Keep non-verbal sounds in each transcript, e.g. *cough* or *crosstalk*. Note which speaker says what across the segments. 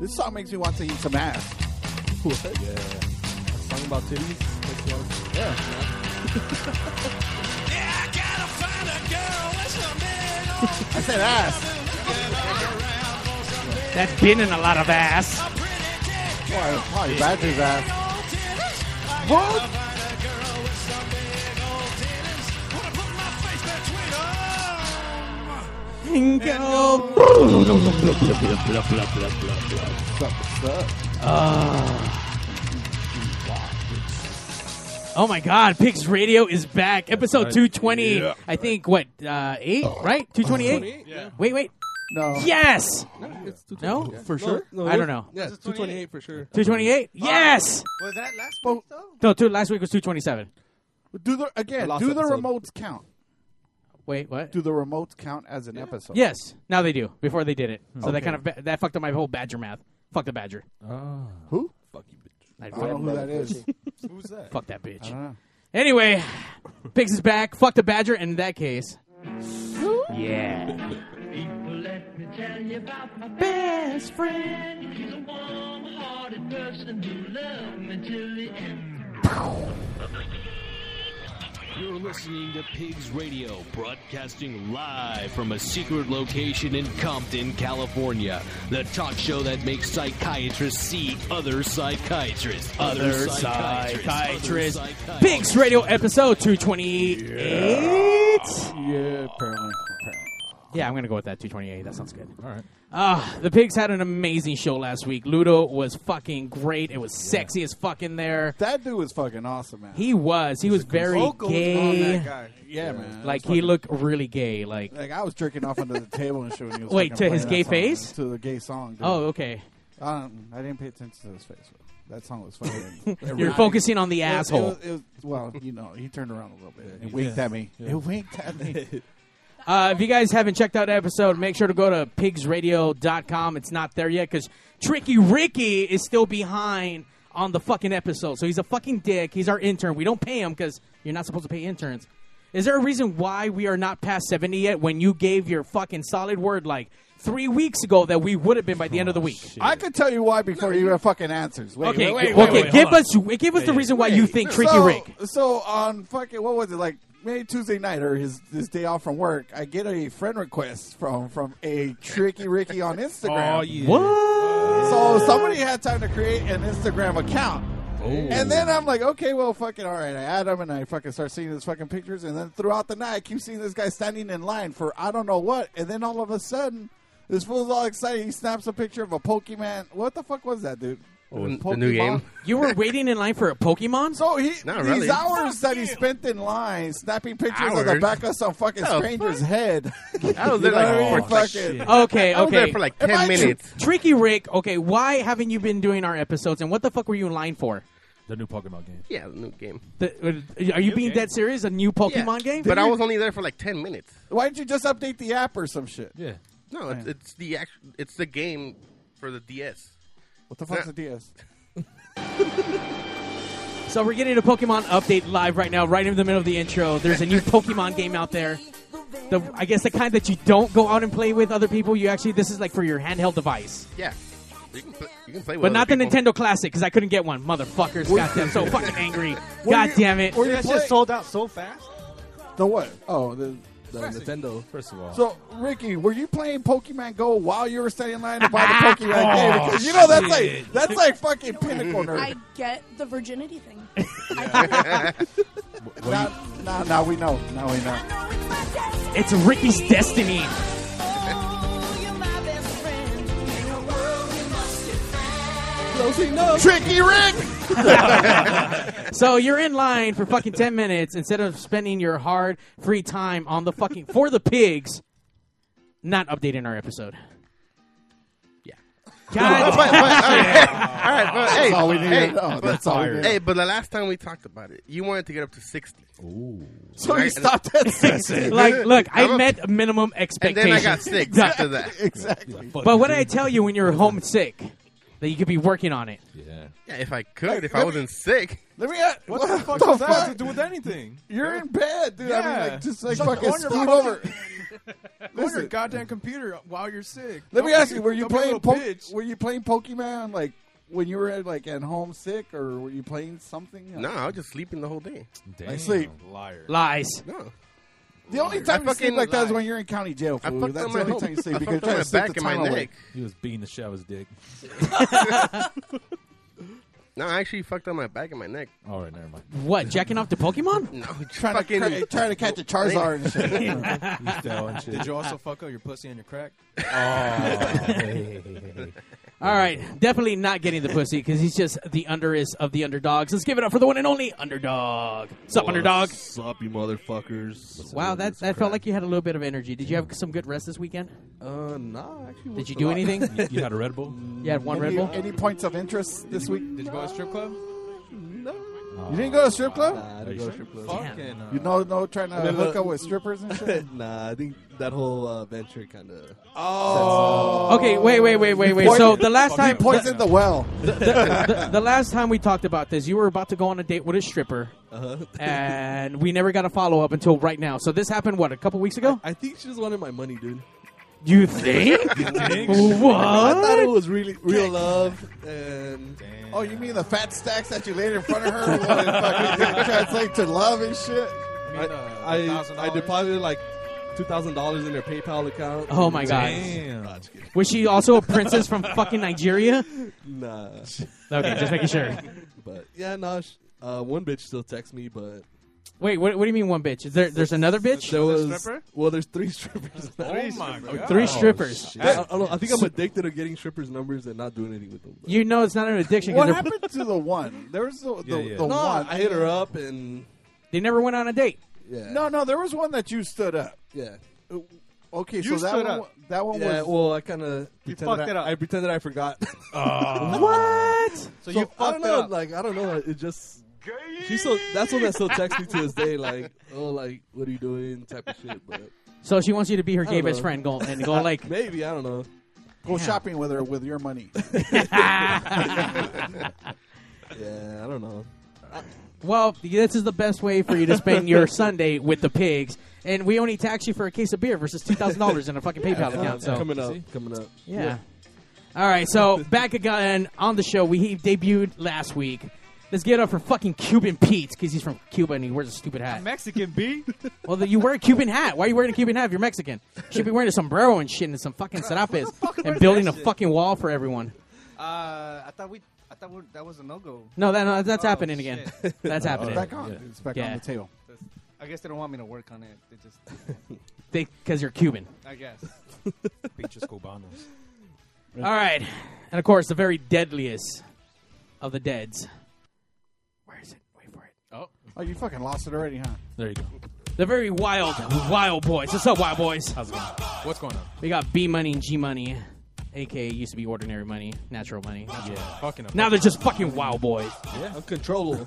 Speaker 1: This song makes me want to eat some ass. *laughs*
Speaker 2: What?
Speaker 1: Yeah.
Speaker 2: Song about titties. Makes you wanna-
Speaker 1: I said ass.
Speaker 3: That's been in a lot of ass.
Speaker 1: Why? Why? Badger's ass. What?
Speaker 3: Oh. Oh my God, Pix Radio is back. Episode
Speaker 2: right.
Speaker 3: 220.
Speaker 2: Yeah. Oh.
Speaker 3: I think what uh, eight, right? 228.
Speaker 2: 28? Yeah.
Speaker 3: Wait, wait.
Speaker 1: No.
Speaker 3: Yes.
Speaker 2: No, it's
Speaker 3: No?
Speaker 2: 228. Yeah.
Speaker 3: For
Speaker 2: No,
Speaker 3: sure?
Speaker 2: no,
Speaker 3: I
Speaker 2: it-
Speaker 3: don't know.
Speaker 2: Yeah, it's 228 for sure.
Speaker 3: 228. Yes.
Speaker 4: Was that last week though?
Speaker 3: No, two, last week was 227.
Speaker 1: Do the again.
Speaker 2: Last
Speaker 1: Do the
Speaker 2: episode.
Speaker 1: remotes count?
Speaker 3: Wait, what?
Speaker 1: Do the remotes count as an episode?
Speaker 3: Yes. Now they do. Before they did it, so that kind of ba- that fucked up my whole Badger math. Fuck the Badger.
Speaker 1: Who?
Speaker 2: Ah. Fuck you, bitch.
Speaker 3: I'd
Speaker 1: I don't know who that is.
Speaker 2: *laughs* Who's that?
Speaker 3: Fuck that bitch.
Speaker 1: I don't know.
Speaker 3: Anyway, Pix is back. Fuck the Badger. And in that case, yeah.
Speaker 5: Let me tell you about my
Speaker 3: Best friend.
Speaker 5: He's a warm-hearted person who loved me till the end.
Speaker 6: You're listening to Pigs Radio, broadcasting live from a secret location in Compton, California. The talk show that makes psychiatrists see other psychiatrists.
Speaker 3: Other psychiatrist.
Speaker 6: Other psychiatrists.
Speaker 3: Pix Radio episode 228.
Speaker 1: Yeah, apparently. apparently.
Speaker 3: Yeah, I'm gonna go with that 228. That sounds good.
Speaker 2: All right.
Speaker 3: Ah, the pigs had an amazing show last week. Ludo was fucking great. It was sexy as fuck in there.
Speaker 1: That dude was fucking awesome, man.
Speaker 3: He was. He was very
Speaker 4: Vocals on
Speaker 3: gay.
Speaker 4: that guy.
Speaker 1: yeah, man.
Speaker 3: Like
Speaker 1: That's
Speaker 3: he
Speaker 1: fucking-
Speaker 3: looked really gay. Like
Speaker 1: Like I was jerking off under
Speaker 3: *laughs*
Speaker 1: the table and shit. When he was
Speaker 3: Wait,
Speaker 1: fucking
Speaker 3: to his gay
Speaker 1: playing that song,
Speaker 3: face?
Speaker 1: To the gay song. Dude.
Speaker 3: oh okay,
Speaker 1: I, don't- I didn't pay attention to his face. But that song was
Speaker 3: *laughs*
Speaker 1: fucking.
Speaker 3: you're focusing on the asshole.
Speaker 1: It was, it was, well, you know, he turned around a little bit and winked at me. It winked at *laughs* me.
Speaker 3: Uh, if you guys haven't checked out the episode, make sure to go to pigsradio.com. It's not there yet because Tricky Ricky is still behind on the fucking episode. So he's a fucking dick. He's our intern. We don't pay him because you're not supposed to pay interns. Is there a reason why we are not past 70 yet when you gave your fucking solid word like three weeks ago that we would have been by the
Speaker 7: Oh,
Speaker 3: end of the week?
Speaker 1: I could tell you why before you even fucking answers. Wait,
Speaker 3: Okay,
Speaker 1: wait, wait,
Speaker 3: okay,
Speaker 1: wait, wait.
Speaker 3: give us give us the reason why you think Tricky
Speaker 1: so,
Speaker 3: Rick.
Speaker 1: So on fucking what was it like? Maybe Tuesday night or his his day off from work. I get a friend request from from a tricky Ricky on Instagram.
Speaker 2: *laughs* Oh, yeah.
Speaker 3: What?
Speaker 1: So somebody had time to create an Instagram account.
Speaker 3: Oh.
Speaker 1: And then uh, I'm like, okay, well, fucking, all right. I add him and I fucking start seeing his fucking pictures. And then throughout the night, I keep seeing this guy standing in line for I don't know what. And then all of a sudden, this fool's all excited. He snaps a picture of a Pokemon. What the fuck was that, dude?
Speaker 7: Oh, the new game?
Speaker 3: You were waiting in line for a Pokemon?
Speaker 1: So he
Speaker 7: Not
Speaker 1: these
Speaker 7: really.
Speaker 1: hours that he spent in line snapping pictures of the
Speaker 7: Hours?
Speaker 1: back of some fucking
Speaker 7: The *laughs*
Speaker 1: stranger's head.
Speaker 7: I was
Speaker 1: *laughs* You
Speaker 7: there
Speaker 1: know what I mean?
Speaker 7: like, for, like
Speaker 1: Fucking-
Speaker 3: Okay, okay.
Speaker 7: I was there for like
Speaker 1: Am I
Speaker 7: ten minutes.
Speaker 3: Tricky Rick, okay, why haven't you been doing our episodes, and what the fuck were you in line for?
Speaker 2: The new Pokemon game.
Speaker 7: Yeah, new game.
Speaker 3: The, uh, are you being dead serious? A new Pokemon
Speaker 7: Yeah.
Speaker 3: game?
Speaker 7: But I was only there for like ten minutes.
Speaker 1: Why didn't you just update the app or some shit?
Speaker 2: Yeah.
Speaker 7: No, it's, it's the act- it's the game for the DS.
Speaker 1: What the fuck's the DS?
Speaker 3: so we're getting a Pokemon update live right now, right in the middle of the intro.
Speaker 7: *laughs*
Speaker 3: There's a new Pokemon game out there. The, I guess the kind that you don't go out and play with other people. You actually, this is like for your handheld device,
Speaker 7: Yeah, you can play, you can play with.
Speaker 3: but not
Speaker 7: other
Speaker 3: the
Speaker 7: people.
Speaker 3: Nintendo Classic because I couldn't get one. Motherfuckers, goddamn,
Speaker 7: *laughs*
Speaker 3: so fucking angry. God damn it!
Speaker 1: Were you
Speaker 4: That
Speaker 1: play-
Speaker 4: shit sold out so fast.
Speaker 1: the what? Oh, the,
Speaker 2: The Nintendo, first of all.
Speaker 1: so Ricky, were you playing Pokemon Go while you were standing in line to buy
Speaker 8: *laughs*
Speaker 3: Ah,
Speaker 1: the Pokemon
Speaker 8: Oh,
Speaker 1: game? Because you know that's like that's like fucking pinnacle
Speaker 9: I
Speaker 1: nerd.
Speaker 9: get the
Speaker 3: *laughs*
Speaker 9: virginity thing.
Speaker 7: *laughs*
Speaker 1: Now, now, now we know. Now we know.
Speaker 3: It's Ricky's destiny.
Speaker 1: Tricky Rick.
Speaker 3: *laughs* So you're in line for fucking 10 minutes instead of spending your hard free time on the fucking for the pigs not updating our episode.
Speaker 7: Yeah. Oh, But,
Speaker 3: God,
Speaker 7: but, okay. all right, but hey,
Speaker 1: all we needed
Speaker 7: hey,
Speaker 1: to know.
Speaker 7: but-
Speaker 1: That's all we needed.
Speaker 7: Hey, but uh, the last time we talked about it, you wanted to get up to sixty,
Speaker 1: So you
Speaker 7: *laughs*
Speaker 1: stopped at
Speaker 3: *laughs*
Speaker 1: sixty.
Speaker 3: like look,
Speaker 7: I'm
Speaker 3: I
Speaker 7: a-
Speaker 3: met minimum
Speaker 7: and
Speaker 3: expectations.
Speaker 7: then I got
Speaker 3: *laughs*
Speaker 7: six after that.
Speaker 1: *laughs* exactly.
Speaker 3: but what did I tell you when you were homesick that you could be working on it?
Speaker 2: Yeah.
Speaker 7: Yeah, if I could, if I wasn't sick,
Speaker 1: Let me. ask-
Speaker 2: What the fuck
Speaker 1: the
Speaker 2: does that have
Speaker 1: fuck?
Speaker 2: to do with anything?
Speaker 1: You're in bed, dude. I mean,
Speaker 2: Yeah.
Speaker 1: like, just like
Speaker 4: Just
Speaker 1: fucking
Speaker 4: on your
Speaker 1: scoot
Speaker 4: fucking-
Speaker 1: over.
Speaker 9: *laughs* on your
Speaker 1: Listen.
Speaker 9: goddamn computer while you're sick.
Speaker 1: Let me
Speaker 9: Don't
Speaker 1: ask
Speaker 9: be-
Speaker 1: you: Were
Speaker 9: don't
Speaker 1: you
Speaker 9: be a
Speaker 1: playing
Speaker 9: little
Speaker 1: po-
Speaker 9: bitch.
Speaker 1: Were you playing Pokemon like when you were at, like at home sick, or were you playing something?
Speaker 7: No, I was just sleeping the whole day.
Speaker 1: I sleep.
Speaker 2: Liar.
Speaker 3: Lies.
Speaker 7: No.
Speaker 1: The only time you sleep
Speaker 7: fucking
Speaker 1: like that is
Speaker 7: lied.
Speaker 1: when you're in county jail.
Speaker 7: I
Speaker 1: fool.
Speaker 7: fucked
Speaker 1: That's
Speaker 7: up
Speaker 1: the
Speaker 7: my
Speaker 1: only
Speaker 7: whole- *laughs*
Speaker 1: time you sleep
Speaker 7: I
Speaker 1: because you're
Speaker 7: fucked
Speaker 1: trying
Speaker 7: up
Speaker 1: to
Speaker 7: my back and
Speaker 1: sit the
Speaker 7: my
Speaker 1: time away.
Speaker 7: neck.
Speaker 2: He was beating the shit out of his dick.
Speaker 7: *laughs* No, I actually fucked up my back and my neck.
Speaker 2: All right, never mind.
Speaker 3: *laughs* What? Jacking off to Pokemon?
Speaker 9: *laughs*
Speaker 7: No,
Speaker 1: *laughs* Trying
Speaker 7: fucking
Speaker 1: to cra- trying
Speaker 7: *laughs*
Speaker 1: to catch a Charizard and shit.
Speaker 2: He
Speaker 1: *laughs*
Speaker 2: fell and shit.
Speaker 9: Did *laughs* you also fuck up your pussy and your crack?
Speaker 1: Oh,
Speaker 3: All right, definitely not getting the pussy because he's just the underest of the underdogs. Let's give it up for the one and only underdog. What's up, underdog?
Speaker 7: Sup, you motherfuckers.
Speaker 3: Wow, that that felt like you had a little bit of energy. Did you have some good rest this weekend?
Speaker 7: Uh, nah, actually.
Speaker 3: Did you do
Speaker 1: *laughs*
Speaker 3: anything?
Speaker 2: You had a Red Bull?
Speaker 3: You had one Red
Speaker 1: Any,
Speaker 3: Bull.
Speaker 1: any points of interest this week?
Speaker 9: Did you go to a strip club?
Speaker 1: You didn't go to strip club?
Speaker 10: Nah, I didn't go to strip club.
Speaker 9: Fucking. Uh,
Speaker 1: You know, no, trying to
Speaker 10: mean,
Speaker 1: hook
Speaker 10: look-
Speaker 1: up with strippers and shit.
Speaker 10: *laughs* nah, I think that whole uh, venture kind of.
Speaker 1: Oh.
Speaker 3: Okay, wait, wait, wait, wait, wait. So the last time, *laughs* the,
Speaker 1: Poisoned the
Speaker 10: *laughs*
Speaker 1: well.
Speaker 3: the- the last time we talked about this, you were about to go on a date with a stripper,
Speaker 10: Uh-huh.
Speaker 3: and we never got a follow up until right now. So this happened what a couple weeks ago.
Speaker 10: I think she just wanted my money,
Speaker 1: *laughs*
Speaker 10: dude.
Speaker 3: You think?
Speaker 10: *laughs* I thought
Speaker 3: what?
Speaker 10: it was really real love, and
Speaker 1: Oh, you mean the fat stacks that you laid in front of *laughs* her will fucking translate to love and shit?
Speaker 9: mean,
Speaker 10: I,
Speaker 9: uh, $1,000?
Speaker 10: I, I deposited like two thousand dollars in their PayPal account.
Speaker 3: Oh my god!
Speaker 2: Damn.
Speaker 3: Was she also a princess from
Speaker 10: *laughs*
Speaker 3: fucking Nigeria?
Speaker 10: Nah,
Speaker 3: Okay, just making sure.
Speaker 10: but yeah, no. Sh- uh, one bitch still texts me, but
Speaker 3: Wait, what, what do you mean one bitch? Is there there's another bitch?
Speaker 10: there was
Speaker 9: stripper?
Speaker 10: well, there's three *laughs* strippers. now.
Speaker 9: oh my god.
Speaker 3: Three strippers.
Speaker 10: I, I don't know. I think I'm addicted to getting strippers' numbers and not doing anything with them. but-
Speaker 3: You know it's not an addiction
Speaker 1: What
Speaker 3: because
Speaker 1: happened to the one? There was the, the,
Speaker 2: Yeah, yeah.
Speaker 1: the
Speaker 10: no,
Speaker 1: one.
Speaker 10: I hit her up and
Speaker 3: they never went on a date.
Speaker 10: yeah,
Speaker 1: no, no, there was one that you stood up.
Speaker 10: yeah.
Speaker 1: Okay,
Speaker 9: You
Speaker 1: so that
Speaker 9: stood
Speaker 1: one,
Speaker 9: up.
Speaker 1: that one
Speaker 10: Yeah,
Speaker 1: was.
Speaker 10: well, I kind of pretended
Speaker 9: fucked
Speaker 10: I,
Speaker 9: it up.
Speaker 10: I pretended
Speaker 9: *laughs*
Speaker 10: I forgot.
Speaker 9: Oh.
Speaker 10: *laughs*
Speaker 3: What?
Speaker 9: So,
Speaker 10: So,
Speaker 9: you
Speaker 10: I don't
Speaker 9: fucked it
Speaker 10: know.
Speaker 9: up.
Speaker 10: Like I don't know. It just she so that's one that still texts me to this day. Like oh, like what are you doing? Type of shit. But
Speaker 3: So she wants you to be her gay
Speaker 10: don't
Speaker 3: best
Speaker 10: know.
Speaker 3: friend, go and go
Speaker 10: *laughs*
Speaker 3: like,
Speaker 1: *laughs*
Speaker 10: maybe I don't know.
Speaker 1: go shopping with her with your
Speaker 3: *laughs*
Speaker 1: money. *laughs*
Speaker 3: "Ah!"
Speaker 10: *laughs* Yeah, I don't know.
Speaker 3: well, this is the best way for you to spend
Speaker 1: *laughs*
Speaker 3: your Sunday with the pigs, and we only tax you for a case of beer versus two thousand dollars in a fucking PayPal account. So
Speaker 10: coming up, coming up.
Speaker 3: Yeah. All right, so back again on the show. We debuted last week. Let's get up for fucking Cuban Pete because he's from Cuba and he wears a stupid hat.
Speaker 9: Mexican B.
Speaker 3: *laughs* well, then you wear a Cuban hat. Why are you wearing a Cuban hat if you're Mexican? You should be wearing a sombrero and shit and some
Speaker 1: *laughs*
Speaker 3: fucking serapes and
Speaker 9: wears
Speaker 3: building
Speaker 9: that
Speaker 3: a
Speaker 9: shit?
Speaker 3: fucking wall for everyone.
Speaker 4: Uh, I thought we. I thought we, that was a no go.
Speaker 3: No, that, no that's
Speaker 4: Oh,
Speaker 3: happening again. That's happening.
Speaker 1: Back on. Oh, It's back
Speaker 3: Yeah.
Speaker 1: on the table.
Speaker 4: I guess they don't want me to work on it. They just.
Speaker 1: *laughs*
Speaker 3: Because you're Cuban.
Speaker 4: I guess.
Speaker 2: Peaches Cubanos.
Speaker 3: *laughs* All right. And of course, the very deadliest of the deads. Where is it? Wait for it.
Speaker 1: Oh, you fucking lost it already, huh?
Speaker 2: There you go.
Speaker 3: The very wild, wild boys. What's up, wild boys?
Speaker 2: How's it going?
Speaker 9: What's going on?
Speaker 3: We got B money and G money, aka used to be ordinary money, natural money.
Speaker 2: Yeah.
Speaker 9: Fucking up.
Speaker 3: Now they're just fucking wild boys.
Speaker 9: *laughs*
Speaker 10: Uncontrollable.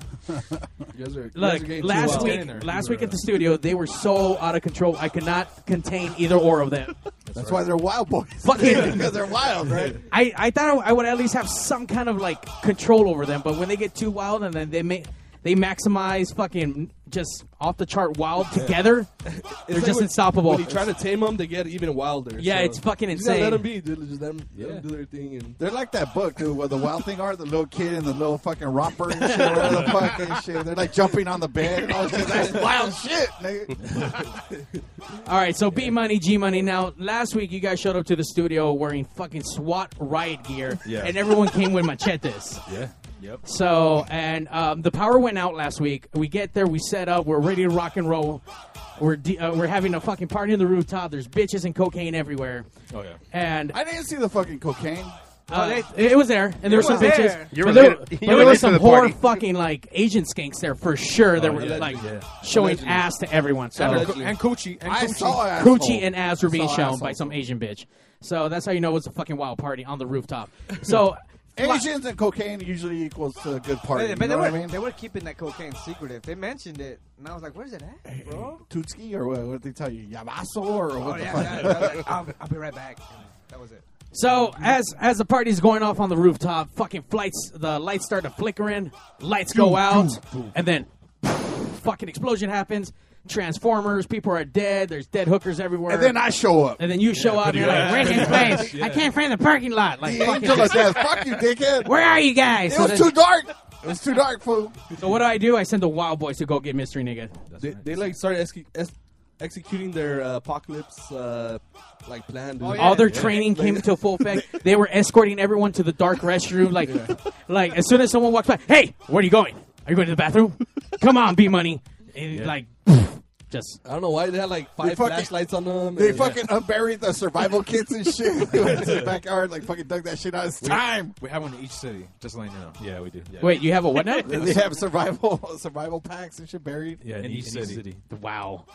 Speaker 10: you guys are, you guys
Speaker 3: Look,
Speaker 10: are getting too
Speaker 3: last
Speaker 10: wild.
Speaker 9: Get in there.
Speaker 3: week, last week at the studio, they were so out of control. I could not contain either or of them.
Speaker 1: That's why they're wild boys.
Speaker 3: Fucking,
Speaker 1: *laughs* because they're wild, right?
Speaker 3: I, I thought I would at least have some kind of like control over them, but when they get too wild and then they make they maximize fucking just off the chart wild
Speaker 1: *laughs*
Speaker 3: together,
Speaker 10: It's
Speaker 3: they're
Speaker 10: like
Speaker 3: just
Speaker 10: when-
Speaker 3: unstoppable.
Speaker 10: When you try to tame them, they get even wilder.
Speaker 3: Yeah,
Speaker 10: so
Speaker 3: it's fucking
Speaker 10: you just gotta
Speaker 3: insane.
Speaker 10: let them be, dude. Just let them,
Speaker 2: Yeah.
Speaker 10: do their thing. And
Speaker 1: They're like that book, dude, where the wild thing are the little kid and the little fucking romper and shit, whatever *laughs* the fuck and *laughs* shit. They're like jumping on the bed and all shit. That's wild shit, nigga.
Speaker 3: All right, so B money, G money. Now, last week you guys showed up to the studio wearing fucking SWAT riot gear,
Speaker 2: Yeah.
Speaker 3: and everyone came with machetes.
Speaker 2: Yeah. Yep.
Speaker 3: So, and um, the power went out last week. We get there, we set up, we're ready to rock and roll. We're de- uh, we're having a fucking party on the rooftop. There's bitches and cocaine everywhere,
Speaker 2: Oh, yeah.
Speaker 3: and
Speaker 1: I didn't see the fucking cocaine.
Speaker 3: uh, it was there, and there were some
Speaker 4: was
Speaker 3: bitches.
Speaker 4: there.
Speaker 7: You
Speaker 3: But
Speaker 7: were
Speaker 3: there,
Speaker 7: late-
Speaker 3: but
Speaker 7: you were
Speaker 3: there were
Speaker 7: late to
Speaker 3: some
Speaker 7: the
Speaker 3: whore
Speaker 7: party.
Speaker 3: fucking like Asian skinks there for sure. They
Speaker 2: Oh,
Speaker 3: were
Speaker 2: yeah.
Speaker 3: like
Speaker 2: Yeah.
Speaker 3: showing
Speaker 10: Allegedly.
Speaker 3: ass to everyone. So
Speaker 10: Allegedly.
Speaker 9: and coochie. And
Speaker 1: I
Speaker 9: coochie.
Speaker 1: saw it.
Speaker 3: coochie and ass were being
Speaker 1: Saw
Speaker 3: shown
Speaker 1: asshole.
Speaker 3: by some Asian bitch. So that's how you know it's a fucking wild party on the rooftop.
Speaker 1: *laughs*
Speaker 3: So
Speaker 1: Asians and cocaine usually equals to a good party.
Speaker 4: But, but
Speaker 1: you
Speaker 4: they
Speaker 1: know
Speaker 4: were
Speaker 1: what I mean?
Speaker 4: they were keeping that cocaine secretive. They mentioned it, and I was like, "Where's it at, bro?"
Speaker 1: Tutski or what, what did they tell you? Yabaso or what
Speaker 4: Oh
Speaker 1: the
Speaker 4: yeah,
Speaker 1: fuck?
Speaker 4: that- that was it. I'll, I'll be right back. And that was it.
Speaker 3: so as as the party's going off on the rooftop, fucking flights the lights start to flickering, lights go out, and then fucking explosion happens. Transformers. People are dead. There's dead hookers everywhere.
Speaker 1: And then I show up.
Speaker 3: And then you show up and
Speaker 2: pretty
Speaker 3: you're like,
Speaker 2: much.
Speaker 3: "Where's this
Speaker 2: *laughs*
Speaker 3: place? I can't find the parking lot. Like,
Speaker 1: The angel of death. Fuck you, dickhead.
Speaker 3: where are you guys?"
Speaker 1: It
Speaker 3: So
Speaker 1: was
Speaker 3: then-
Speaker 1: too dark. It was too dark, fool.
Speaker 3: So what do I do? I send the Wild Boys to go get Mystery Nigga.
Speaker 10: They, they like started exec- ex- executing their uh, apocalypse uh, like plan. dude.
Speaker 4: Oh, yeah.
Speaker 3: All their training came into
Speaker 10: *laughs*
Speaker 3: full effect.
Speaker 1: *laughs*
Speaker 3: They were escorting everyone to the dark restroom. Like, like as soon as someone walks by, hey, where are you going? Are you going to the bathroom? Come on, B Money. And, Like, just
Speaker 10: I don't know why they had like five
Speaker 1: fucking-
Speaker 10: flashlights on them.
Speaker 1: They
Speaker 10: and-
Speaker 1: fucking unburied the survival kits and shit. They went to the backyard, like fucking dug that shit out. It's time.
Speaker 2: We have one in each city, just letting you know. Yeah, we do. Yeah.
Speaker 3: wait. You have a what now?
Speaker 1: *laughs* They have survival survival packs and shit buried.
Speaker 2: Yeah, in, each, city.
Speaker 3: wow.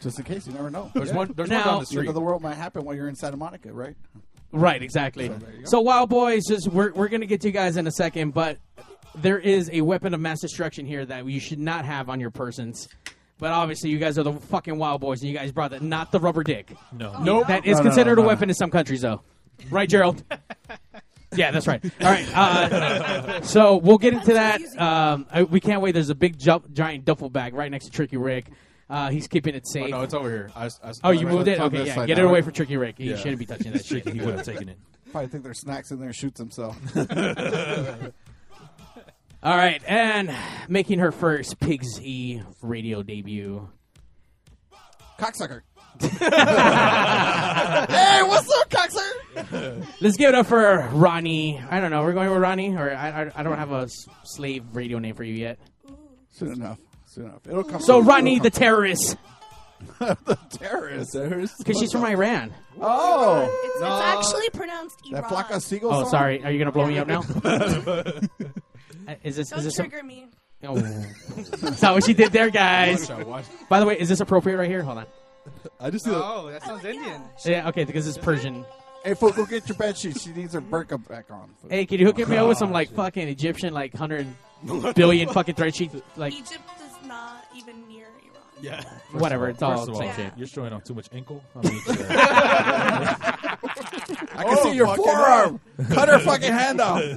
Speaker 1: Just in case, you never know.
Speaker 2: There's one. There's
Speaker 3: Now-
Speaker 2: one down the
Speaker 1: The end
Speaker 2: street.
Speaker 1: of the world might happen while you're in Santa Monica, right?
Speaker 3: Right, exactly. So, Wild Boys, just we're, we're going to get to you guys in a second, but there is a weapon of mass destruction here that you should not have on your persons. But obviously, you guys are the fucking Wild Boys, and you guys brought that, not the rubber dick.
Speaker 2: No,
Speaker 3: Nope. That is
Speaker 1: No, no,
Speaker 3: considered
Speaker 1: no,
Speaker 3: a
Speaker 1: no.
Speaker 3: weapon in some countries, though. Right,
Speaker 1: *laughs*
Speaker 3: Gerald? yeah, that's right. All right. Uh, so we'll get into that. Um, I, we can't wait. There's a big ju- giant duffel bag right next to Tricky Rick. Uh, he's keeping it
Speaker 2: Oh,
Speaker 3: safe.
Speaker 2: no, it's over here. I, I,
Speaker 3: Oh, you
Speaker 1: Right,
Speaker 3: moved
Speaker 1: it's
Speaker 3: it?
Speaker 1: on
Speaker 3: Okay,
Speaker 1: this
Speaker 3: yeah.
Speaker 1: side
Speaker 3: Get it
Speaker 1: now.
Speaker 3: away from Tricky Rick. He
Speaker 2: *laughs* Yeah.
Speaker 3: shouldn't be touching that shit.
Speaker 2: He would have taken it.
Speaker 1: Probably think there's snacks in there. Shoots
Speaker 2: *laughs*
Speaker 1: himself.
Speaker 3: All right, and making her first Pigs E radio
Speaker 2: *laughs*
Speaker 3: debut. *laughs*
Speaker 1: cocksucker. hey, what's up, cocksucker?
Speaker 3: Let's give it up for Ronnie. I don't know. We're going with Ronnie, or I, I, I don't have a s- slave radio name for you yet.
Speaker 1: Soon enough. Soon enough. It'll come.
Speaker 3: So
Speaker 1: It'll
Speaker 3: Ronnie the
Speaker 1: come. *laughs*
Speaker 3: terrorist, *laughs*
Speaker 1: terrorist.
Speaker 10: There's-
Speaker 3: because she's from Iran.
Speaker 1: Oh,
Speaker 8: It's, it's actually pronounced E. Iran.
Speaker 1: that flock of seagulls.
Speaker 3: Oh,
Speaker 1: song?
Speaker 3: sorry. Are you gonna blow me
Speaker 1: *laughs*
Speaker 3: up now? *laughs* Uh, is this?
Speaker 8: Don't
Speaker 3: Is this?
Speaker 8: trigger me.
Speaker 3: A, oh. *laughs* That's not what she did there, guys.
Speaker 2: So watch.
Speaker 3: By the way, is this appropriate right here? Hold on.
Speaker 10: I just see the-
Speaker 4: Oh, that sounds Indian.
Speaker 3: Yeah, okay, because it's Persian.
Speaker 1: Hey, fool, go get your bed sheets. She needs her burka back on. fool.
Speaker 3: Hey, can you hook me up with some like fucking Egyptian like hundred billion fucking thread sheets? Like *laughs*
Speaker 8: Egypt is not even near Iran.
Speaker 2: Yeah.
Speaker 3: whatever, it's all
Speaker 2: First of all,
Speaker 3: same
Speaker 8: Yeah.
Speaker 3: shit.
Speaker 2: you're showing off too much ankle.
Speaker 1: *laughs*
Speaker 2: I mean, uh,
Speaker 1: I can
Speaker 2: Oh,
Speaker 1: see your forearm. Cut her fucking hand off.
Speaker 3: *laughs*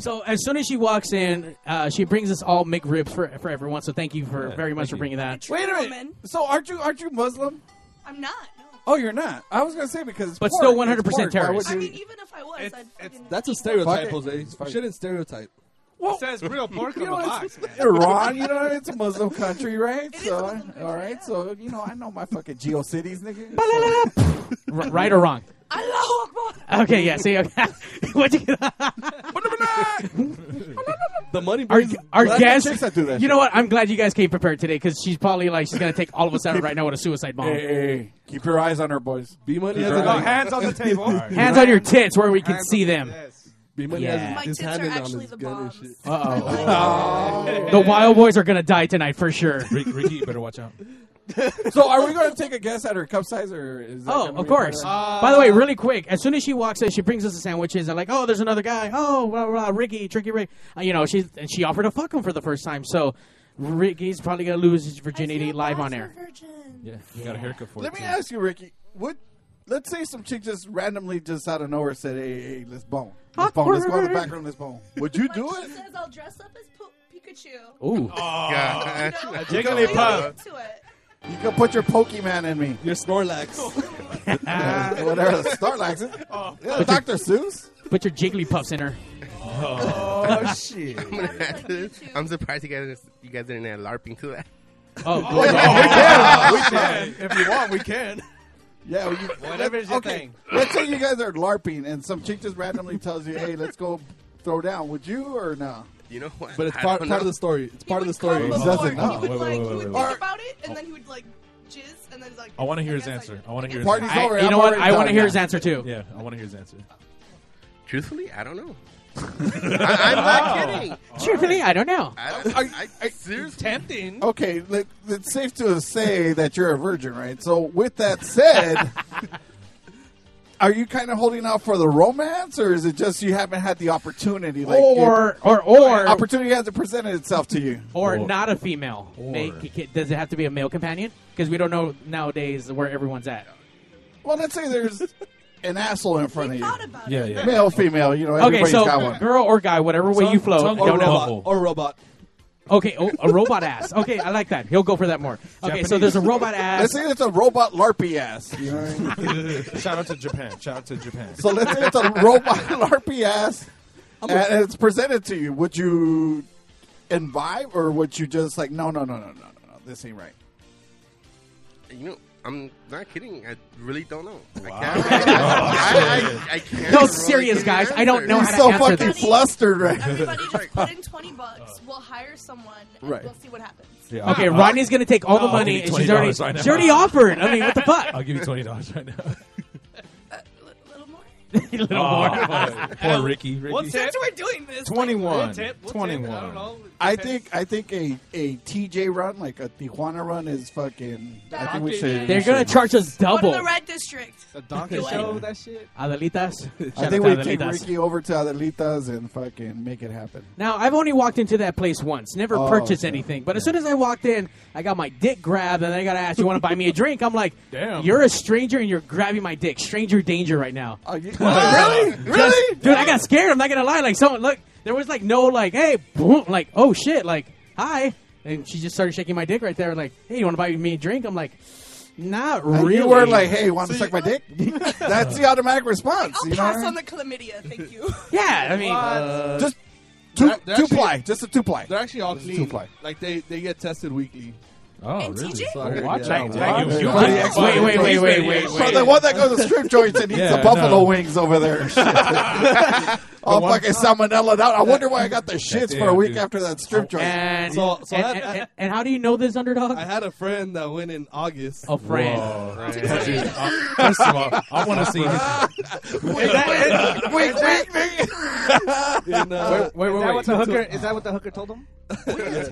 Speaker 3: So as soon as she walks in, uh, she brings us all McRibs for for everyone. So thank you for very much for bringing that.
Speaker 8: True woman.
Speaker 1: So aren't you aren't you Muslim?
Speaker 8: I'm not. No.
Speaker 1: Oh, you're not. I was gonna say because it's
Speaker 3: But
Speaker 1: pork.
Speaker 3: still 100%
Speaker 1: It's pork. Why would
Speaker 3: terrorist.
Speaker 8: I mean,
Speaker 1: you-
Speaker 8: even if I was,
Speaker 4: It's-
Speaker 8: I'd
Speaker 4: it's-
Speaker 8: fucking
Speaker 10: that's a
Speaker 1: Fuck
Speaker 10: stereotype,
Speaker 1: it.
Speaker 10: Jose. You
Speaker 1: *laughs*
Speaker 10: shouldn't stereotype.
Speaker 4: It says real pork on the box, man.
Speaker 1: Iran, you know,
Speaker 8: *laughs*
Speaker 1: it's a Muslim country, right?
Speaker 8: is a
Speaker 1: so,
Speaker 8: Muslim country,
Speaker 1: all right, so you know, I know my fucking geo cities, nigga. *laughs*
Speaker 3: R- right or wrong?
Speaker 8: Allahu Akbar.
Speaker 3: Okay, yeah. See, okay. *laughs* what you,
Speaker 10: The money
Speaker 3: our
Speaker 10: brings
Speaker 3: our
Speaker 1: Well, that's
Speaker 3: guest.
Speaker 1: the chicks that do that
Speaker 3: you
Speaker 1: shit.
Speaker 3: know what? I'm glad you guys came prepared today because she's probably like she's gonna take all of us out right now with a suicide bomb.
Speaker 1: Hey, hey, hey, keep your eyes on her, boys.
Speaker 10: B money has
Speaker 1: Keep
Speaker 10: a
Speaker 1: her
Speaker 4: Oh,
Speaker 1: Right.
Speaker 10: guy.
Speaker 4: hands on the
Speaker 10: *laughs*
Speaker 4: table.
Speaker 3: Hands on your tits where we can
Speaker 4: Hands
Speaker 3: see
Speaker 4: on-
Speaker 3: them.
Speaker 4: yes.
Speaker 10: B money
Speaker 3: Yeah.
Speaker 10: has
Speaker 8: My
Speaker 10: his
Speaker 8: tits
Speaker 10: hand
Speaker 8: are
Speaker 10: in on
Speaker 8: actually
Speaker 10: his
Speaker 8: the
Speaker 10: gun and
Speaker 8: bombs.
Speaker 10: shit.
Speaker 3: Oh.
Speaker 10: *laughs*
Speaker 3: The wild boys are gonna die tonight for sure.
Speaker 2: Rick, Ricky, you better watch out.
Speaker 1: *laughs* So, are we going to take a guess at her cup size, or is that
Speaker 3: *laughs* Oh,
Speaker 1: gonna
Speaker 3: of
Speaker 1: be a
Speaker 3: course.
Speaker 1: better-
Speaker 3: By the way, really quick, as soon as she walks in, she brings us the sandwiches. I'm like, oh, there's another guy. Oh, blah, blah, blah, Ricky, Tricky Rick. Uh, you know, she and she offered to fuck him for the first time. So Ricky's probably gonna lose his
Speaker 8: I feel
Speaker 3: virginity live
Speaker 8: bad
Speaker 3: on
Speaker 8: for
Speaker 3: air.
Speaker 8: virgins.
Speaker 2: Yeah, you got a haircut for
Speaker 1: Let me
Speaker 2: it. too.
Speaker 1: ask you, Ricky. What? Let's say some chick just randomly, just out of nowhere, said, "Hey, hey, let's bone, let's bone, let's go in the
Speaker 3: Awkward.
Speaker 1: back room, let's bone." Would you
Speaker 8: Like,
Speaker 1: do
Speaker 8: She
Speaker 1: it?
Speaker 8: says I'll dress up as po- Pikachu.
Speaker 3: Ooh,
Speaker 7: Yeah.
Speaker 8: Jigglypuff. To it.
Speaker 1: You could put your Pokemon in me,
Speaker 10: Your Snorlax.
Speaker 1: *laughs* whatever. the *laughs* Starlax. is. Yeah, Dr. Seuss.
Speaker 3: put your Jigglypuffs in her. *laughs*
Speaker 7: *laughs*
Speaker 4: Oh, shit.
Speaker 7: I'm, gonna add to this. I'm surprised you guys you guys didn't add LARPing to that. *laughs*
Speaker 3: Oh, good.
Speaker 9: if you want, we can.
Speaker 1: Oh, Yeah, well, you,
Speaker 4: Whatever's
Speaker 1: let-
Speaker 4: your
Speaker 1: okay.
Speaker 4: thing.
Speaker 1: Let's say you guys are larping, and some chick just randomly tells you, "Hey, let's go throw down." Would you or no?
Speaker 7: You know what?
Speaker 10: But it's
Speaker 7: I
Speaker 10: part,
Speaker 7: don't
Speaker 10: part of
Speaker 7: know.
Speaker 10: the story. It's part of
Speaker 8: He
Speaker 10: the
Speaker 8: would
Speaker 10: story.
Speaker 8: come
Speaker 1: He
Speaker 8: before,
Speaker 1: doesn't know.
Speaker 8: He would,
Speaker 2: Wait,
Speaker 8: like,
Speaker 2: wait,
Speaker 8: he
Speaker 2: wait,
Speaker 8: would
Speaker 10: *laughs*
Speaker 2: wait,
Speaker 8: think
Speaker 1: wait.
Speaker 8: about it, and then he would like jizz, and then he's like.
Speaker 2: I want to hear his
Speaker 8: guess
Speaker 2: answer.
Speaker 8: did.
Speaker 2: I want to hear his
Speaker 1: Party's
Speaker 2: answer.
Speaker 1: over.
Speaker 3: I, you
Speaker 1: I'm
Speaker 3: know what?
Speaker 1: already
Speaker 3: I want to
Speaker 1: done.
Speaker 3: hear his answer too.
Speaker 2: Yeah, I want to hear his answer.
Speaker 7: Truthfully, I don't
Speaker 2: *laughs*
Speaker 7: know. I, am not
Speaker 9: *laughs*
Speaker 2: Oh.
Speaker 7: kidding.
Speaker 3: Truthfully, I don't know.
Speaker 7: I, don't- I, I, seriously.
Speaker 4: Tempting.
Speaker 1: Okay, let, it's safe to say that you're a virgin, right? So, with
Speaker 7: *laughs*
Speaker 1: that said, are you kind of holding out for the romance, or is it just you haven't had the opportunity? Like,
Speaker 3: or, or or
Speaker 1: it- opportunity hasn't presented itself to you.
Speaker 3: or
Speaker 2: Or-
Speaker 3: not a female. Make- it can- does it have to be a male companion? Because we don't know nowadays where everyone's at.
Speaker 1: Well, let's say there's an asshole in front of
Speaker 8: He
Speaker 1: you,
Speaker 8: thought about
Speaker 2: Yeah,
Speaker 8: it.
Speaker 2: yeah.
Speaker 1: male, female. You know,
Speaker 3: Okay,
Speaker 1: Oh, everybody's
Speaker 3: so
Speaker 1: got one.
Speaker 3: girl or guy, whatever way
Speaker 2: Some-
Speaker 3: you float,
Speaker 2: some
Speaker 3: don't
Speaker 2: girl-
Speaker 3: know.
Speaker 10: Or robot.
Speaker 3: Okay, oh, a robot ass. Okay, I like that. He'll go for that more. Okay, so
Speaker 1: Japanese.
Speaker 3: there's a
Speaker 1: *laughs*
Speaker 3: robot ass.
Speaker 1: Let's say it's a robot larpy ass. *laughs*
Speaker 2: Shout out to Japan. Shout out to Japan.
Speaker 1: So let's say
Speaker 3: *laughs*
Speaker 1: it's a robot larpy ass,
Speaker 2: I'm
Speaker 1: and
Speaker 2: a-
Speaker 1: it's presented to you. Would you imbibe, or would you just like, no, no, no, no, no, no, no, *laughs* this ain't right?
Speaker 7: You know, I'm not kidding. I really don't know. *laughs*
Speaker 1: Wow. Oh,
Speaker 7: I
Speaker 1: *laughs*
Speaker 7: can't. I, I, I can't
Speaker 3: No,
Speaker 7: really
Speaker 3: serious
Speaker 7: give
Speaker 3: guys.
Speaker 7: you an
Speaker 3: I don't
Speaker 7: answer.
Speaker 3: know how
Speaker 1: He's
Speaker 3: to
Speaker 1: so
Speaker 3: answer
Speaker 1: fucking
Speaker 3: this.
Speaker 1: flustered right
Speaker 8: Everybody just put
Speaker 1: *laughs*
Speaker 8: in 20
Speaker 3: Uh,
Speaker 8: bucks. We'll hire someone and
Speaker 1: Right.
Speaker 8: we'll see what happens.
Speaker 2: Yeah.
Speaker 3: Okay, Rodney's gonna take all the
Speaker 2: I'll
Speaker 3: money.
Speaker 2: give
Speaker 3: And
Speaker 2: you
Speaker 3: she's already,
Speaker 2: $20 right now.
Speaker 3: she already offered. I mean, what the fuck?
Speaker 2: I'll give you twenty dollars right now.
Speaker 8: A little
Speaker 2: *laughs*
Speaker 8: more?
Speaker 3: A little
Speaker 2: Oh,
Speaker 3: more.
Speaker 2: poor- poor Ricky. Ricky.
Speaker 9: What's
Speaker 8: That's why we're doing this.
Speaker 2: Twenty-one.
Speaker 9: We'll
Speaker 2: *laughs*
Speaker 9: tip, we'll tip. I don't
Speaker 2: Twenty-one.
Speaker 9: know.
Speaker 1: I think I think a, a TJ run like a Tijuana run is fucking. I think we should.
Speaker 3: They're gonna charge us
Speaker 8: Like, go
Speaker 3: double.
Speaker 8: to the red district.
Speaker 4: The donkey show, that shit.
Speaker 3: Adelitas. Shout
Speaker 1: I
Speaker 3: out
Speaker 1: think
Speaker 3: to
Speaker 1: we take
Speaker 3: Adelitas.
Speaker 1: Ricky over to Adelitas and fucking make it happen.
Speaker 3: Now I've only walked into that place once, never
Speaker 1: Oh,
Speaker 3: purchased
Speaker 1: okay.
Speaker 3: anything. But as soon as I walked in, I got my dick grabbed, and I got to ask, "You want to buy me a drink?" I'm like,
Speaker 2: Damn.
Speaker 3: you're a stranger and you're grabbing my dick. Stranger danger right now."
Speaker 1: Oh, you- *laughs* really?
Speaker 3: Just- dude, I got scared. I'm not gonna lie. Like someone, look, there was like no like, hey, boom, like oh shit, like hi, and she just started shaking my dick right there. Like, hey, you want to buy me a drink? I'm like, not
Speaker 1: And
Speaker 3: really.
Speaker 1: You were like, "Hey, want to suck
Speaker 3: *laughs*
Speaker 1: my dick?" That's the automatic response.
Speaker 8: I'll
Speaker 1: you know what
Speaker 8: pass
Speaker 1: I
Speaker 8: on
Speaker 1: mean?
Speaker 8: the chlamydia,
Speaker 3: *laughs*
Speaker 8: thank you.
Speaker 3: yeah, I mean,
Speaker 10: Uh,
Speaker 1: Just two,
Speaker 10: They're
Speaker 1: two
Speaker 10: actually-
Speaker 1: ply, just a two ply.
Speaker 10: they're actually all
Speaker 1: This is
Speaker 10: clean.
Speaker 1: two-ply.
Speaker 10: Like they, they get tested weekly.
Speaker 2: Oh,
Speaker 8: And
Speaker 2: really?
Speaker 8: TJ?
Speaker 2: Oh,
Speaker 10: Yeah.
Speaker 2: watch
Speaker 10: Thank-
Speaker 2: out.
Speaker 10: thank
Speaker 2: Wow.
Speaker 10: you.
Speaker 2: Wow.
Speaker 3: Wait, wait, wait, wait, wait, wait,
Speaker 1: So the one that goes to strip joints and eats
Speaker 2: Yeah,
Speaker 1: the buffalo
Speaker 2: no.
Speaker 1: wings over
Speaker 3: *laughs*
Speaker 1: there. Shit. All
Speaker 2: one-
Speaker 1: fucking salmonella out. I wonder why I got the shits for a
Speaker 2: damn,
Speaker 1: week
Speaker 2: dude.
Speaker 1: after that strip joint.
Speaker 3: and,
Speaker 10: So- so
Speaker 3: and,
Speaker 10: that-
Speaker 3: and- and- and how do you know this underdog?
Speaker 10: I had a friend that went in August.
Speaker 3: a friend.
Speaker 2: Right. Dude,
Speaker 10: uh,
Speaker 2: I- First of all, I want to see.
Speaker 10: *laughs*
Speaker 2: his-
Speaker 1: wink, wink, wink. *laughs*
Speaker 10: In, uh,
Speaker 4: Is that
Speaker 2: Wait, wait, wait.
Speaker 4: what the hooker? Is that what the hooker told him?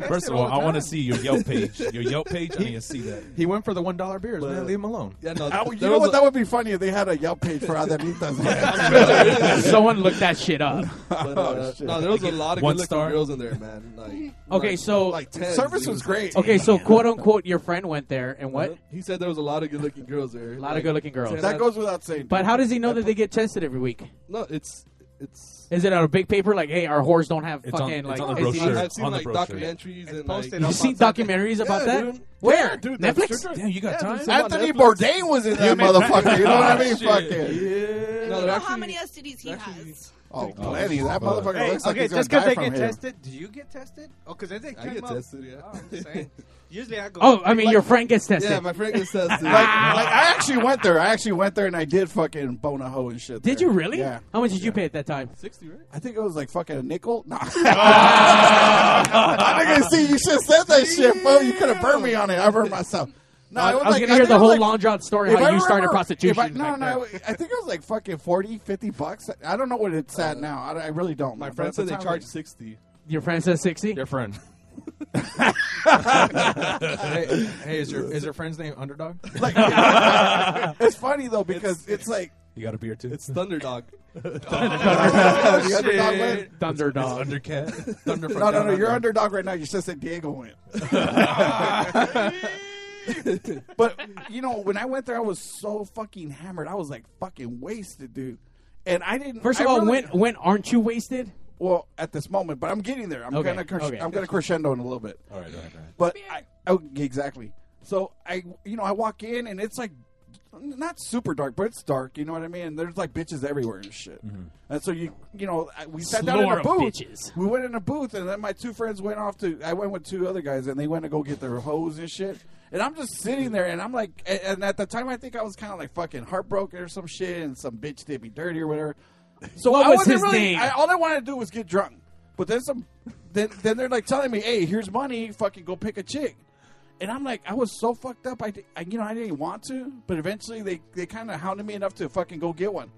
Speaker 2: First of all, I want to see your Yelp page. Your Yelp page, I need to see that.
Speaker 9: He went for the one dollar beers, man. Leave him alone.
Speaker 10: yeah, no,
Speaker 1: I-
Speaker 10: there
Speaker 1: you know
Speaker 10: was
Speaker 1: what?
Speaker 10: a-
Speaker 1: that would be funny if they had a Yelp page
Speaker 3: *laughs*
Speaker 1: for Adelitas.
Speaker 3: Someone looked that shit up.
Speaker 10: but,
Speaker 1: Oh,
Speaker 10: uh, no, there was a lot of
Speaker 2: One
Speaker 10: good looking
Speaker 2: star?
Speaker 10: girls in there, man. Like,
Speaker 3: Okay,
Speaker 10: like-
Speaker 3: so-
Speaker 10: like 10s.
Speaker 1: Service
Speaker 10: He
Speaker 1: was great.
Speaker 3: Okay, so quote unquote, your friend went there, and
Speaker 10: What?
Speaker 3: what?
Speaker 10: He said there was a lot of good looking girls there.
Speaker 3: *laughs* A lot of good-looking girls.
Speaker 1: That goes without saying.
Speaker 3: But how does he know that they get tested every week?
Speaker 10: No, it's it's.
Speaker 3: Is it on a big paper like, hey, our whores don't have
Speaker 2: It's on-
Speaker 3: fucking like?
Speaker 2: it's on the
Speaker 3: STDs?
Speaker 10: I've-
Speaker 2: brochure.
Speaker 10: I've seen
Speaker 2: On the
Speaker 10: like
Speaker 2: brochure.
Speaker 10: documentaries
Speaker 4: posted
Speaker 10: and like.
Speaker 4: up
Speaker 3: You
Speaker 4: on
Speaker 3: see
Speaker 4: something.
Speaker 3: documentaries about
Speaker 10: Yeah,
Speaker 3: that?
Speaker 10: dude.
Speaker 3: Where?
Speaker 10: Yeah, dude, that's
Speaker 3: Netflix.
Speaker 10: true.
Speaker 2: Damn, you got
Speaker 10: Yeah,
Speaker 2: time?
Speaker 10: dude, so-
Speaker 1: Eh, Anthony
Speaker 10: Netflix.
Speaker 1: Bourdain was in that motherfucker. You know what I mean? Fucking.
Speaker 10: Yeah.
Speaker 8: I
Speaker 10: No,
Speaker 8: don't
Speaker 10: they're
Speaker 8: know how many
Speaker 10: actually.
Speaker 8: STDs he
Speaker 10: actually-
Speaker 8: has.
Speaker 1: Oh, plenty. That motherfucker
Speaker 4: Hey,
Speaker 1: looks like
Speaker 4: okay,
Speaker 1: he's
Speaker 4: just
Speaker 1: gonna
Speaker 4: because they
Speaker 1: die from
Speaker 4: get
Speaker 1: him.
Speaker 4: tested, do you get tested? Oh, because they
Speaker 10: I get tested, yeah.
Speaker 4: Oh, I'm just
Speaker 1: *laughs*
Speaker 4: saying. Usually I go.
Speaker 3: Oh, I mean, your
Speaker 10: *laughs*
Speaker 3: friend gets tested.
Speaker 10: Yeah, my friend
Speaker 3: *laughs*
Speaker 10: gets
Speaker 1: *laughs*
Speaker 10: tested.
Speaker 1: Like, like I actually went there. I actually went there and I did fucking bone a hoe and shit.
Speaker 3: Did
Speaker 1: there.
Speaker 3: you really?
Speaker 1: Yeah.
Speaker 3: How much did you pay at that time?
Speaker 10: sixty, right?
Speaker 1: I think it was like fucking a nickel. Nah. I
Speaker 3: *laughs*
Speaker 1: *laughs* think I see you should have said that shit, bro. You could have burned me on it. I burned myself. No,
Speaker 3: I,
Speaker 1: it was
Speaker 3: was
Speaker 1: like,
Speaker 3: gonna hear
Speaker 1: think it
Speaker 3: the
Speaker 1: was
Speaker 3: whole
Speaker 1: like-
Speaker 3: long drawn story
Speaker 1: if
Speaker 3: how
Speaker 1: I
Speaker 3: you started
Speaker 1: remember-
Speaker 3: prostitution.
Speaker 1: if I, no,
Speaker 3: back
Speaker 1: no,
Speaker 3: there.
Speaker 1: I think it was like fucking 40, 50 bucks. I don't know what it's at now. I, I really don't.
Speaker 10: My
Speaker 1: know, but
Speaker 10: friend
Speaker 1: at
Speaker 10: said
Speaker 1: the
Speaker 10: they
Speaker 1: time,
Speaker 10: charge
Speaker 1: like,
Speaker 10: sixty.
Speaker 3: Your friend says sixty.
Speaker 2: Your friend.
Speaker 9: hey, hey, is your is your friend's name
Speaker 1: *laughs*
Speaker 9: Underdog?
Speaker 1: It's *laughs* funny though because it's, like
Speaker 2: You got a beer too?
Speaker 10: It's
Speaker 2: *laughs*
Speaker 10: Thunderdog.
Speaker 1: the underdog went.
Speaker 3: Thunderdog.
Speaker 2: Undercat.
Speaker 3: *laughs*
Speaker 9: Thunder from
Speaker 1: Oh, No, no,
Speaker 9: down
Speaker 1: no. You're
Speaker 9: under.
Speaker 1: underdog right now. You should say Diego went. *laughs* but you know, when I went there, I was so fucking hammered. I was like fucking wasted, dude. And I didn't.
Speaker 3: First of
Speaker 1: I
Speaker 3: all,
Speaker 1: really-
Speaker 3: when when aren't you wasted?
Speaker 1: well at this moment, but I'm getting there. I'm
Speaker 3: Okay,
Speaker 1: gonna cres-
Speaker 3: okay.
Speaker 1: I'm gonna crescendo in a little bit.
Speaker 2: All right, all right, all right.
Speaker 1: But I, oh, exactly. So I, you know, I walk in and it's like not super dark, but it's dark. You know what I mean? There's like bitches everywhere and shit. And so you, you know, I- we sat down in
Speaker 3: Slore
Speaker 1: a
Speaker 3: of
Speaker 1: booth.
Speaker 3: bitches.
Speaker 1: We went in a booth, and then my two friends went off to. I went with two other guys, and they went to go get their hose and shit. And I'm just sitting there, and I'm like, and, and at the time, I think I was kind of like fucking heartbroken or some shit, and some bitch did me dirty or whatever. So
Speaker 3: What
Speaker 1: I
Speaker 3: was
Speaker 1: wasn't
Speaker 3: his
Speaker 1: really,
Speaker 3: name?
Speaker 1: I, all I wanted to do was get drunk. But then some, then then they're like telling me, "Hey, here's money. Fucking go pick a chick." And I'm like, I was so fucked up. I, di- I you know, I didn't want to, but eventually they they kind of hounded me enough to fucking go get one.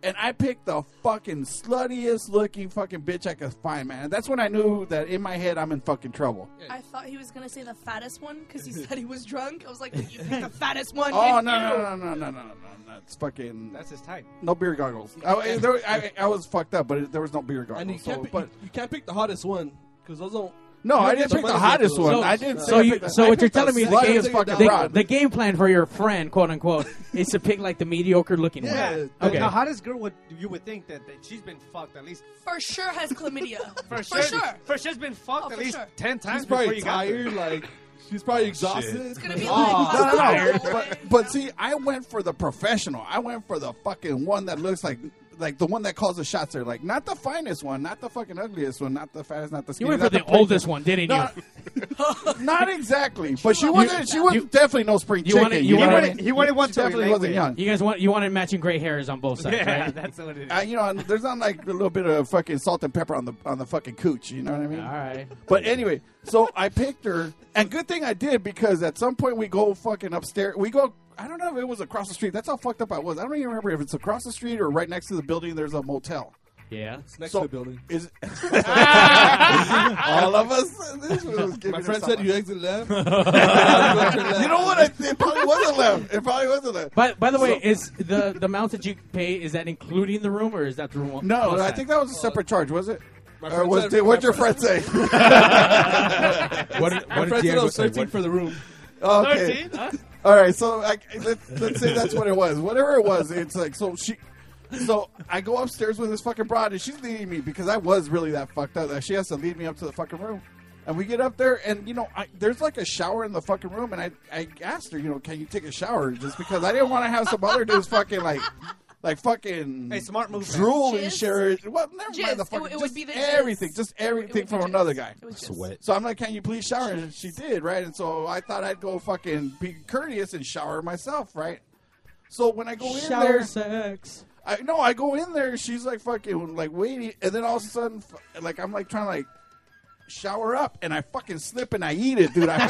Speaker 1: And I picked the fucking sluttiest looking fucking bitch I could find, man. And that's when I knew that in my head I'm in fucking trouble.
Speaker 8: I thought he was gonna say the fattest one because he said he was drunk. I was like, you
Speaker 1: *laughs*
Speaker 8: picked the fattest one.
Speaker 1: Oh no
Speaker 8: and you.
Speaker 1: no no no no no no no! It's fucking
Speaker 4: That's his type.
Speaker 1: no beer goggles. I, there, I, I was fucked up, but there was no beer goggles.
Speaker 10: And you
Speaker 1: so,
Speaker 10: can't, pick,
Speaker 1: but
Speaker 10: you can't pick the hottest one because those don't
Speaker 1: No,
Speaker 3: You
Speaker 1: I
Speaker 3: don't
Speaker 1: didn't
Speaker 3: get
Speaker 1: pick the
Speaker 3: money
Speaker 1: hottest
Speaker 3: for
Speaker 1: one.
Speaker 3: those.
Speaker 1: I didn't say
Speaker 3: So
Speaker 1: I
Speaker 3: you,
Speaker 1: picked the-
Speaker 3: so
Speaker 1: I
Speaker 3: what you're
Speaker 1: picked the
Speaker 3: telling me is the
Speaker 1: slightest
Speaker 3: game,
Speaker 1: fucking
Speaker 3: the,
Speaker 1: rod.
Speaker 3: the game plan for your friend, quote unquote, is to pick like the mediocre looking
Speaker 11: Yeah.
Speaker 3: one.
Speaker 11: Okay.
Speaker 3: Okay.
Speaker 11: The hottest girl would you would think that, that she's been fucked at least
Speaker 8: For sure
Speaker 10: *laughs*
Speaker 8: has chlamydia.
Speaker 11: for
Speaker 8: For
Speaker 11: sure.
Speaker 8: sure.
Speaker 11: For sure's been fucked
Speaker 8: Oh,
Speaker 11: at
Speaker 8: for
Speaker 11: least
Speaker 8: sure.
Speaker 11: ten times
Speaker 10: She's probably
Speaker 11: before you
Speaker 10: tired,
Speaker 11: got
Speaker 3: *laughs*
Speaker 10: like she's
Speaker 3: Oh,
Speaker 10: probably exhausted.
Speaker 1: It's
Speaker 8: gonna be
Speaker 1: Oh,
Speaker 8: like,
Speaker 1: no, no, no. But, but see, I went for the professional. I went for the fucking one that looks like like the one that calls the shots. There, like not the finest one, not the fucking ugliest one, not the fattest, not the
Speaker 3: You
Speaker 1: skinny.
Speaker 3: went for
Speaker 1: not
Speaker 3: the
Speaker 1: prettiest.
Speaker 3: oldest one, didn't
Speaker 1: Not-
Speaker 3: you?
Speaker 1: *laughs*
Speaker 3: *laughs*
Speaker 1: Not exactly, but she
Speaker 3: You-
Speaker 1: wasn't. She was
Speaker 3: you-
Speaker 1: definitely no spring
Speaker 3: You
Speaker 1: chicken.
Speaker 3: wanted,
Speaker 1: you
Speaker 3: you
Speaker 1: know what I
Speaker 3: wanted,
Speaker 1: mean? She definitely wasn't young.
Speaker 3: You guys want you wanted matching gray hairs on both sides.
Speaker 1: Yeah, *laughs*
Speaker 3: right?
Speaker 11: that's what it is.
Speaker 1: Uh, you know, and there's not like a little bit of fucking salt and pepper on the on the fucking cooch. You know what I mean? All
Speaker 3: right.
Speaker 1: But anyway, so I picked her, and good thing I did because at some point we go fucking upstairs. We go. I don't know if it was across the street. That's how fucked up I was. I don't even remember if it's across the street or right next to the building. There's a motel.
Speaker 3: Yeah.
Speaker 10: next
Speaker 1: So-
Speaker 10: to the building.
Speaker 1: Is *laughs*
Speaker 3: *laughs*
Speaker 1: all of us? This was giving
Speaker 10: My
Speaker 1: us
Speaker 10: friend said
Speaker 1: something.
Speaker 10: you exit
Speaker 1: *laughs*
Speaker 10: left. *laughs*
Speaker 1: you know what? I- It probably wasn't left. It probably wasn't left.
Speaker 3: By, by the way,
Speaker 1: So-
Speaker 3: is the the amount that you pay is that including the room or is that the room?
Speaker 1: No,
Speaker 3: plus
Speaker 1: I think that was a separate charge, was it?
Speaker 10: My
Speaker 1: Or
Speaker 10: friend
Speaker 1: was
Speaker 10: said-
Speaker 1: did, what'd
Speaker 10: my
Speaker 1: your friend
Speaker 10: friend-
Speaker 9: *laughs*
Speaker 1: say?
Speaker 10: *laughs*
Speaker 9: What did-
Speaker 10: My
Speaker 9: what did
Speaker 10: friend said I
Speaker 9: Diego
Speaker 10: was
Speaker 9: say?
Speaker 10: searching
Speaker 9: What-
Speaker 10: for the room.
Speaker 1: okay. All right, so I, let's, let's say that's what it was. Whatever it was, it's like so she. So I go upstairs with this fucking broad, and she's leading me because I was really that fucked up that she has to lead me up to the fucking room. And we get up there, and you know, I, there's like a shower in the fucking room, and I, I asked her, you know, can you take a shower? Just because I didn't want to have some other dude's fucking like, like fucking
Speaker 11: Hey, smart move, man.
Speaker 1: drool and
Speaker 8: Jizz?
Speaker 1: share it. Well, never
Speaker 8: Jizz.
Speaker 1: mind the
Speaker 8: It w-
Speaker 1: fucking
Speaker 8: it would
Speaker 1: just
Speaker 8: be the jizz.
Speaker 1: everything, just everything
Speaker 8: It
Speaker 1: from
Speaker 8: was jizz.
Speaker 1: another guy.
Speaker 8: It was jizz.
Speaker 1: So I'm like, can you please shower? And she did, right? And so I thought I'd go fucking be courteous and shower myself, right? So when I go in
Speaker 3: Shower
Speaker 1: there,
Speaker 3: sex.
Speaker 1: I no, I go in there. She's like fucking like waiting, and then all of a sudden, f- like I'm like trying to like shower up, and I fucking slip and I eat it, dude. I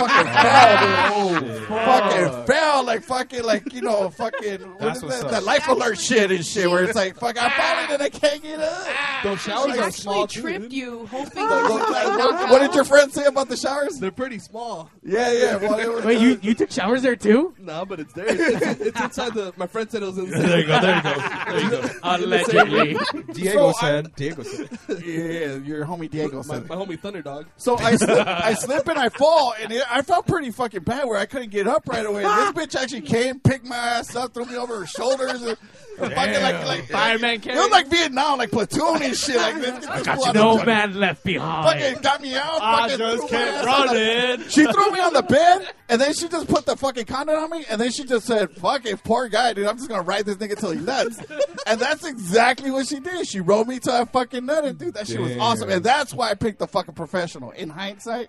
Speaker 10: *laughs*
Speaker 1: fucking fell,
Speaker 10: Oh,
Speaker 1: dude. fucking fell like fucking like you know fucking what
Speaker 2: That's
Speaker 1: is
Speaker 2: what's
Speaker 1: that?
Speaker 2: up.
Speaker 1: That life alert shit and shit, where it's like fuck, I'm falling and I can't get up.
Speaker 10: Don't shower.
Speaker 8: She
Speaker 10: Like a
Speaker 8: actually
Speaker 10: small dude.
Speaker 8: tripped you, hoping you
Speaker 1: Like,
Speaker 8: were
Speaker 1: like,
Speaker 8: like,
Speaker 1: what, what did your friend say about the showers?
Speaker 10: They're pretty small.
Speaker 1: Yeah, yeah. Well, it was,
Speaker 3: Wait, you you took showers there too?
Speaker 10: No, but it's there. It's, it's inside the. My friend said it was inside.
Speaker 2: There you go. There you go. There
Speaker 10: *laughs*
Speaker 2: *laughs* you go.
Speaker 3: Allegedly.
Speaker 9: Diego
Speaker 1: So I-
Speaker 9: said. Diego said.
Speaker 1: Yeah, your homie Diego
Speaker 10: My,
Speaker 1: said.
Speaker 10: my homie Thunderdog.
Speaker 1: So I slip, I slip and I fall, and it, I felt pretty fucking bad where I couldn't get up right away. This bitch actually came, picked my ass up, threw me over her shoulders, and, and fucking like like
Speaker 3: Fireman
Speaker 1: It was like Vietnam, like platoon and shit. Like this. I got
Speaker 3: no man left
Speaker 1: Fucking
Speaker 3: behind.
Speaker 1: got me out.
Speaker 11: I
Speaker 1: fucking
Speaker 11: just
Speaker 1: threw my
Speaker 11: kept
Speaker 1: ass on the- She threw me on
Speaker 11: *laughs*
Speaker 1: the bed, and then she just put the fucking condom on me, and then she just said, "Fuck it, poor guy, dude. I'm just gonna ride this nigga till
Speaker 11: *laughs*
Speaker 1: he nuts." and that's exactly what she did. She rode me till I fucking nutted, dude. That shit was
Speaker 2: Damn.
Speaker 1: awesome, and that's why I picked the fucking professional. In hindsight,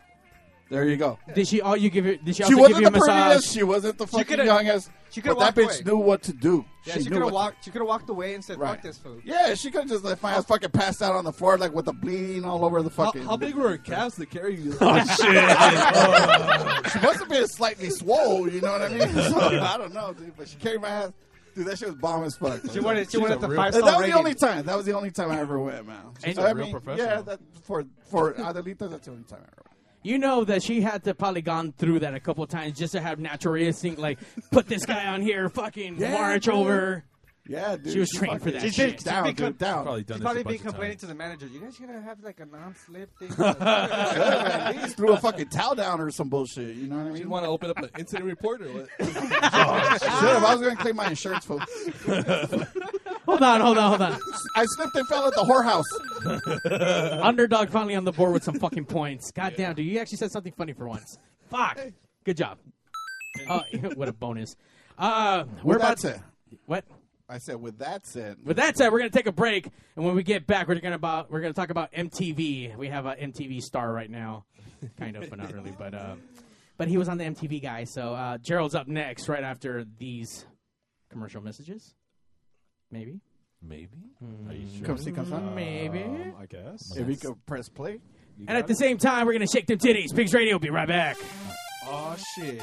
Speaker 1: there you go.
Speaker 3: Did she all you give it? Did she
Speaker 1: She
Speaker 3: also give
Speaker 1: wasn't
Speaker 3: you a
Speaker 1: the prettiest.
Speaker 3: massage?
Speaker 1: She wasn't the fucking
Speaker 11: coulda-
Speaker 1: youngest.
Speaker 11: she coulda
Speaker 1: but that
Speaker 11: walked
Speaker 1: bitch
Speaker 11: away.
Speaker 1: knew what to do.
Speaker 11: Yeah, she,
Speaker 1: knew
Speaker 11: could
Speaker 1: what
Speaker 11: have
Speaker 1: to
Speaker 11: walked. She could have walked away and said,
Speaker 1: Right.
Speaker 11: "Fuck this food."
Speaker 1: Yeah, she could have just like my ass fucking passed out on the floor like with the bleeding all over the
Speaker 10: How,
Speaker 1: fucking.
Speaker 10: how big were her calves to carry you?
Speaker 11: *laughs*
Speaker 2: Oh,
Speaker 1: She must have been slightly swole, you know what I mean? So, *laughs* I don't know, dude, but she carried my ass. Dude, that shit was bomb as fuck.
Speaker 11: She wanted. She
Speaker 9: She's
Speaker 11: wanted
Speaker 9: a
Speaker 11: the
Speaker 9: real-
Speaker 11: five
Speaker 1: And that
Speaker 11: star
Speaker 1: was
Speaker 11: rating.
Speaker 1: the only time. That was the only time I ever went, man.
Speaker 3: She's
Speaker 1: So,
Speaker 2: a
Speaker 1: I
Speaker 2: real
Speaker 1: mean,
Speaker 2: professional.
Speaker 1: Yeah, that, for for Adelita, that's the only time I ever went.
Speaker 3: You know that she had to probably gone through that a couple times just to have natural instinct. Like put this guy on here, fucking
Speaker 1: Yeah,
Speaker 3: march
Speaker 1: dude.
Speaker 3: over.
Speaker 1: Yeah, dude.
Speaker 3: She was trained
Speaker 1: fucking-
Speaker 3: for that
Speaker 1: She's
Speaker 3: shit.
Speaker 1: been down,
Speaker 11: She's been
Speaker 1: dude, down.
Speaker 2: Probably done
Speaker 11: She's
Speaker 2: this
Speaker 11: probably
Speaker 2: a bunch
Speaker 11: been
Speaker 2: of times.
Speaker 11: complaining to the manager. You guys gonna have like a non-slip thing.
Speaker 1: *laughs* Yeah, man, he just threw a fucking towel down or some bullshit. You know what I
Speaker 10: You
Speaker 1: mean?
Speaker 10: want to open up an incident report or
Speaker 1: *laughs*
Speaker 10: what?
Speaker 1: Should have. I was going to claim my insurance, folks.
Speaker 3: Hold on, hold on, hold on.
Speaker 1: I slipped and fell at the whorehouse.
Speaker 3: *laughs* Underdog finally on the board with some fucking points. God damn, dude, you actually said something funny for once. Fuck. Good job. Uh, *laughs* what a bonus. Uh, we're
Speaker 1: With
Speaker 3: about
Speaker 1: that
Speaker 3: to.
Speaker 1: said,
Speaker 3: What?
Speaker 1: I said, with that said,
Speaker 3: With that said, we're gonna take a break, and when we get back, we're gonna about we're gonna talk about MTV. We have a MTV star right now, kind of, but not really. But uh, but he was on the MTV guy. So uh, Gerald's up next, right after these commercial messages. Maybe. Hmm.
Speaker 2: Maybe. Are you sure?
Speaker 1: come see, come see.
Speaker 3: Maybe.
Speaker 9: Um, I guess.
Speaker 1: If you could press play.
Speaker 3: and at the same time, we're gonna shake them titties. Pigs Radio. Be right back.
Speaker 9: Oh shit.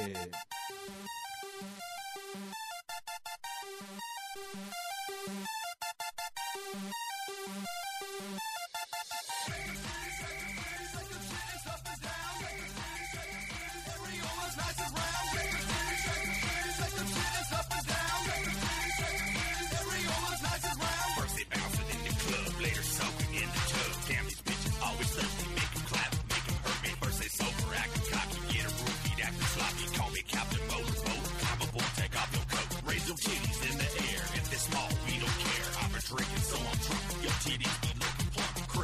Speaker 5: First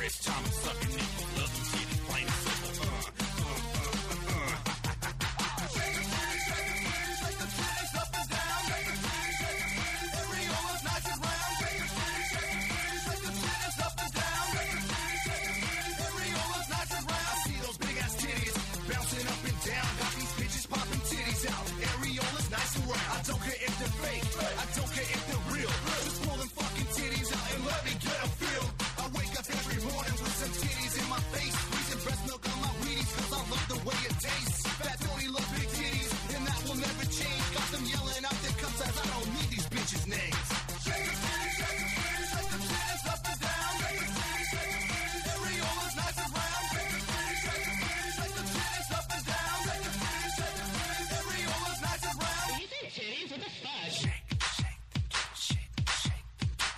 Speaker 12: It's time to suck a nigga. Love to see it plain and simple. Uh, uh, uh, uh, uh. Shake the titty, shake the titty, shake the titties up and down. Shake the titty, shake the titty. Every all is nice and round. Shake the titty, shake the titty, shake the titties up and down. Shake the titty, shake the titty. Every all is nice and round. I see those big ass titties bouncing up and down. Got these bitches popping titties out. Areolas nice and round. I don't care if they're fake. I don't care if they're real. Just pull them fucking titties out and let me get a feel. I wake up every morning with some titties in my face. Freezing breast milk on my Wheaties cause I love the way it tastes. Fat Tony love big titties and that will never change. Got them yelling out their cups as I don't need these bitches' names. Shake the titties, shake the titties, shake the titties up and down. Shake the titties, shake the titties. Areolas nice and round. Shake the titties, shake the titties, shake the titties up and down. Shake the titties, shake the titties. Areolas nice and round. You think titties? What the fuck? Shake, shake, shake, shake,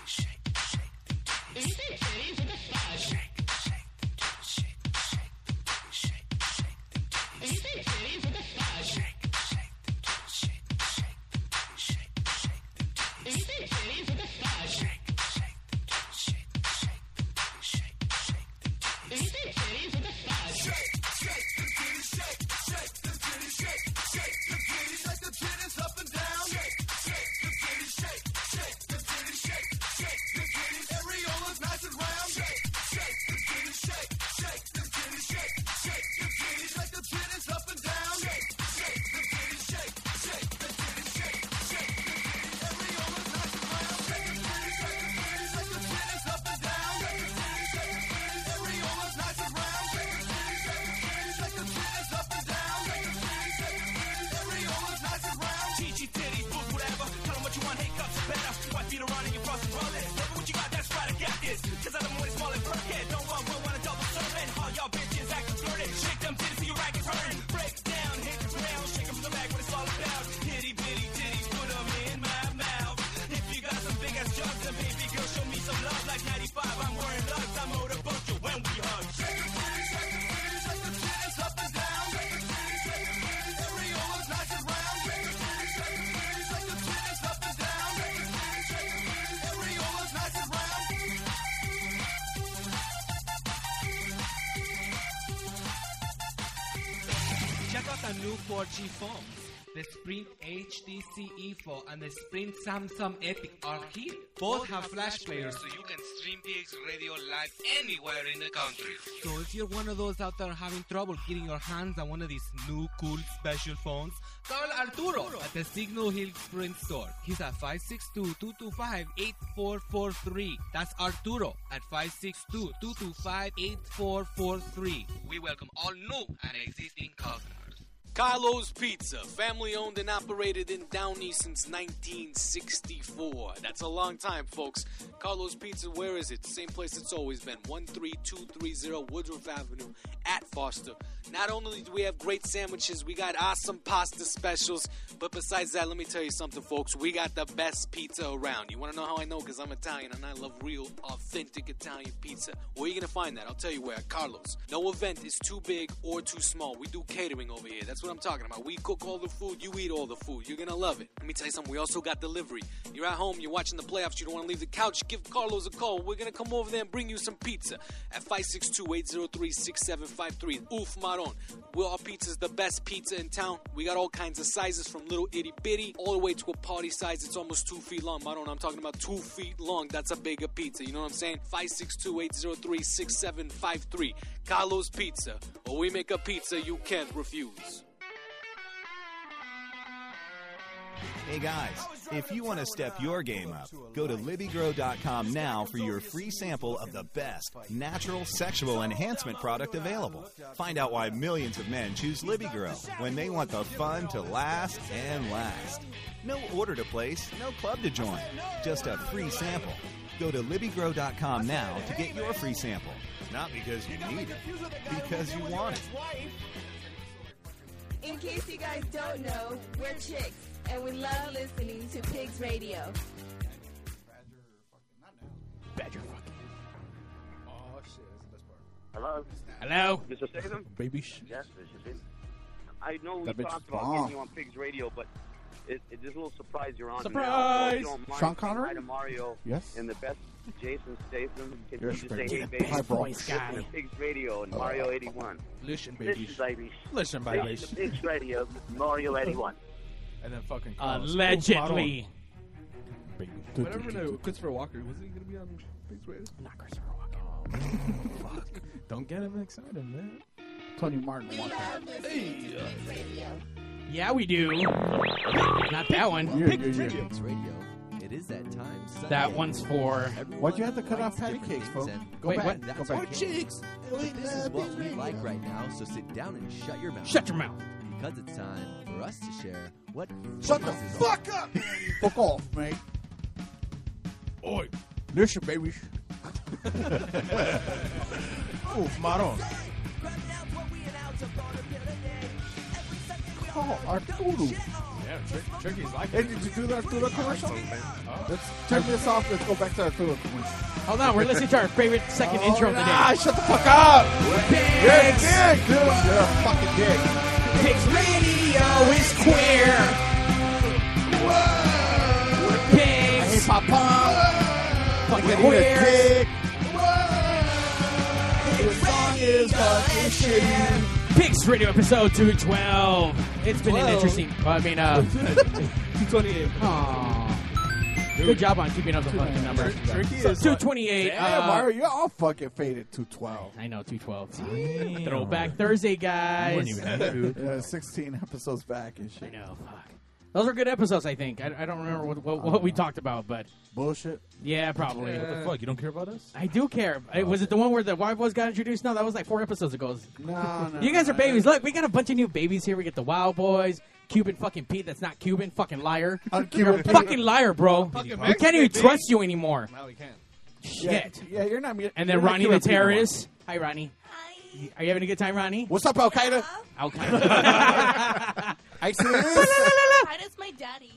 Speaker 12: shake, shake. You think titties? What the fuck? Shake, shake, shake, shake, shake, shake. You think titties? What the fuck? Shake, shake, shake, shake, shake, shake. You think titties? What the fuck? Shake, shake, shake, shake, shake, shake. You think titties? What the fuck? Shake, shake the titties, shake, shake the titties, shake, shake the titties, shake the titties up and down. Shake, shake the titties, shake, shake the titties, shake, shake the titties. Areolas nice and round. Shake, shake the titties, shake, shake the titties, shake, shake the titties, shake the titties up and down. Shake, shake the titties, shake, shake the titties, shake, shake the titties. Areolas nice and round. Shake the titties, shake the titties, shake the titties up and down. Shake the titties, shake the titties. Areolas nice and round. Shake the titties, shake the titties, shake the titties up and down. Shake the titties, shake the titties. Areolas nice and round. Chichi titties, boo, whatever. Tell 'em what you want, handcuffs are better. Wipe feet around and you cross the toilet. Look at what you got, that's right, I got this. Cause I'm always small and broken. Don't want one, want a double serving. All y'all bitches acting flirting. Shake them titties so your rack is hurting. Break down, hit the ground. Shake 'em from the back, what it's all about. Itty bitty titties, put 'em in my mouth. If you got some big ass jugs, then baby girl, show me some love. Like 95, I'm wearing lugs. I'm out about you when we hug. Shake the titties, shake the titties, shake the titties up and down. Shake the titties, shake the titties. Areolas nice and round. Shake the titties, shake the titties, shake the titties up and down. Shake the titties, shake the titties. Areolas nice and round.
Speaker 13: Check out the new 4G phones. The Sprint HTC E4 E and the Sprint Samsung Epic are here. Both have flash players, so you can stream PX Radio live anywhere in the country. So if you're one of those out there having trouble getting your hands on one of these new cool special phones, call Arturo at the Signal Hill Sprint store. He's at 562-225-8443. That's Arturo at 562-225-8443. We welcome all new and existing customers.
Speaker 6: Carlos Pizza, family owned and operated in Downey since 1964. That's a long time, folks. Carlos Pizza, where is it? Same place it's always been 13230 Woodruff Avenue at Foster. Not only do we have great sandwiches, we got awesome pasta specials, but besides that, let me tell you something, folks. We got the best pizza around. You want to know how I know? Because I'm Italian and I love real, authentic Italian pizza. Where you going to find that? I'll tell you where. Carlos. No event is too big or too small. We do catering over here. That's what I'm talking about. We cook all the food, you eat all the food. You're going to love it. Let me tell you something. We also got delivery. You're at home, you're watching the playoffs, you don't want to leave the couch, give Carlos a call. We're going to come over there and bring you some pizza at 562 803 6753. Oof Maron. Will Our Pizza's the best pizza in town. We got all kinds of sizes from little itty bitty all the way to a party size. It's almost two feet long. Maron, I'm talking about two feet long. That's a bigger pizza. You know what I'm saying? 562 803 6753. Carlos Pizza. Or we make a pizza you can't refuse.
Speaker 14: Hey guys, if you want to step your game up, go to LibbyGrow.com now for your free sample of the best natural sexual enhancement product available. Find out why millions of men choose Libby Grow when they want the fun to last and last. No order to place, no club to join, just a free sample. Go to LibbyGrow.com now to get your free sample. Not because you need it, because you want it.
Speaker 15: In case you guys don't know, we're chicks, and we love listening to Pigs Radio.
Speaker 3: Badger
Speaker 9: Oh shit, that's the best part.
Speaker 16: Hello.
Speaker 3: Hello.
Speaker 16: Mr.
Speaker 2: *laughs*
Speaker 16: Statham.
Speaker 3: Baby sh-
Speaker 16: Yes, Mr. Statham. I know we
Speaker 3: That bitch
Speaker 16: talked
Speaker 3: is
Speaker 16: about
Speaker 3: bomb.
Speaker 16: getting you on Pigs Radio, but it, it is a little surprise you're on.
Speaker 1: Surprise!
Speaker 16: Now. So if you don't mind,
Speaker 1: Sean Connery?
Speaker 16: Hi to Mario.
Speaker 1: Yes.
Speaker 16: And the best Jason Statham, can
Speaker 12: You're
Speaker 16: you just say, hey,
Speaker 12: spectacular.
Speaker 16: baby,
Speaker 12: My voice
Speaker 16: listen to
Speaker 12: guy.
Speaker 16: Pigs Radio and Mario 81.
Speaker 2: Listen,
Speaker 16: Listen, baby.
Speaker 2: Listen, baby.
Speaker 16: to Pigs Radio, Mario 81.
Speaker 2: And then fucking
Speaker 3: Allegedly.
Speaker 10: *laughs* Whatever the Christopher Walker was he gonna be on Big Radio?
Speaker 3: Not Christopher
Speaker 2: *laughs* Don't get him excited, man.
Speaker 3: Tony Martin won.
Speaker 12: Hey.
Speaker 3: Yeah, we do. Not that one.
Speaker 17: Pigs Radio. It is that time. Sunday.
Speaker 3: That one's for.
Speaker 1: Why'd you have to cut off patty cakes, folks? Go
Speaker 17: Wait,
Speaker 1: back.
Speaker 17: what?
Speaker 1: Go
Speaker 17: That's
Speaker 1: back.
Speaker 17: what chicks. This is what we like right now, so sit down and shut your mouth.
Speaker 3: Shut your mouth.
Speaker 17: Because it's time for us to share what.
Speaker 1: Shut the fuck
Speaker 17: *laughs*
Speaker 1: up! fuck off, mate. Oi. Listen,
Speaker 17: *laughs*
Speaker 1: baby.
Speaker 2: Oof, Maron.
Speaker 1: Oh, Arturo.
Speaker 2: Yeah, Tur- Turkey's like
Speaker 1: Hey, did you do the Arturo commercial? Let's turn this off. Let's go back to Arturo commercial.
Speaker 3: Hold on, we're listening to our favorite second
Speaker 1: Oh,
Speaker 3: intro of the day.
Speaker 1: nah, shut the fuck up! You're a dick, dude. You're a fucking dick.
Speaker 3: Pigs Radio is queer. We're pigs. I hate
Speaker 1: pop
Speaker 12: Fucking
Speaker 1: You're a
Speaker 12: queers.
Speaker 1: dick. This song is fucking shitty.
Speaker 3: Pigs Radio episode 212. It's been an
Speaker 10: Twelve.
Speaker 3: interesting. I mean,
Speaker 1: *laughs*
Speaker 3: uh. *laughs*
Speaker 10: 228.
Speaker 3: Aww. Good job on keeping up the fucking number.
Speaker 1: Tricky
Speaker 3: So
Speaker 1: is
Speaker 3: 228.
Speaker 1: Damn,
Speaker 3: uh,
Speaker 1: Mario,
Speaker 3: *laughs*
Speaker 1: you're all fucking faded. 212.
Speaker 3: I know, 212. Throwback Thursday, guys.
Speaker 1: yeah, 16 episodes back and shit. I
Speaker 3: know, fuck. Those are good episodes, I think. I, I don't remember what, what, what we talked about, but
Speaker 1: Uh, bullshit.
Speaker 3: Yeah, probably.
Speaker 2: What the fuck? You don't care about us?
Speaker 3: I do care. Uh,
Speaker 1: Oh,
Speaker 3: was it the one where the Wild Boys got introduced? No, that was like four episodes ago.
Speaker 1: No, no,
Speaker 3: you guys are
Speaker 1: no.
Speaker 3: babies. Look, we got a bunch of new babies here. We get the Wild Boys, Cuban fucking Pete. That's not Cuban. Fucking liar. You're a
Speaker 1: Pete.
Speaker 3: fucking liar, bro.
Speaker 1: Fucking
Speaker 3: we can't
Speaker 1: Mexican,
Speaker 3: even
Speaker 1: dude.
Speaker 3: trust you anymore.
Speaker 1: Now we can.
Speaker 3: Shit.
Speaker 1: Yeah, yeah, you're not. me-
Speaker 3: And
Speaker 1: you're
Speaker 3: then
Speaker 1: not
Speaker 3: Ronnie
Speaker 1: giving
Speaker 3: the
Speaker 1: up people.
Speaker 3: terrorist. Hi, Ronnie. Hi. Are you having a good time, Ronnie?
Speaker 1: What's up, Al Qaeda?
Speaker 3: Al
Speaker 1: *laughs*
Speaker 3: Qaeda.
Speaker 1: I see
Speaker 8: That's my daddy.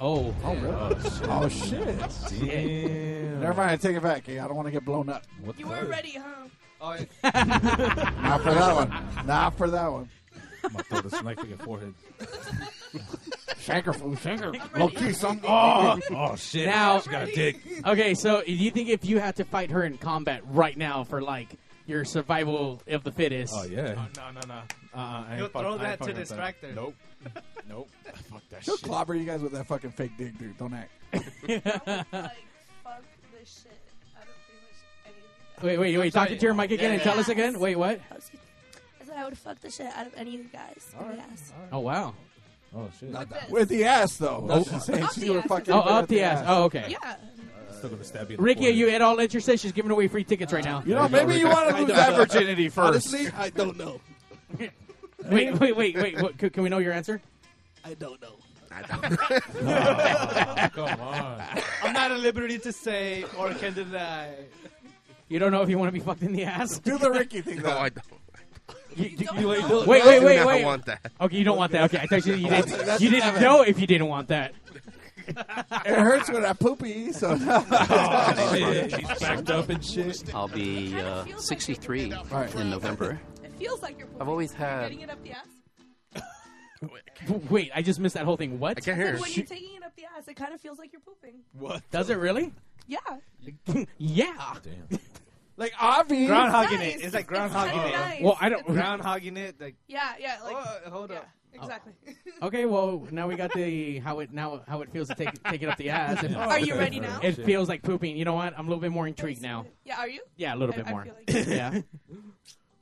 Speaker 3: Oh.
Speaker 1: Oh, really? Oh, shit.
Speaker 3: Damn.
Speaker 1: Never mind. I take it back. Hey, I don't want to get blown up.
Speaker 8: You were ready,
Speaker 3: *laughs*
Speaker 8: huh?
Speaker 4: Oh,
Speaker 1: *laughs* Not for that one. Not for that one.
Speaker 2: I'm gonna throw Oh, this knife at
Speaker 3: *laughs*
Speaker 2: your forehead.
Speaker 1: Shanker, fool, shanker.
Speaker 2: Low key, some- Oh, oh, shit.
Speaker 3: Now
Speaker 2: She got a dick.
Speaker 3: Okay, so do you think if you had to fight her in combat right now for like your survival of the fittest?
Speaker 2: Oh, yeah.
Speaker 9: No, no, no.
Speaker 2: Uh,
Speaker 9: You'll throw that to
Speaker 2: distract
Speaker 9: distract her.
Speaker 2: Nope. Nope. Fuck that
Speaker 1: She'll
Speaker 2: shit.
Speaker 1: clobber you guys with that fucking fake dick, dude. Don't act.
Speaker 3: *laughs*
Speaker 8: Fuck this shit. I don't pretty much anything.
Speaker 3: Wait, wait, wait. Talk into your mic again and tell us again. Wait, what?
Speaker 8: I said I would fuck the shit out of any of you guys. in the ass.
Speaker 3: Oh wow.
Speaker 2: Oh shit.
Speaker 1: Not that. With the ass though.
Speaker 2: Oh,
Speaker 1: She's saying she would fuck
Speaker 3: Oh,
Speaker 1: everybody
Speaker 3: up
Speaker 1: with
Speaker 3: the ass. Oh, okay.
Speaker 8: Yeah.
Speaker 2: Still gonna stab you. in the
Speaker 3: Ricky, are you at all interested? She's giving away free tickets right now.
Speaker 1: You know, maybe you want to lose
Speaker 7: *laughs*
Speaker 1: that virginity first.
Speaker 10: Honestly, I don't know.
Speaker 3: *laughs* Wait, wait, wait, wait. What, can can we know your answer?
Speaker 7: *laughs*
Speaker 10: I don't know.
Speaker 2: come on.
Speaker 9: *laughs* I'm not at liberty to say or can deny.
Speaker 3: You don't know if you want to be fucked in the ass.
Speaker 1: Do the Ricky thing.
Speaker 7: No, I don't. *laughs*
Speaker 3: You, you,
Speaker 7: don't
Speaker 3: wait,
Speaker 7: know.
Speaker 3: wait, wait,
Speaker 7: I do
Speaker 3: wait,
Speaker 7: not
Speaker 3: wait.
Speaker 7: want that.
Speaker 3: Okay, you don't want that. Okay, I thought you, you
Speaker 1: That's-
Speaker 3: didn't.
Speaker 1: that's
Speaker 3: you
Speaker 1: another-
Speaker 3: didn't know if you didn't want that.
Speaker 1: It hurts when I
Speaker 3: *laughs*
Speaker 1: poopy, so.
Speaker 18: *laughs*
Speaker 2: *laughs* Oh, shit. She's backed up and shit.
Speaker 18: I'll be uh, 63 in November.
Speaker 8: It feels like you're
Speaker 18: I've always had.
Speaker 8: getting it up the ass.
Speaker 3: Wait, I just missed that whole thing. What? I
Speaker 8: It's like when you're taking it up the ass, it kind of feels like you're pooping.
Speaker 3: What? Does it really?
Speaker 8: Yeah.
Speaker 1: *laughs*
Speaker 3: yeah.
Speaker 1: Like obvious.
Speaker 9: Groundhogging
Speaker 8: Nice.
Speaker 9: it. It's like
Speaker 8: It's kinda
Speaker 9: groundhogging it.
Speaker 8: nice.
Speaker 3: Well, I
Speaker 1: *laughs*
Speaker 3: don't-
Speaker 9: Groundhogging it. Like
Speaker 8: Yeah, yeah. Like, hold up.
Speaker 3: Oh.
Speaker 8: Exactly.
Speaker 3: *laughs* Okay, well now we got the how it now how it feels to take take it up the ass. If-
Speaker 8: Are you ready now?
Speaker 3: It feels like pooping. You know what? I'm a little bit more intrigued now.
Speaker 8: Yeah, are you?
Speaker 3: Yeah, a little
Speaker 8: I-
Speaker 3: bit
Speaker 8: I
Speaker 3: more.
Speaker 8: feel like
Speaker 3: *laughs*
Speaker 8: it.
Speaker 3: yeah,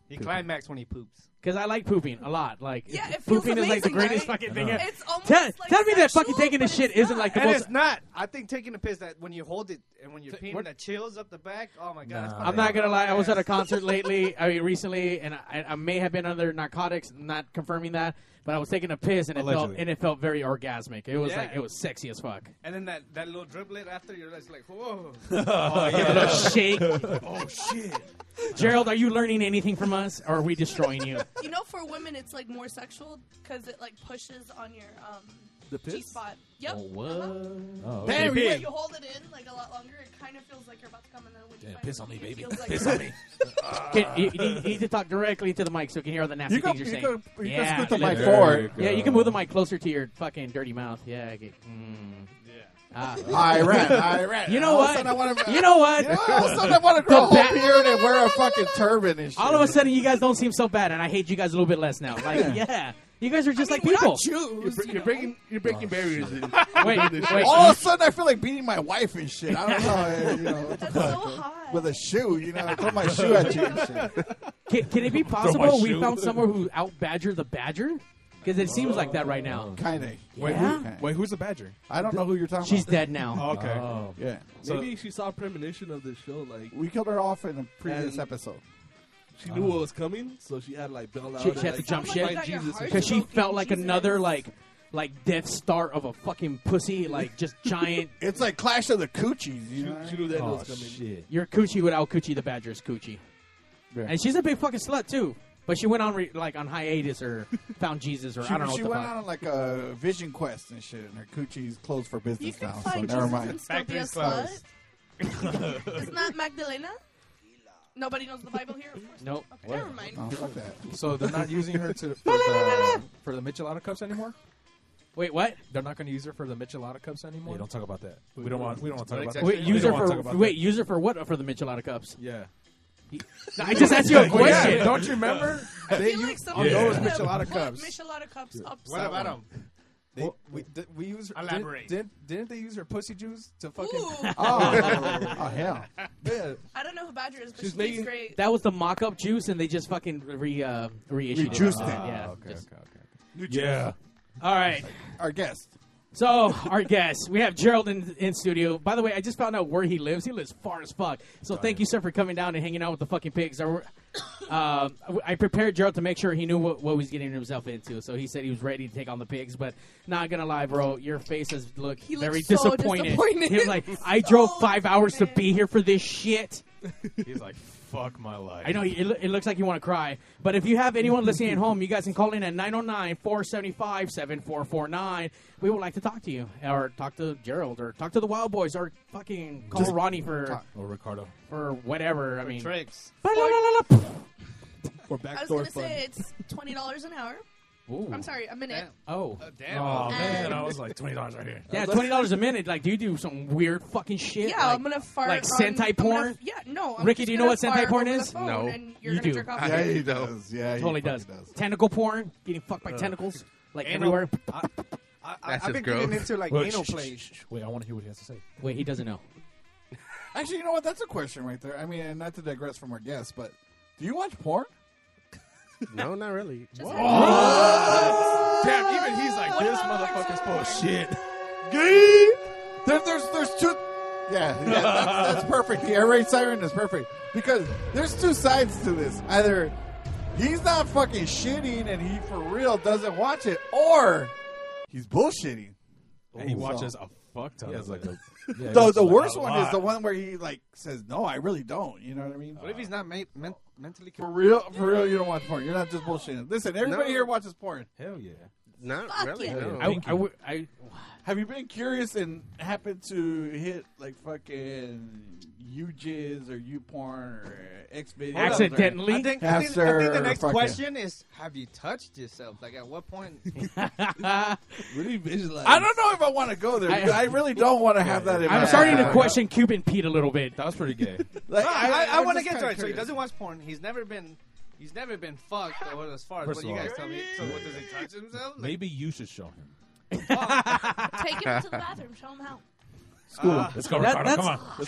Speaker 9: he climax when he poops.
Speaker 3: because I like pooping a lot. Like
Speaker 8: Yeah, it feels
Speaker 3: pooping is like the
Speaker 9: amazing,
Speaker 3: greatest
Speaker 9: right?
Speaker 3: fucking thing.
Speaker 9: I know.
Speaker 3: ever.
Speaker 9: It's almost
Speaker 3: tell,
Speaker 9: like
Speaker 3: tell me that fucking taking a shit isn't like the
Speaker 9: and
Speaker 3: most.
Speaker 9: it's not. I think taking a piss that when you hold it and when you're peeing, that chills up the back. Oh my god! that's
Speaker 3: I'm not gonna lie. I was at a concert lately. I mean, recently, and I, I may have been under narcotics. Not confirming that, but I was taking a piss, and it felt
Speaker 9: Allegedly.
Speaker 3: and it felt very orgasmic. It was
Speaker 9: Yeah.
Speaker 3: like it was sexy as
Speaker 9: *laughs*
Speaker 3: fuck.
Speaker 9: And then that, that little driblet after you're just like, whoa. *laughs*
Speaker 3: A little shake.
Speaker 9: oh shit.
Speaker 3: Gerald, are you learning anything from us, or are we destroying you?
Speaker 8: You know, for women, it's like more sexual because it like pushes on your um
Speaker 3: The piss?
Speaker 8: G spot. Yep.
Speaker 3: Oh, what?
Speaker 8: Uh-huh.
Speaker 3: Oh,
Speaker 8: Like,
Speaker 3: okay.
Speaker 8: when you hold it in like a lot longer. It kind of feels like you're about to come, and then when you
Speaker 2: Yeah,
Speaker 8: finally
Speaker 2: piss on me,
Speaker 8: come, it
Speaker 2: baby.
Speaker 8: feels like-
Speaker 2: Piss
Speaker 8: *laughs*
Speaker 2: on me.
Speaker 3: Can- you, you need- you need to talk directly into the mic so we can hear all the nasty
Speaker 1: You can-
Speaker 3: things you're
Speaker 1: you
Speaker 3: saying.
Speaker 1: can- you can
Speaker 3: yeah,
Speaker 1: scoot the mic
Speaker 3: literally.
Speaker 1: forward.
Speaker 3: Yeah, you can move the mic closer to your fucking dirty mouth. Yeah. Okay. Mm.
Speaker 9: Yeah.
Speaker 3: Ah.
Speaker 1: Iran, Iran.
Speaker 3: *laughs* You know
Speaker 1: All of a
Speaker 3: what?
Speaker 1: sudden I wanna-
Speaker 3: you know what?
Speaker 1: You know what? All of a sudden I wanna grow a whole beard and wear a fucking turban and shit.
Speaker 3: All of a sudden, you guys don't seem so bad, and I hate you guys a little bit less now. Like,
Speaker 1: Yeah.
Speaker 3: *laughs* yeah, you guys are just like
Speaker 1: we're not
Speaker 3: people.
Speaker 1: Jews,
Speaker 3: you're, breaking, you're breaking barriers.
Speaker 1: *laughs* All
Speaker 3: wait, wait.
Speaker 1: Oh, of a sudden, I feel like beating my wife and shit. I don't know. uh, You know
Speaker 8: That's so hot.
Speaker 1: With a shoe, you know, I
Speaker 3: *laughs*
Speaker 1: throw my shoe at you. and shit.
Speaker 3: Can, can it be
Speaker 1: Throw my
Speaker 3: possible we
Speaker 1: shoe.
Speaker 3: found someone who out badgered the badger? Because it seems like that right now.
Speaker 1: Kinda.
Speaker 2: Wait,
Speaker 3: Yeah?
Speaker 2: who, wait, who's the badger?
Speaker 1: I don't know who you're talking
Speaker 3: She's
Speaker 1: about.
Speaker 3: dead now.
Speaker 2: Okay.
Speaker 1: Oh. Yeah.
Speaker 10: Maybe she saw a premonition of this show. Like
Speaker 1: We killed her off in a previous
Speaker 10: And-
Speaker 1: episode.
Speaker 10: she knew what was coming, so she had like bail out.
Speaker 3: She,
Speaker 10: and,
Speaker 3: she had to
Speaker 10: like,
Speaker 3: jump
Speaker 10: fight
Speaker 3: ship
Speaker 10: Jesus and
Speaker 3: because she
Speaker 10: shit.
Speaker 3: felt like another like like death star of a fucking pussy, like just giant.
Speaker 1: *laughs* it's like Clash of the Coochies. You know?
Speaker 10: She knew that
Speaker 3: Oh,
Speaker 10: was coming.
Speaker 3: Your coochie would out coochie the badger's coochie, and she's a big fucking slut too. But she went on re- like on hiatus or found Jesus or
Speaker 1: *laughs* She,
Speaker 3: I don't know.
Speaker 1: she
Speaker 3: what the
Speaker 1: went
Speaker 3: fuck.
Speaker 1: out on like a vision quest and shit, and her coochie's closed for
Speaker 8: You
Speaker 1: business
Speaker 8: can
Speaker 1: now. So
Speaker 8: find
Speaker 1: never
Speaker 8: Jesus
Speaker 1: mind.
Speaker 8: and still be a slut.
Speaker 2: *laughs*
Speaker 3: *laughs*
Speaker 8: Isn't that Magdalena? Nobody knows the Bible here. Of course.
Speaker 2: Nope.
Speaker 8: Okay, never mind.
Speaker 1: Oh.
Speaker 2: Oh, So they're not using
Speaker 3: *laughs*
Speaker 2: her to for uh, the, for the Michelada cups anymore.
Speaker 3: Wait, what?
Speaker 2: They're not going to use her for the Michelada cups anymore. don't talk about that. We don't want. We don't want to talk about
Speaker 3: Wait,
Speaker 2: that.
Speaker 3: use her
Speaker 2: We don't wanna talk
Speaker 3: for
Speaker 2: about
Speaker 3: wait, use her for what? For the Michelada cups?
Speaker 2: Yeah.
Speaker 3: No, *laughs* I just asked you a
Speaker 2: *laughs* Yeah,
Speaker 3: question.
Speaker 2: don't you remember?
Speaker 8: I
Speaker 2: They
Speaker 8: feel like
Speaker 2: use-
Speaker 8: someone
Speaker 2: Yeah.
Speaker 8: should
Speaker 2: those
Speaker 8: have
Speaker 2: Michelada
Speaker 8: put
Speaker 2: cups.
Speaker 8: Michelada cups up.
Speaker 2: What about
Speaker 8: somewhere.
Speaker 2: They, we, did, we use her,
Speaker 8: Elaborate.
Speaker 2: Didn't, didn't, didn't they use her pussy juice to fucking?
Speaker 8: *laughs*
Speaker 2: Oh,
Speaker 8: Ooh.
Speaker 1: Oh. Oh, hell.
Speaker 2: Yeah.
Speaker 8: I don't know who Badger is, but
Speaker 3: She's
Speaker 8: she's
Speaker 3: making-
Speaker 8: great.
Speaker 3: That was the mock-up juice, and they just fucking re uh, reissued
Speaker 1: Rejuiced
Speaker 3: it.
Speaker 1: it.
Speaker 3: Yeah.
Speaker 1: Ah, okay,
Speaker 3: just-
Speaker 1: okay,
Speaker 2: *laughs*
Speaker 1: juice.
Speaker 2: Yeah.
Speaker 3: All right.
Speaker 1: Our guest.
Speaker 3: So our guest, we have Gerald in, in studio. By the way, I just found out where he lives. He lives far as fuck. So thank you, sir, for coming down and hanging out with the fucking pigs. I, um, I prepared Gerald to make sure he knew what, what he was getting himself into. So he said he was ready to take on the pigs. But not gonna lie, bro, your face has looked
Speaker 8: He looks
Speaker 3: very
Speaker 8: so
Speaker 3: disappointed.
Speaker 8: disappointed. Oh,
Speaker 3: He was
Speaker 8: *laughs*
Speaker 3: like, I drove five hours to be here for this shit.
Speaker 2: He's like, fuck my life.
Speaker 3: I know it, loo- it looks like you want to cry, but if you have anyone listening at home, you guys can call in at 909-475-7449. We would like to talk to you, or talk to Gerald, or talk to the Wild Boys, or fucking call
Speaker 2: Just
Speaker 3: Ronnie for
Speaker 2: Or Oh, Ricardo.
Speaker 3: for whatever. I mean,
Speaker 9: tricks.
Speaker 2: Or
Speaker 8: I was
Speaker 2: backdoor
Speaker 8: going to
Speaker 2: fun.
Speaker 8: say it's twenty dollars an hour.
Speaker 3: Ooh.
Speaker 8: I'm sorry, a minute.
Speaker 3: Oh,
Speaker 2: damn. Oh, man, I was like, $20 right here.
Speaker 3: Yeah, twenty dollars a minute. Like, do you do some weird fucking shit?
Speaker 8: Yeah,
Speaker 3: like,
Speaker 8: I'm gonna fart.
Speaker 3: Like
Speaker 8: on- I'm
Speaker 3: Sentai
Speaker 8: gonna-
Speaker 3: porn.
Speaker 8: yeah, no. I'm
Speaker 3: Ricky,
Speaker 8: just
Speaker 3: do you know
Speaker 8: gonna
Speaker 3: what Sentai
Speaker 8: fart
Speaker 3: porn
Speaker 8: over the
Speaker 3: is?
Speaker 8: phone
Speaker 3: No.
Speaker 8: and you're
Speaker 3: You
Speaker 8: gonna
Speaker 3: do.
Speaker 8: jerk off
Speaker 3: Yeah,
Speaker 8: to
Speaker 3: *laughs*
Speaker 8: it.
Speaker 3: he does.
Speaker 1: Yeah,
Speaker 3: totally does. Tentacle porn, getting fucked by
Speaker 2: Uh,
Speaker 3: tentacles, like
Speaker 9: anal-
Speaker 3: everywhere.
Speaker 9: I- That's I've his been growth. getting into, like,
Speaker 3: Wait,
Speaker 9: anal
Speaker 3: shh, shh,
Speaker 9: play.
Speaker 3: shh, shh. Wait, I want to hear what he has to say. Wait, he doesn't know.
Speaker 1: Actually, you know what? That's a question right there. I mean, and not to digress from our guest, but do you watch porn?
Speaker 7: No, not really.
Speaker 2: Oh! Damn, even he's like, this motherfucker's
Speaker 8: Oh,
Speaker 2: full of shit.
Speaker 1: Gay. There, there's there's two. Yeah, yeah that's,
Speaker 9: *laughs*
Speaker 1: that's perfect. The air raid siren is perfect because there's two sides to this. Either he's not fucking shitting and he for real doesn't watch it, or he's bullshitting.
Speaker 2: And he
Speaker 1: Ooh.
Speaker 2: watches
Speaker 1: So-
Speaker 2: a fuck ton.
Speaker 1: He has like
Speaker 2: of it. *laughs*
Speaker 1: *laughs*
Speaker 2: Yeah, he
Speaker 1: the
Speaker 2: watches
Speaker 1: the
Speaker 2: like
Speaker 1: worst
Speaker 2: a
Speaker 1: one is
Speaker 2: lot.
Speaker 1: the one where he like says, "No, I really don't." You know what I mean?
Speaker 9: What if he's not ma- men- mentally
Speaker 1: For real, for real, you don't watch porn. You're not just bullshitting. Listen, everybody
Speaker 9: No.
Speaker 1: here watches porn.
Speaker 2: Hell yeah.
Speaker 7: Not
Speaker 1: Fuck
Speaker 7: really.
Speaker 1: yeah.
Speaker 7: No.
Speaker 1: I- Thank I you. would-
Speaker 3: I,
Speaker 1: Have you been curious and happened to hit like fucking UJiz or UPorn or uh, X videos?
Speaker 9: I think, I think, I think the next question is: Have you touched yourself? Like, at what point?
Speaker 2: *laughs*
Speaker 10: really visualize.
Speaker 1: I don't know if I want to go there. because I, really don't want to have
Speaker 9: *laughs*
Speaker 1: that. In
Speaker 3: I'm
Speaker 1: my
Speaker 3: starting to
Speaker 1: mind.
Speaker 3: question Cuban Pete a little bit. That was pretty gay.
Speaker 1: Like,
Speaker 9: No, I, I,
Speaker 1: I'm
Speaker 9: want to
Speaker 1: just
Speaker 9: get to it. So
Speaker 1: kinda
Speaker 9: he
Speaker 1: curious.
Speaker 9: doesn't watch porn. He's never been. He's never been fucked. Or as far as what
Speaker 2: First
Speaker 9: you
Speaker 2: of all-
Speaker 9: guys tell me. So what does he touch himself? Like,
Speaker 2: Maybe you should show him.
Speaker 8: Oh. Take him to the bathroom. Show him how.
Speaker 2: *laughs*
Speaker 9: *laughs*
Speaker 2: School.
Speaker 3: Uh,
Speaker 2: Let's go,
Speaker 3: that-
Speaker 2: Ricardo.
Speaker 3: that's-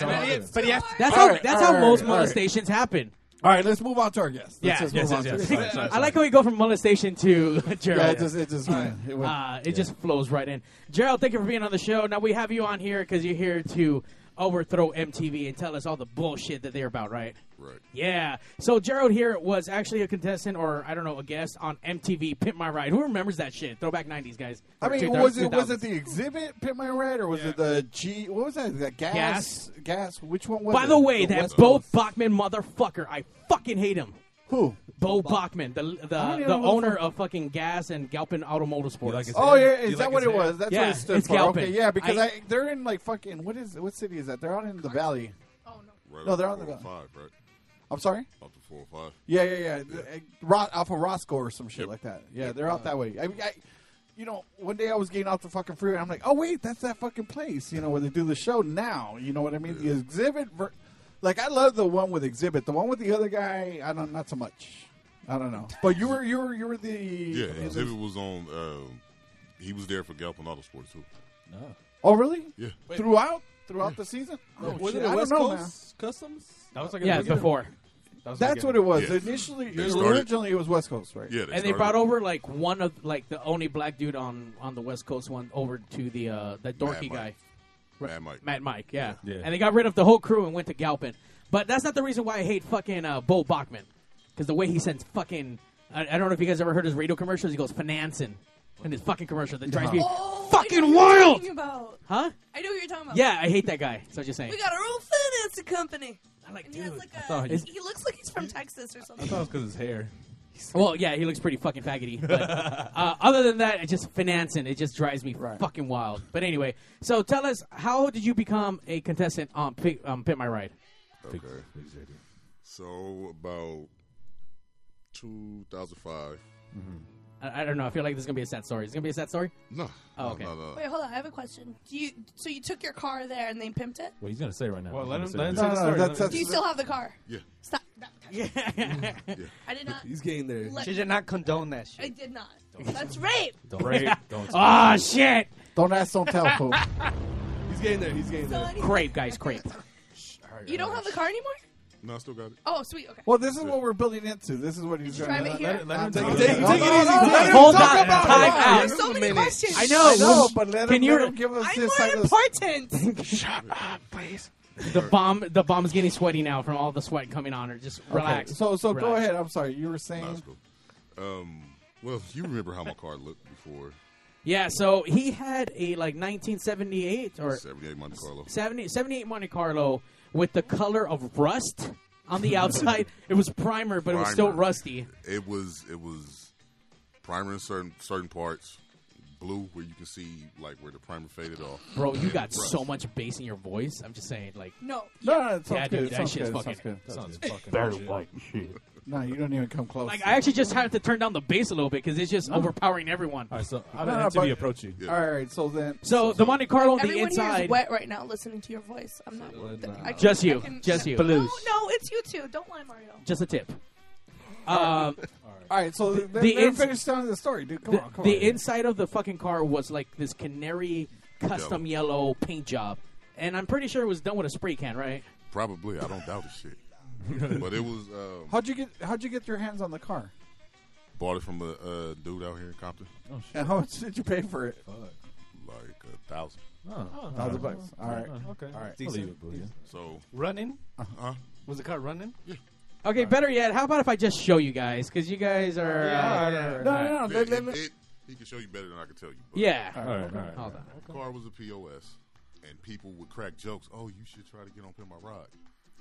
Speaker 2: Come on. Let's go.
Speaker 3: But yes, that's
Speaker 1: All
Speaker 3: how
Speaker 1: right,
Speaker 3: that's
Speaker 1: all
Speaker 3: how
Speaker 1: right,
Speaker 3: most
Speaker 1: all right.
Speaker 3: molestations happen.
Speaker 1: All right, let's move on to our guest. Let's
Speaker 3: Yeah,
Speaker 1: just move on to our guest.
Speaker 3: I like how we go from molestation to *laughs* Gerald.
Speaker 1: Yeah, it just- it just went- it went-
Speaker 3: uh, it just flows right in. Gerald, thank you for being on the show. Now we have you on here because you're here to overthrow MTV and tell us all the bullshit that they're about, right?
Speaker 12: Right.
Speaker 3: Yeah. So Gerald here was actually a contestant, or I don't know, a guest on MTV Pimp My Ride. Who remembers that shit? Throwback '90s guys.
Speaker 1: I
Speaker 3: Or
Speaker 1: mean,
Speaker 3: 2000-
Speaker 1: was it was
Speaker 3: 2000s.
Speaker 1: it the exhibit Pit My Ride or was it the G? What was that? The gas,
Speaker 3: Gas?
Speaker 1: gas, Which one was?
Speaker 3: By
Speaker 1: it?
Speaker 3: the way, that *laughs* Bo Bachman motherfucker, I fucking hate him.
Speaker 1: Who?
Speaker 3: Bo Bachman, the
Speaker 1: I don't
Speaker 3: the,
Speaker 1: even
Speaker 3: the
Speaker 1: know who the
Speaker 3: owner
Speaker 1: fuck-
Speaker 3: of fucking Gas and Galpin Automotive Sports.
Speaker 1: Oh yeah, is that what it was? That's
Speaker 3: yeah,
Speaker 1: what it stood
Speaker 3: it's
Speaker 1: for.
Speaker 3: Galpin.
Speaker 1: Okay, yeah, because I, they're in like fucking what is what city is that? They're out in the valley.
Speaker 12: Right
Speaker 1: No,
Speaker 12: off
Speaker 1: they're on the valley.
Speaker 12: 405, right?
Speaker 1: I'm sorry.
Speaker 12: Off the 405.
Speaker 1: Yeah, yeah, yeah. The- uh, Ro- Alpha Roscoe or some shit like that. Yeah, they're out that way. I, I, you know, one day I was getting off the fucking freeway. I'm like, oh wait, that's that fucking place, you know, where they do the show now. You know what I mean? The exhibit, ver- like I love the one with exhibit. The one with the other guy, I don't, not so much. I don't know. But you were, you were, you were the
Speaker 19: Yeah, Exhibit was on. Uh, he was there for Galpin Auto Sports too.
Speaker 2: No.
Speaker 1: Oh really?
Speaker 19: Yeah.
Speaker 1: Throughout, throughout the season.
Speaker 10: No,
Speaker 1: Oh,
Speaker 10: was
Speaker 1: shit,
Speaker 10: it
Speaker 1: I
Speaker 10: a
Speaker 1: don't
Speaker 10: West
Speaker 1: know,
Speaker 10: Coast Customs?
Speaker 2: That was like
Speaker 3: yeah, before.
Speaker 1: That's what it was.
Speaker 2: Yeah.
Speaker 1: Initially,
Speaker 2: They started-
Speaker 1: originally it was West Coast, right?
Speaker 3: and they brought over like one of like the only black dude on on the West Coast one over to the uh that dorky
Speaker 19: Mad
Speaker 3: guy,
Speaker 19: Mike. Mad Mike.
Speaker 3: Matt Mike, yeah.
Speaker 19: Yeah. Yeah.
Speaker 3: And they got rid of the whole crew and went to Galpin. But that's not the reason why I hate fucking uh, Bo Bachman, because the way he sends fucking I, I don't know if you guys ever heard his radio commercials. He goes financing in his fucking commercial that
Speaker 8: *laughs*
Speaker 3: drives
Speaker 8: Oh,
Speaker 3: me fucking wild,
Speaker 8: About.
Speaker 3: huh?
Speaker 8: I know what you're talking about.
Speaker 3: Yeah, I hate that guy. So I'm just saying.
Speaker 8: We got our own financing company.
Speaker 3: I like
Speaker 8: and dude. He, has like
Speaker 3: I
Speaker 8: a-
Speaker 3: thought he-
Speaker 8: he- he looks like he's from Texas or something.
Speaker 2: I thought it was because his hair.
Speaker 3: *laughs* Well, yeah, he looks pretty fucking faggoty.
Speaker 2: *laughs*
Speaker 3: But uh, other than that, it just financing. It just drives me fucking wild. But anyway, so tell us, how did you become a contestant on Pit, um, Pit My Ride?
Speaker 19: Okay. So about 2005.
Speaker 3: Mm. I, I don't know. I feel like this is gonna be a sad story. Is it gonna be a sad story?
Speaker 19: No.
Speaker 3: Oh, okay.
Speaker 8: Wait, hold on. I have a question. Do you so you took your car there and they pimped it?
Speaker 2: Well, he's gonna say right now. Well,
Speaker 10: let him-
Speaker 1: let him say the story. Let him-
Speaker 8: Do you still have the car?
Speaker 19: Yeah.
Speaker 8: Stop. No,
Speaker 3: yeah.
Speaker 8: I did not.
Speaker 10: He's getting there.
Speaker 8: Let-
Speaker 4: She did not condone that shit.
Speaker 8: I did not. That's rape.
Speaker 3: Ah, shit.
Speaker 1: Don't ask, don't tell,
Speaker 3: *laughs*
Speaker 1: folks.
Speaker 10: He's getting there. He's getting there.
Speaker 3: Crepe, guys, crepe.
Speaker 8: You don't have the car anymore?
Speaker 19: No, I still got it.
Speaker 8: Oh, sweet. Okay.
Speaker 1: *laughs* Well, this is what we're building into. This is what he's
Speaker 8: you
Speaker 1: trying
Speaker 8: drive
Speaker 1: to
Speaker 8: it here? Let
Speaker 1: him
Speaker 10: Take,
Speaker 1: talk.
Speaker 10: take, take
Speaker 1: No, no,
Speaker 10: it easy.
Speaker 1: no, no,
Speaker 10: Let him
Speaker 1: hold
Speaker 10: talk
Speaker 1: on,
Speaker 10: about
Speaker 1: time
Speaker 10: it.
Speaker 1: out.
Speaker 10: Give
Speaker 8: So
Speaker 10: him a
Speaker 8: many
Speaker 10: minute.
Speaker 8: questions.
Speaker 1: I know, I know, but let him, let him give us
Speaker 8: I'm
Speaker 1: this
Speaker 8: more
Speaker 1: side of the *laughs*
Speaker 8: important. Shut up, please.
Speaker 3: The bomb, the bomb's getting sweaty now from all the sweat coming on her. Just relax.
Speaker 1: Okay, so so go
Speaker 3: Relax.
Speaker 1: ahead. I'm sorry. You were saying.
Speaker 19: Um, well, you remember how my car looked before.
Speaker 3: Yeah, so he had a like 1978 or
Speaker 19: 78 Monte Carlo.
Speaker 3: 70, 78 Monte Carlo with the color of rust on
Speaker 19: *laughs*
Speaker 3: the outside. it was primer, but it was still
Speaker 19: Primer.
Speaker 3: rusty.
Speaker 19: It was it was primer in certain certain parts, blue where you can see like where the primer faded off.
Speaker 3: Bro, you
Speaker 19: and
Speaker 3: got
Speaker 19: rust.
Speaker 3: so much bass in your voice. I'm just saying, like,
Speaker 8: No.
Speaker 1: No, no, it sounds
Speaker 3: yeah,
Speaker 1: good.
Speaker 3: dude,
Speaker 1: it
Speaker 3: that
Speaker 1: sounds
Speaker 3: shit's
Speaker 1: good. it
Speaker 3: fucking,
Speaker 1: sounds good.
Speaker 2: Sounds fucking
Speaker 1: Very
Speaker 2: legit.
Speaker 1: white shit. No, you don't even come close.
Speaker 3: Like, I actually just had to turn down the bass a little bit because it's just overpowering everyone. All
Speaker 2: right, so
Speaker 1: No, no, but- All right, so then.
Speaker 3: So the Monte Carlo on the
Speaker 8: Everyone here
Speaker 3: inside.
Speaker 8: is wet right now listening to your voice. I'm not. I can-
Speaker 3: Just you.
Speaker 8: I can-
Speaker 3: Just you.
Speaker 8: No, no, it's you too. Don't lie, Mario.
Speaker 3: Just a tip. Um,
Speaker 1: All right, so the,
Speaker 3: the
Speaker 1: let him
Speaker 3: ins-
Speaker 1: finish telling the story, dude. Come
Speaker 3: the,
Speaker 1: on, come
Speaker 3: the
Speaker 1: on.
Speaker 3: inside of the fucking car was like this canary custom yellow paint job, and I'm pretty sure it was done with a spray can, right?
Speaker 19: Probably, I don't doubt the shit. but it was um,
Speaker 1: how'd you get How'd you get your hands on the car?
Speaker 19: bought it from a uh, dude out here in Compton. Oh shit!
Speaker 1: And how much did you pay for it?
Speaker 19: Like a thousand.
Speaker 1: Oh, Oh, thousand alright. bucks. Alright. Oh, okay. Alright.
Speaker 19: Decent.
Speaker 1: Unbelievable, yeah.
Speaker 19: So
Speaker 4: Running?
Speaker 19: Uh-huh.
Speaker 4: Was the car running? Yeah.
Speaker 3: Okay, better yet, how about if I just show you guys? Because you guys are. uh,
Speaker 19: It- it- it- he can show you better than I can tell you. but-
Speaker 3: Yeah. All right, all right, all right.
Speaker 19: The car was a POS, and people would crack jokes. Oh, you should try to get on Pin My Rod.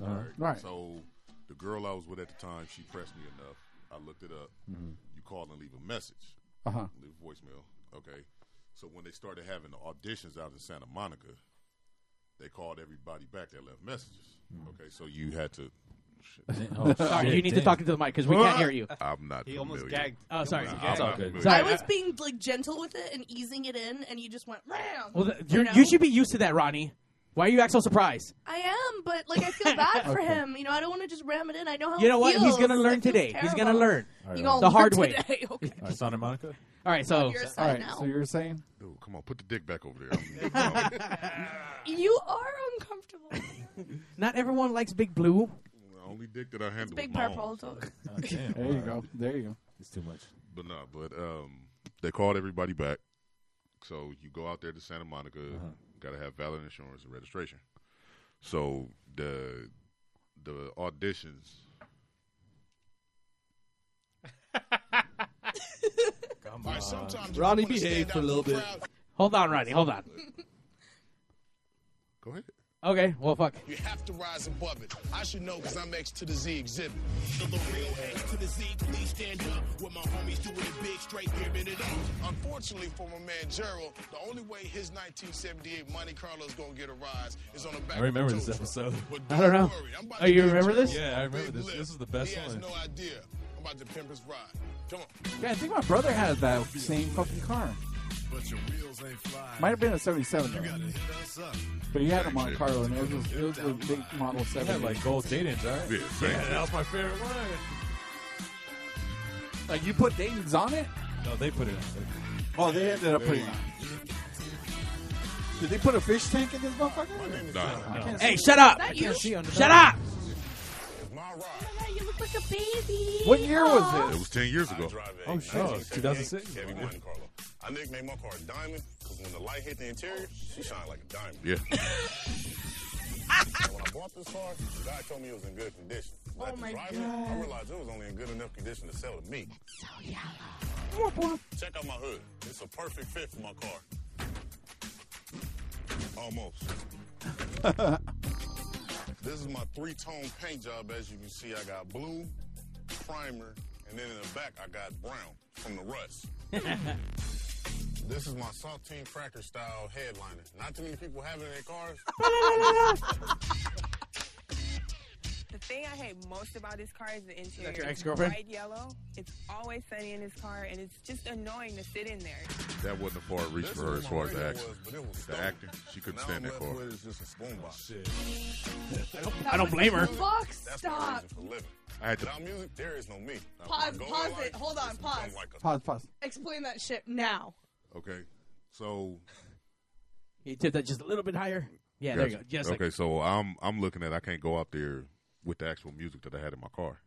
Speaker 12: Uh-huh.
Speaker 19: All right.
Speaker 12: Right.
Speaker 19: So the girl I was with at the time, she pressed me enough. I looked it up. You call and leave a message.
Speaker 1: Uh-huh.
Speaker 19: Leave a voicemail. Okay. So when they started having the auditions out in Santa Monica, they called everybody back that left messages. Okay. So you had to.
Speaker 3: Oh, sorry, you need to talk into the mic because we can't hear you.
Speaker 19: I'm not.
Speaker 3: He
Speaker 19: familiar.
Speaker 3: almost gagged. Oh, sorry.
Speaker 19: I'm
Speaker 3: He
Speaker 19: not
Speaker 3: gagged. It's all good.
Speaker 19: familiar.
Speaker 3: Sorry.
Speaker 8: I was being like gentle with it and easing it in, and you just went. round.
Speaker 3: Well, th- you're, you should be used to that, Ronnie. Why are you acting so surprised?
Speaker 8: I am, but like I feel bad for
Speaker 3: *laughs* Okay.
Speaker 8: him. You know, I don't want to just ram it in. I know how.
Speaker 3: You know
Speaker 8: it
Speaker 3: what? He's
Speaker 8: feels.
Speaker 3: gonna learn
Speaker 8: It feels
Speaker 3: today. He's
Speaker 8: terrible.
Speaker 3: gonna learn. All
Speaker 8: You
Speaker 3: right.
Speaker 8: gonna
Speaker 3: The
Speaker 8: learn
Speaker 3: hard way. *laughs*
Speaker 8: today. Okay.
Speaker 2: All right, Santa Monica.
Speaker 3: All right, so.
Speaker 8: You're aside now.
Speaker 1: so you're saying?
Speaker 19: Dude, come on, put the dick back over
Speaker 12: *laughs*
Speaker 19: there.
Speaker 8: *laughs* You are uncomfortable.
Speaker 3: Not everyone likes Big Blue.
Speaker 19: The only dick that I handled.
Speaker 8: Big
Speaker 19: was my
Speaker 8: purple.
Speaker 19: own. *laughs*
Speaker 8: don't-
Speaker 2: Oh,
Speaker 1: There you go. There you go.
Speaker 2: It's too much.
Speaker 19: But no, but um, they called everybody back. So you go out there to Santa Monica.
Speaker 2: Uh-huh.
Speaker 19: Got to have valid insurance and registration. So the the auditions.
Speaker 12: Come on.
Speaker 10: Ronnie, behave for a little bit.
Speaker 3: Hold on, Ronnie. Hold on.
Speaker 19: Go ahead.
Speaker 3: Okay, well, fuck.
Speaker 12: You have to rise above it. I should know because I'm X to the Z exhibit. So the real X to the Z, please stand up. With my homies doing it big, straight, giving it up. Unfortunately for my man Gerald, the only way his 1978 Monte Carlo's gonna get a rise is on the back
Speaker 2: I remember this episode.
Speaker 3: I don't know. Oh, you remember this?
Speaker 2: Yeah, I remember this. This is the best one.
Speaker 12: I'm about to pimp his ride. Come on.
Speaker 1: Yeah, I think my brother had that same fucking car.
Speaker 12: But your wheels ain't fly.
Speaker 1: Might have been a 77
Speaker 12: You gotta
Speaker 1: though.
Speaker 12: hit us up.
Speaker 1: But he had him on Carlo, and it was, it was a big model 7.
Speaker 2: had like gold Dayton's, right?
Speaker 1: Yeah, same.
Speaker 2: yeah, that was my favorite one.
Speaker 1: Like you put Dayton's on it?
Speaker 2: No, they put it
Speaker 1: Oh, they ended up putting. Did they put a fish tank in this motherfucker?
Speaker 2: Nah.
Speaker 1: I can't
Speaker 3: Hey,
Speaker 1: see.
Speaker 3: shut up!
Speaker 8: Is that you?
Speaker 3: Shut up!
Speaker 8: You look like a baby.
Speaker 1: What year was
Speaker 19: It was 10 years ago.
Speaker 2: Oh, shit. 2006.
Speaker 12: Kevin Monte Carlo. I nicknamed my car Diamond because when the light hit the interior, she shined like a diamond. *laughs*
Speaker 19: Yeah.
Speaker 12: And when I bought this car, the guy told me it was in good condition. When I
Speaker 8: Oh my
Speaker 12: drive it, I
Speaker 8: God.
Speaker 12: realized it was only in good enough condition to sell to me. Check out my hood. It's a perfect fit for my car. Almost.
Speaker 1: *laughs*
Speaker 12: This is my three-tone paint job. As you can see, I got blue, primer, and then in the back I got brown from the rust. this is my saltine cracker style headliner. Not too many people have it in their cars.
Speaker 20: The thing I hate most about this car is the interior.
Speaker 3: your ex-girlfriend?
Speaker 20: Bright yellow. It's always sunny in this car, and it's just annoying to sit in there.
Speaker 19: *laughs* That wasn't a far reach for her as far as the action. The acting, she couldn't stand that car.
Speaker 12: *laughs* I don't blame her.
Speaker 8: Fuck, stop.
Speaker 19: I had to
Speaker 12: Without music, there is no me. Now,
Speaker 8: Pause,
Speaker 12: my goal
Speaker 8: pause
Speaker 12: in
Speaker 8: it.
Speaker 12: life
Speaker 8: Hold
Speaker 12: is
Speaker 8: on,
Speaker 12: to
Speaker 8: pause.
Speaker 12: become like a-
Speaker 1: Pause, pause.
Speaker 8: Explain that shit now.
Speaker 19: Okay, so
Speaker 3: You tip that just a little bit higher. Yeah, there you go.
Speaker 19: Gotcha.
Speaker 3: Just
Speaker 19: okay, so I'm I'm looking at I can't go out there with the actual music that I had in my car.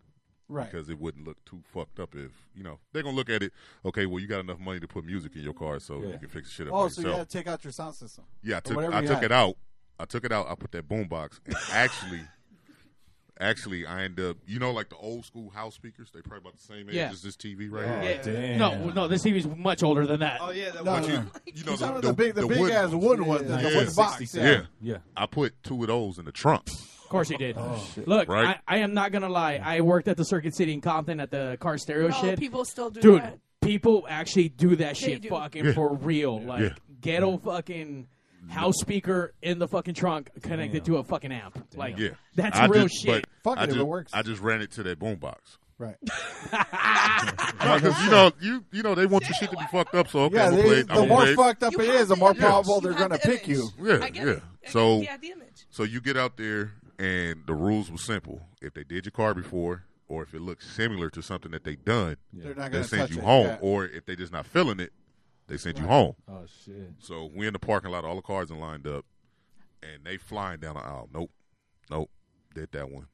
Speaker 1: Right.
Speaker 19: Because it wouldn't look too fucked up if you know they're gonna look at it. Okay, well you got enough money to put music in your car, so
Speaker 1: Yeah.
Speaker 19: you can fix the shit up.
Speaker 1: Oh,
Speaker 19: by
Speaker 1: so you
Speaker 19: yourself.
Speaker 1: had to take out your sound system.
Speaker 19: Yeah, I
Speaker 1: Or
Speaker 19: took
Speaker 1: whatever
Speaker 19: I
Speaker 1: you
Speaker 19: took
Speaker 1: had.
Speaker 19: it out. I took it out. I put that boom box and *laughs* actually actually I end up you know like the old school house speakers, they probably about the same age
Speaker 3: Yeah.
Speaker 19: as this TV right
Speaker 1: Oh,
Speaker 3: like,
Speaker 19: here.
Speaker 3: yeah. No, no, this TV is much older than that.
Speaker 19: Oh,
Speaker 3: yeah, that
Speaker 19: But you, you know the, the,
Speaker 1: big- the big ass
Speaker 19: ones.
Speaker 1: wood one, the- the wood box, 60, yeah.
Speaker 19: yeah. I put two of those in the trunk.
Speaker 3: Of course you did.
Speaker 1: Oh,
Speaker 3: Look,
Speaker 19: Oh, Right.
Speaker 3: I, I am not gonna lie. I worked at the Circuit City in Compton at the car stereo
Speaker 8: No,
Speaker 3: shit.
Speaker 8: Oh, people still do
Speaker 3: Dude,
Speaker 8: that.
Speaker 3: people actually do that
Speaker 8: They
Speaker 3: shit
Speaker 8: do.
Speaker 3: fucking
Speaker 8: Yeah.
Speaker 3: for real. Like
Speaker 19: Yeah.
Speaker 3: ghetto fucking house speaker in the fucking trunk connected to a fucking amp. Like
Speaker 19: Yeah,
Speaker 3: that's
Speaker 19: I
Speaker 3: real
Speaker 19: just-
Speaker 3: shit.
Speaker 19: but I just, I just ran it to that
Speaker 3: *laughs*
Speaker 19: boombox.
Speaker 1: Right.
Speaker 19: Because you know, you you know, they want your shit to be fucked up. So okay,
Speaker 1: yeah,
Speaker 19: I'm gonna
Speaker 1: they-
Speaker 19: play it. I'm
Speaker 1: the
Speaker 19: gonna
Speaker 1: more
Speaker 19: play it.
Speaker 1: fucked up it is, the more
Speaker 19: Yeah.
Speaker 1: probable they're going to pick you.
Speaker 19: Yeah, yeah. So so you get out there, and the rules were simple. If they did your car before, or if it looks similar to something that they done,
Speaker 1: They're not
Speaker 19: they
Speaker 1: gonna
Speaker 19: send
Speaker 1: touch
Speaker 19: you
Speaker 1: it,
Speaker 19: home.
Speaker 1: yeah.
Speaker 19: Or if they just not feeling it, they send you
Speaker 1: Right.
Speaker 19: home.
Speaker 2: Oh, shit.
Speaker 19: So we in the parking lot, all the cars are lined up, and they flying down the aisle. Nope, nope, did that one.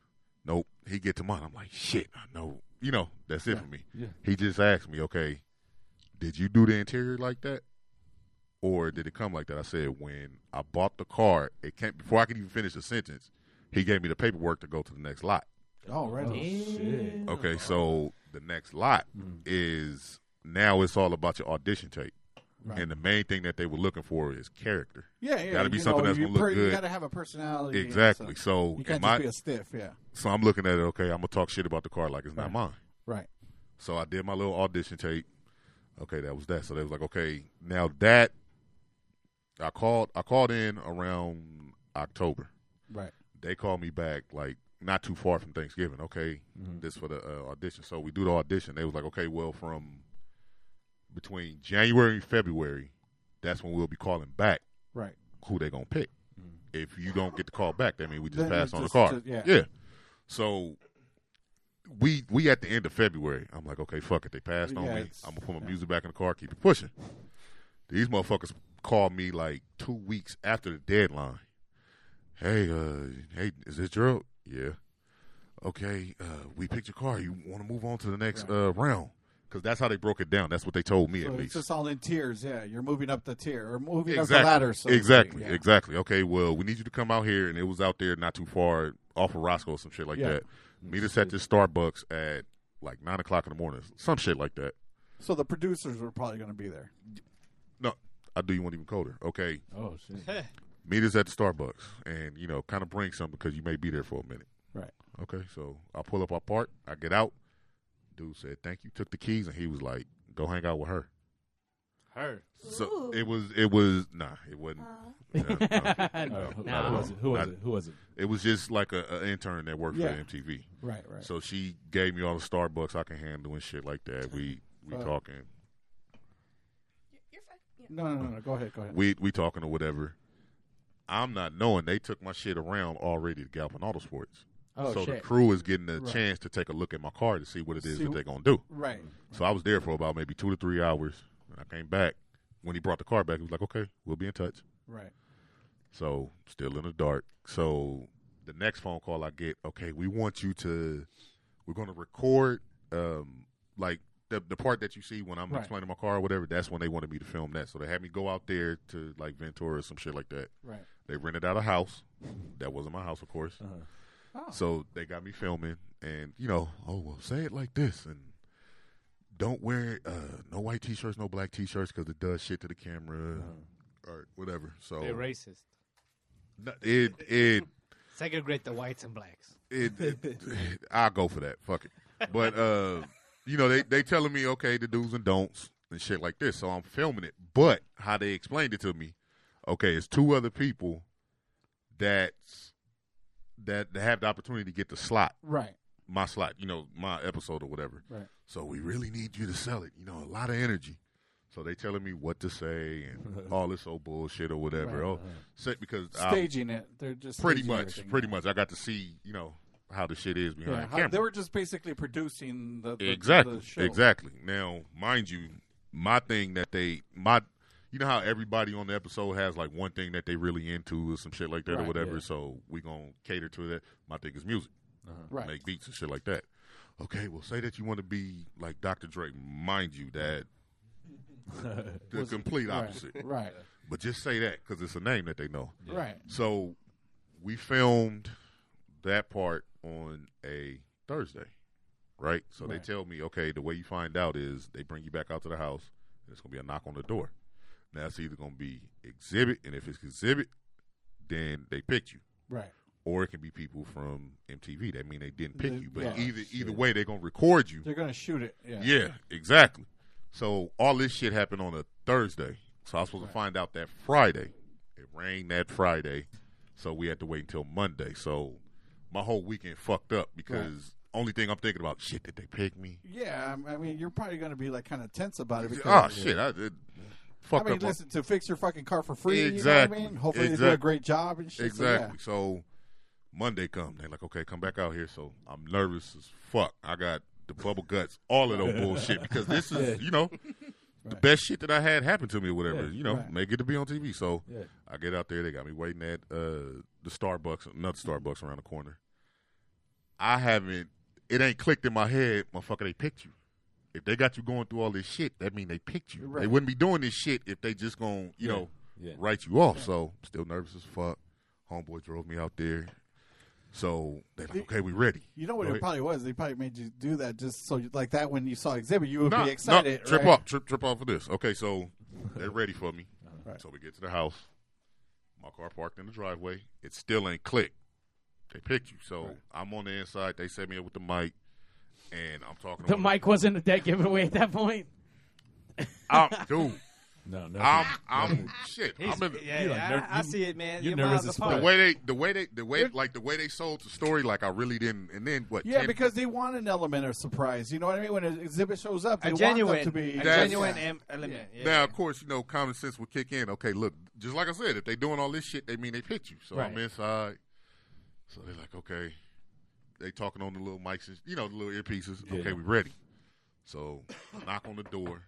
Speaker 19: Nope, he get to mine. I'm like, shit, I know. You know, that's it for me.
Speaker 2: Yeah.
Speaker 19: He just asked me, okay, did you do the interior like that? Or did it come like that? I said, when I bought the car, it came before I could even finish the sentence, he gave me the paperwork to go to the next lot.
Speaker 1: Oh, right.
Speaker 19: Okay, so the next lot
Speaker 1: Mm.
Speaker 19: is now it's all about your audition tape.
Speaker 1: Right.
Speaker 19: And the main thing that they were looking for is character.
Speaker 1: Yeah, yeah.
Speaker 19: Got to be
Speaker 1: you
Speaker 19: something
Speaker 1: know,
Speaker 19: that's
Speaker 1: you
Speaker 19: going to
Speaker 1: per-
Speaker 19: look
Speaker 1: you
Speaker 19: good.
Speaker 1: gotta have a personality and
Speaker 19: Exactly.
Speaker 1: stuff.
Speaker 19: So
Speaker 1: You can't
Speaker 19: in
Speaker 1: just
Speaker 19: my-
Speaker 1: be a stiff, yeah.
Speaker 19: So I'm looking at it. Okay, I'm gonna talk shit about the car like it's not mine.
Speaker 1: Right.
Speaker 19: So I did my little audition tape. Okay, that was that. So they was like, okay, now that I called, I called in around October.
Speaker 1: Right.
Speaker 19: They called me back like not too far from Thanksgiving. Okay,
Speaker 1: Mm-hmm.
Speaker 19: this for the uh, audition. So we do the audition. They was like, okay, well, from between January and February, that's when we'll be calling back.
Speaker 1: Right.
Speaker 19: Who they gonna pick? If you don't get the call back, that means we just
Speaker 1: Then
Speaker 19: passed
Speaker 1: it's
Speaker 19: on the
Speaker 1: just
Speaker 19: car.
Speaker 1: to- yeah.
Speaker 19: yeah. So we we at the end of February. I'm like, okay, fuck it. They passed on
Speaker 1: Yeah,
Speaker 19: me.
Speaker 1: it's-
Speaker 19: I'm gonna put my music back in the car, keep it pushing. These motherfuckers called me like two weeks after the deadline. Hey, uh, hey, is this Gerald? Yeah. Okay, uh, we picked your car. You want to move on to the next uh, round? Because that's how they broke it down. That's what they told me
Speaker 1: So
Speaker 19: at
Speaker 1: it's
Speaker 19: least.
Speaker 1: just all in tiers. Yeah, you're moving up the tier or moving up
Speaker 19: Exactly.
Speaker 1: the ladder. So to speak,
Speaker 19: exactly.
Speaker 1: yeah.
Speaker 19: Exactly. Okay. Well, we need you to come out here, and it was out there not too far off of Roscoe, some shit like
Speaker 1: Yeah.
Speaker 19: that. Meet us at this Starbucks at like nine o'clock in the morning, some shit like that.
Speaker 1: So the producers were probably going to be there.
Speaker 19: No, I do you want even colder. Okay.
Speaker 2: Oh, shit.
Speaker 19: Meet us at the Starbucks, and you know, kind of bring something because you may be there for a minute.
Speaker 1: Right.
Speaker 19: Okay. So I pull up, I park, I get out. Dude said thank you, took the keys, and he was like, "Go hang out with her."
Speaker 2: Her.
Speaker 19: So it was it was nah it wasn't. No, no,
Speaker 2: *laughs* No.
Speaker 19: not
Speaker 2: Nah.
Speaker 19: at all.
Speaker 2: Who was it? Who was
Speaker 19: Not-
Speaker 2: it? Who was it?
Speaker 19: It was just like a, a intern that worked
Speaker 2: Yeah.
Speaker 19: for MTV.
Speaker 1: Right, right.
Speaker 19: So she gave me all the Starbucks I can handle and shit like that. We we
Speaker 1: Fuck.
Speaker 19: talking.
Speaker 8: You're fine. Yeah.
Speaker 1: No, no, no, no. Go ahead. Go ahead.
Speaker 19: We we talking or whatever. I'm not knowing they took my shit around already to Galvin Auto Sports.
Speaker 1: Oh,
Speaker 19: so the
Speaker 1: shit.
Speaker 19: crew is getting a
Speaker 1: Right.
Speaker 19: chance to take a look at my car to see what it is
Speaker 1: See
Speaker 19: that
Speaker 1: wh-
Speaker 19: they're gonna do.
Speaker 1: Right.
Speaker 19: So I was there for about maybe two to three hours, and I came back. When he brought the car back, he was like, "Okay, we'll be in touch."
Speaker 1: Right.
Speaker 19: So still in the dark. So the next phone call I get, okay, we want you to, we're going to record, um, like the the part that you see when I'm
Speaker 1: Right.
Speaker 19: explaining my car or whatever. That's when they wanted me to film that. So they had me go out there to like Ventura or some shit like that.
Speaker 1: Right.
Speaker 19: They rented out a house. That wasn't my house, of course.
Speaker 13: Oh.
Speaker 19: So they got me filming, and you know, oh well, say it like this, and don't wear uh, no white t-shirts, no black t-shirts, because it does shit to the camera or whatever. So
Speaker 13: They're racist.
Speaker 19: No, it it
Speaker 13: Segregate the whites and blacks.
Speaker 19: it,
Speaker 9: *laughs*
Speaker 19: it *laughs* I'll go for that. Fuck it. But uh, you know, they they telling me okay, the do's and don'ts and shit like this. So I'm filming it. But how they explained it to me, okay, it's two other people that's that that have the opportunity to get the slot.
Speaker 1: Right.
Speaker 19: My slot, you know, my episode or whatever.
Speaker 1: Right.
Speaker 19: So we really need you to sell it. You know, a lot of energy. So they telling me what to say
Speaker 1: *laughs*
Speaker 19: and all this old bullshit or whatever.
Speaker 1: Right,
Speaker 19: oh,
Speaker 1: right.
Speaker 19: shit, because I-
Speaker 1: Staging it. They're just
Speaker 19: pretty
Speaker 1: staging
Speaker 19: much,
Speaker 1: everything.
Speaker 19: pretty much. I got to see, you know, how the shit is behind
Speaker 1: Yeah,
Speaker 19: the
Speaker 1: how-
Speaker 19: camera.
Speaker 1: they were just basically producing the, the- the-
Speaker 19: Exactly.
Speaker 1: the show.
Speaker 19: Exactly. Now, mind you, my thing that they my you know how everybody on the episode has like one thing that they really into or some shit like that or
Speaker 1: Right,
Speaker 19: whatever.
Speaker 1: yeah. Uh-huh.
Speaker 19: So we gonna cater to that. My thing is music,
Speaker 1: Right.
Speaker 19: Make beats and shit like that. Okay, well, say that you want to be like Dr. Dre. Mind you,
Speaker 1: *laughs*
Speaker 19: that the
Speaker 1: Was-
Speaker 19: complete
Speaker 1: right,
Speaker 19: opposite,
Speaker 1: right.
Speaker 19: But just say that because it's a name that they know,
Speaker 1: Yeah. Right.
Speaker 19: So we filmed that part on a Thursday, right? So
Speaker 1: Right.
Speaker 19: they tell me, okay, the way you find out is they bring you back out to the house, and it's gonna be a knock on the door. Now it's either gonna be exhibit, and if it's exhibit, then they picked you,
Speaker 1: Right.
Speaker 19: Or it can be people from MTV. That mean they didn't pick
Speaker 1: They-
Speaker 19: you, but
Speaker 1: yeah.
Speaker 19: either either
Speaker 1: Shit.
Speaker 19: way, they're gonna record you.
Speaker 1: They're gonna shoot it, yeah.
Speaker 19: exactly. So all this shit happened on a Thursday. So I was supposed to find out that Friday. It rained that Friday, so we had to wait until Monday. So my whole weekend fucked up because only thing I'm thinking about shit did they pick me?
Speaker 1: Yeah, I'm- I mean, you're probably going to be like kind of tense about it.
Speaker 19: Oh
Speaker 1: Because,
Speaker 19: shit! I did.
Speaker 1: I
Speaker 19: Fucked
Speaker 1: mean,
Speaker 19: up.
Speaker 1: listen, to fix your fucking car for free,
Speaker 19: Exactly.
Speaker 1: you know what I mean? Hopefully they do a
Speaker 19: Exact-
Speaker 1: great job and shit. so yeah.
Speaker 19: Exactly. So Monday come, they like, okay, come back out here. So I'm nervous as fuck. I got the bubble guts, all of those bullshit because this is,
Speaker 1: Yeah.
Speaker 19: you know, the best shit that I had happen to me or whatever.
Speaker 1: Yeah,
Speaker 19: you know,
Speaker 1: right.
Speaker 19: make it to be on TV. So
Speaker 1: Yeah.
Speaker 19: I get out there, they got me waiting at uh, the Starbucks, another Starbucks around the corner. I haven't. It ain't clicked in my head, motherfucker. They picked you. If they got you going through all this shit, that mean they picked you. They
Speaker 1: Right.
Speaker 19: wouldn't be doing this shit if they just gonna, you
Speaker 1: Yeah.
Speaker 19: know,
Speaker 1: Yeah.
Speaker 19: write you off. So still nervous as fuck. Homeboy drove me out there. So they like, okay, we ready.
Speaker 1: You know what
Speaker 19: Go
Speaker 1: it
Speaker 19: ahead.
Speaker 1: probably was? They probably made you do that just so, you, like that, when you saw exhibit, you would
Speaker 19: Nah,
Speaker 1: be
Speaker 19: nah,
Speaker 1: excited.
Speaker 19: trip
Speaker 1: right?
Speaker 19: off, trip, trip off of this. Okay, so they're ready for me. So we get to the house. My car parked in the driveway. It still ain't clicked. They picked you. So I'm on the inside. They set me up with the mic, and I'm talking.
Speaker 3: The
Speaker 19: on
Speaker 3: mic wasn't a dead giveaway at that point.
Speaker 19: I'm,
Speaker 4: *laughs*
Speaker 19: dude.
Speaker 2: No, no.
Speaker 19: I'm, I'm shit.
Speaker 4: He's-
Speaker 19: I'm in,
Speaker 4: yeah, You're like ner- I- I you- see it, man. you're You're nervous miles as apart. fuck.
Speaker 19: The way they, the way they, the way like the way they sold the story, like I really didn't. And then what?
Speaker 1: Yeah,
Speaker 19: ten-
Speaker 1: because they want an element of surprise. You know what I mean? When an exhibit shows up, they
Speaker 19: A
Speaker 1: want
Speaker 19: genuine-
Speaker 1: them to be
Speaker 19: a genuine
Speaker 1: Yeah.
Speaker 4: element.
Speaker 19: Now, of course, you know, common sense will kick in. Okay, look, just like I said, if they doing all this shit, they mean they picked you. So I'm
Speaker 1: Right.
Speaker 19: inside. So they're like, okay, they talking on the little mics, and, you know, the little earpieces.
Speaker 2: Yeah.
Speaker 19: Okay, we ready. So *laughs* knock on the door.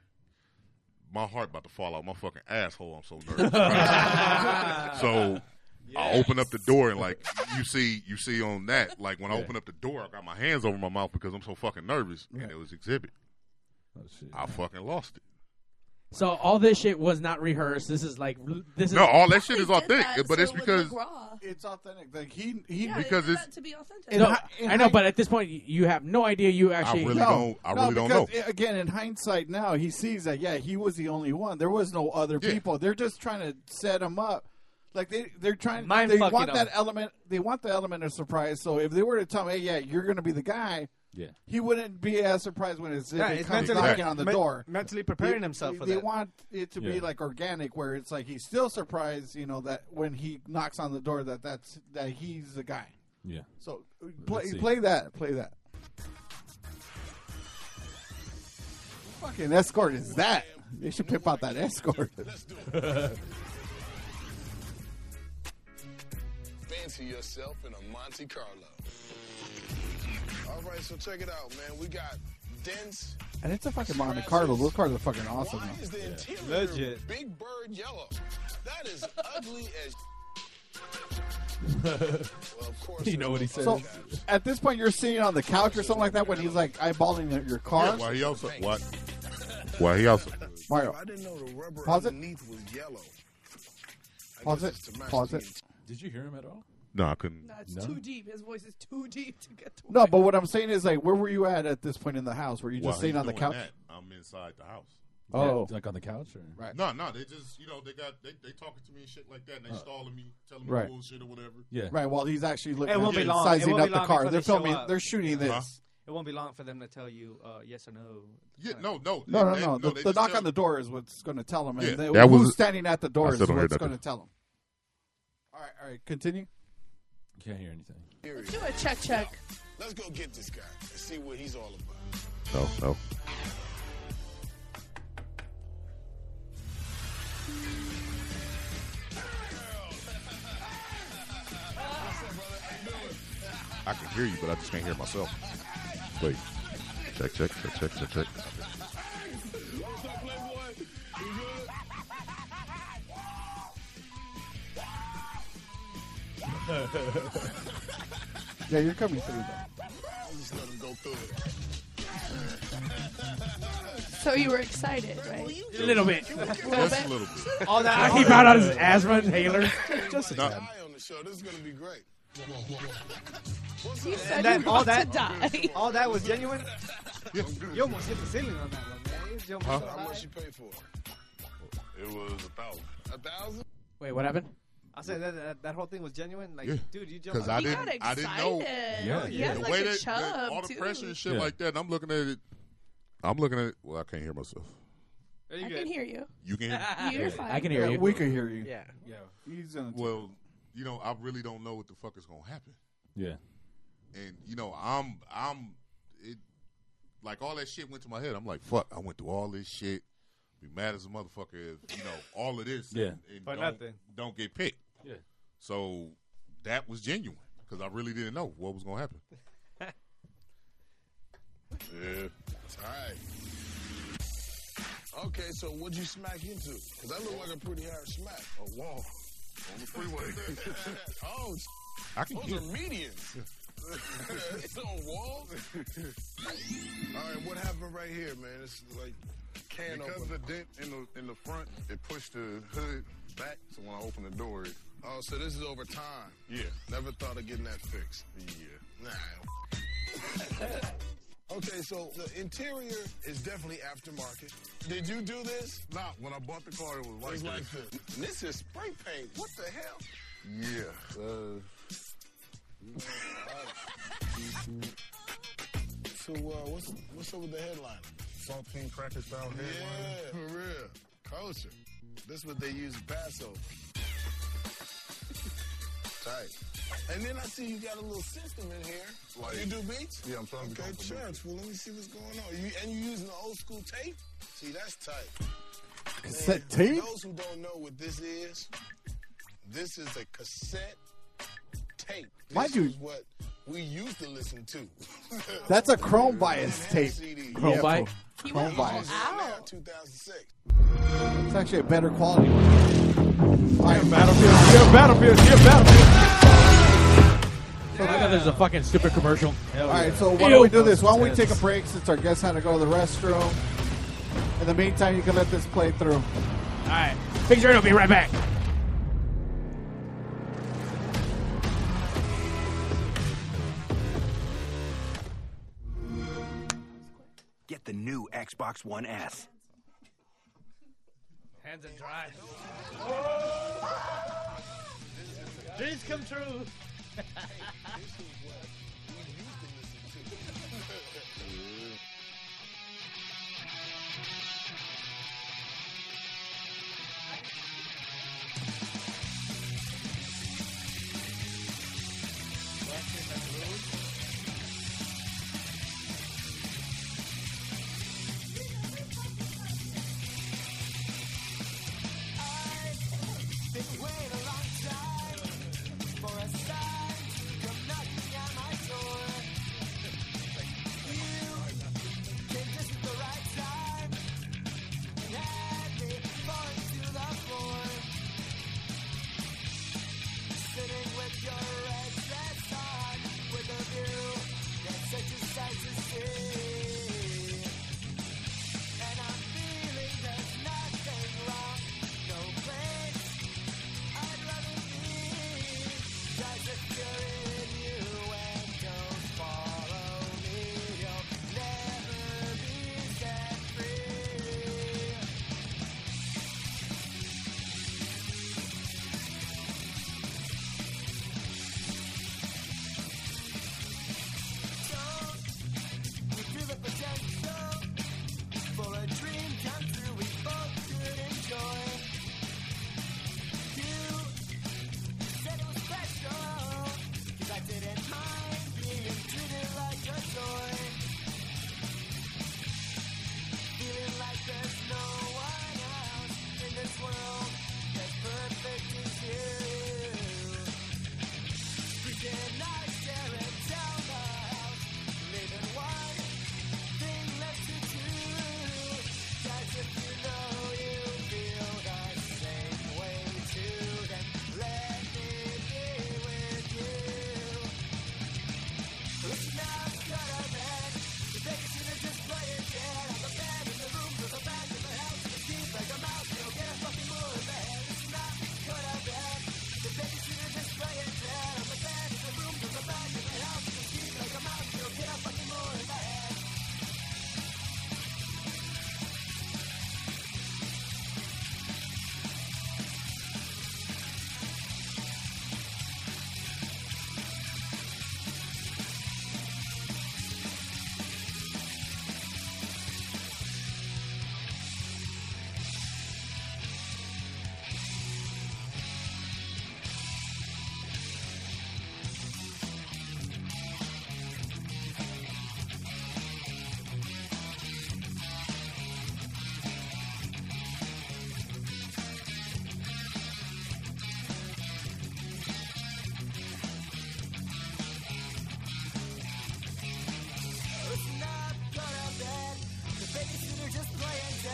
Speaker 19: My heart about to fall out my fucking asshole. I'm so
Speaker 1: *laughs*
Speaker 19: nervous. right? so I open up the door and like you see, you see on that. Like when I
Speaker 2: Yeah.
Speaker 19: open up the door, I got my hands over my mouth because I'm so fucking nervous. And it was exhibit.
Speaker 2: Oh,
Speaker 19: I fucking lost it.
Speaker 3: So all this shit was not rehearsed. This is like this is
Speaker 19: No, all that shit is authentic, but it's because
Speaker 1: It's authentic. Like he, he
Speaker 19: Yeah, they because did it's-
Speaker 8: to be authentic.
Speaker 3: No, I know, but at this point, y- you have no idea. You actually
Speaker 19: really don't- I
Speaker 1: no,
Speaker 19: really don't
Speaker 1: because,
Speaker 19: know.
Speaker 1: i- Again, in hindsight, now he sees that yeah, he was the only one. There was no other people. They're just trying to set him up. Like they they're trying.
Speaker 4: Mind
Speaker 1: they
Speaker 4: fucking
Speaker 1: want
Speaker 4: him.
Speaker 1: that element. They want the element of surprise. So if they were to tell him, hey, yeah, you're going to be the guy.
Speaker 2: Yeah.
Speaker 1: He wouldn't be as surprised when it's,
Speaker 4: Yeah,
Speaker 1: if it
Speaker 4: it's
Speaker 1: comes
Speaker 4: mentally-
Speaker 1: knocking on the
Speaker 4: men-
Speaker 1: door.
Speaker 4: mentally preparing himself
Speaker 1: They,
Speaker 4: for
Speaker 1: they
Speaker 4: that.
Speaker 1: want it to be
Speaker 4: Yeah.
Speaker 1: like organic, where it's like he's still surprised. You know that when he knocks on the door, that that's that he's the guy.
Speaker 2: Yeah.
Speaker 1: So
Speaker 2: Let's
Speaker 1: play
Speaker 2: see.
Speaker 1: play that. Play that. Fucking escort is that? They should pimp out that
Speaker 21: *laughs*
Speaker 1: escort.
Speaker 21: Fancy yourself in a Monte Carlo. All right, so check it out, man. We got dents.
Speaker 1: *laughs* and it's a fucking Monte Carlo. Those cars are fucking awesome.
Speaker 21: Why
Speaker 1: though.
Speaker 21: is the
Speaker 2: *laughs*
Speaker 21: interior
Speaker 1: Legit.
Speaker 21: Big Bird yellow? That is ugly as.
Speaker 2: you know what he said.
Speaker 1: So, at this point, you're sitting on the couch or something like that when he's like eyeballing your- your car.
Speaker 19: Why he also what? *laughs* Why he also?
Speaker 1: Mario,
Speaker 21: I didn't know the rubber
Speaker 1: Pause it.
Speaker 21: underneath was yellow. I
Speaker 1: Pause
Speaker 21: guess
Speaker 1: it.
Speaker 21: it's to match
Speaker 1: Pause
Speaker 21: the
Speaker 1: it.
Speaker 2: Did you hear him at all?
Speaker 19: No, I couldn't.
Speaker 8: No, it's too deep. His voice is too deep to get to.
Speaker 1: No, but what I'm saying is like, where were you at at this point in the house? Were you
Speaker 19: While
Speaker 1: just sitting
Speaker 19: he's
Speaker 1: on the
Speaker 19: doing
Speaker 1: couch?
Speaker 19: that, I'm inside the house.
Speaker 1: Oh.
Speaker 2: like on the couch, or?
Speaker 1: Right.
Speaker 19: No, no, they just you know they got they, they talking to me and shit like that, and they
Speaker 2: Uh.
Speaker 19: stalling me, telling me
Speaker 1: Right.
Speaker 19: bullshit or whatever.
Speaker 1: Right. While he's actually looking,
Speaker 9: It won't
Speaker 1: at
Speaker 9: be long.
Speaker 1: sizing
Speaker 9: it won't
Speaker 1: up
Speaker 9: be
Speaker 1: the
Speaker 9: long
Speaker 1: car.
Speaker 9: before
Speaker 1: They're
Speaker 9: they show
Speaker 1: filming.
Speaker 9: up.
Speaker 1: They're shooting this.
Speaker 9: It won't be long for them to tell you uh, yes or no.
Speaker 19: Yeah, no, no,
Speaker 1: No, no,
Speaker 19: They-
Speaker 1: no.
Speaker 19: no,
Speaker 1: The,
Speaker 19: they
Speaker 1: the
Speaker 19: just
Speaker 1: knock
Speaker 19: tell-
Speaker 1: on the door is what's going to tell him, and
Speaker 19: Yeah,
Speaker 1: they,
Speaker 19: that
Speaker 1: who's
Speaker 19: was-
Speaker 1: standing at the
Speaker 19: I
Speaker 1: door is
Speaker 19: still don't hear
Speaker 1: what's
Speaker 19: nothing.
Speaker 1: going to tell him. All right, all right. Continue.
Speaker 2: Can't hear anything.
Speaker 21: Let's
Speaker 8: do a check check.
Speaker 21: Let's go get this guy and see what he's all about. *laughs*
Speaker 19: No, no. I can hear you, but I just can't hear myself. Wait. Check, check, check, check, check, check.
Speaker 1: Yeah, you're coming through. Though.
Speaker 21: I'll just let him go through it.
Speaker 8: So you were excited, right?
Speaker 3: A little bit.
Speaker 21: Just a little bit.
Speaker 3: All that he found out his asthma inhaler.
Speaker 21: Just
Speaker 3: Just
Speaker 21: a
Speaker 3: a
Speaker 21: guy
Speaker 3: tad.
Speaker 21: on the show. This is gonna be great.
Speaker 8: You
Speaker 9: And
Speaker 8: said
Speaker 9: that,
Speaker 8: you
Speaker 9: all
Speaker 8: want
Speaker 9: that,
Speaker 8: to die.
Speaker 9: all that was
Speaker 19: *laughs*
Speaker 9: genuine. you almost hit the ceiling on that one, man. You almost
Speaker 21: So How much you pay for it? It was a thousand. A thousand?
Speaker 3: Wait, what happened?
Speaker 9: I said that, that that whole thing was genuine. Like, dude, you jumped.
Speaker 19: Because I didn't, I didn't know.
Speaker 8: Yeah, He had,
Speaker 19: the
Speaker 8: like,
Speaker 19: way
Speaker 8: a
Speaker 19: that, that
Speaker 8: chub,
Speaker 19: all the
Speaker 8: too.
Speaker 19: pressure and shit
Speaker 8: Yeah.
Speaker 19: like that. And I'm looking at it. I'm looking at it. Well, I can't hear myself.
Speaker 8: I can hear you.
Speaker 19: You can.
Speaker 8: *laughs*
Speaker 19: hear
Speaker 8: You're
Speaker 19: me?
Speaker 8: fine.
Speaker 1: Yeah, We can hear you.
Speaker 8: Yeah.
Speaker 19: Yeah.
Speaker 1: He's gonna
Speaker 19: well, you know, I really don't know what the fuck is gonna happen.
Speaker 2: Yeah.
Speaker 19: And you know, I'm, I'm, it, like all that shit went to my head. I'm like, fuck, I went through all this shit. Be mad as a motherfucker if you know all of this.
Speaker 2: Yeah.
Speaker 19: And, and
Speaker 2: For
Speaker 19: don't,
Speaker 2: nothing.
Speaker 19: Don't get picked.
Speaker 2: Yeah.
Speaker 19: So that was genuine because I really didn't know what was gonna happen. yeah.
Speaker 21: All right. Okay, so what'd you smack into? Because I look like a pretty hard smack. A wall. On the
Speaker 22: *laughs*
Speaker 21: freeway. oh,
Speaker 19: I can
Speaker 21: those
Speaker 19: hear.
Speaker 21: are medians.
Speaker 19: *laughs*
Speaker 21: it's on walls. All right, what happened right here, man? It's like can
Speaker 22: Because
Speaker 21: opener.
Speaker 22: the dent in the in the front, it pushed the hood back. So when I opened the door, it,
Speaker 21: Oh, so this is over time.
Speaker 22: yeah,
Speaker 21: Never thought of getting that fixed.
Speaker 22: yeah.
Speaker 21: Nah. okay, so the interior is definitely aftermarket. Did you do this?
Speaker 22: Nah, when I bought the car, it was like,
Speaker 21: It's like
Speaker 22: this.
Speaker 21: this. And This is spray paint. What the hell?
Speaker 22: Yeah. Uh,
Speaker 21: So uh, what's what's up with the headline?
Speaker 22: saltine cracker style
Speaker 21: Yeah,
Speaker 22: headline.
Speaker 21: for real. Culture. This what they use in Passover. Tight. And then I see you got a little system in here.
Speaker 22: Like-
Speaker 21: you do beats?
Speaker 22: Yeah, I'm trying to
Speaker 21: okay,
Speaker 22: become a
Speaker 21: church. Well, let me see what's going on. You, and you using the old school tape? See, that's tight.
Speaker 1: Cassette
Speaker 21: Man,
Speaker 1: tape?
Speaker 21: For those who don't know what this is, this is a cassette tape. This
Speaker 1: Mind you-
Speaker 21: is what we used to listen to. *laughs*
Speaker 1: That's a chrome bias
Speaker 21: Didn't have
Speaker 1: tape.
Speaker 21: CDs.
Speaker 1: Yeah,
Speaker 3: Chromebite?
Speaker 1: for- Chrome bias.
Speaker 21: Now, 2006.
Speaker 1: It's actually a better quality one. All right,
Speaker 3: Battlefield.
Speaker 1: Yeah, Battlefield. Yeah, Battlefield.
Speaker 3: I thought there's a fucking stupid commercial.
Speaker 1: All right, so why don't we do this? Why don't we take a break since our guest had to go to the restroom? In the meantime, you can let this play through. All
Speaker 3: right. Pigs Radio will be right back.
Speaker 23: Get the new Xbox One S.
Speaker 13: Hands and dry. Dreams come true.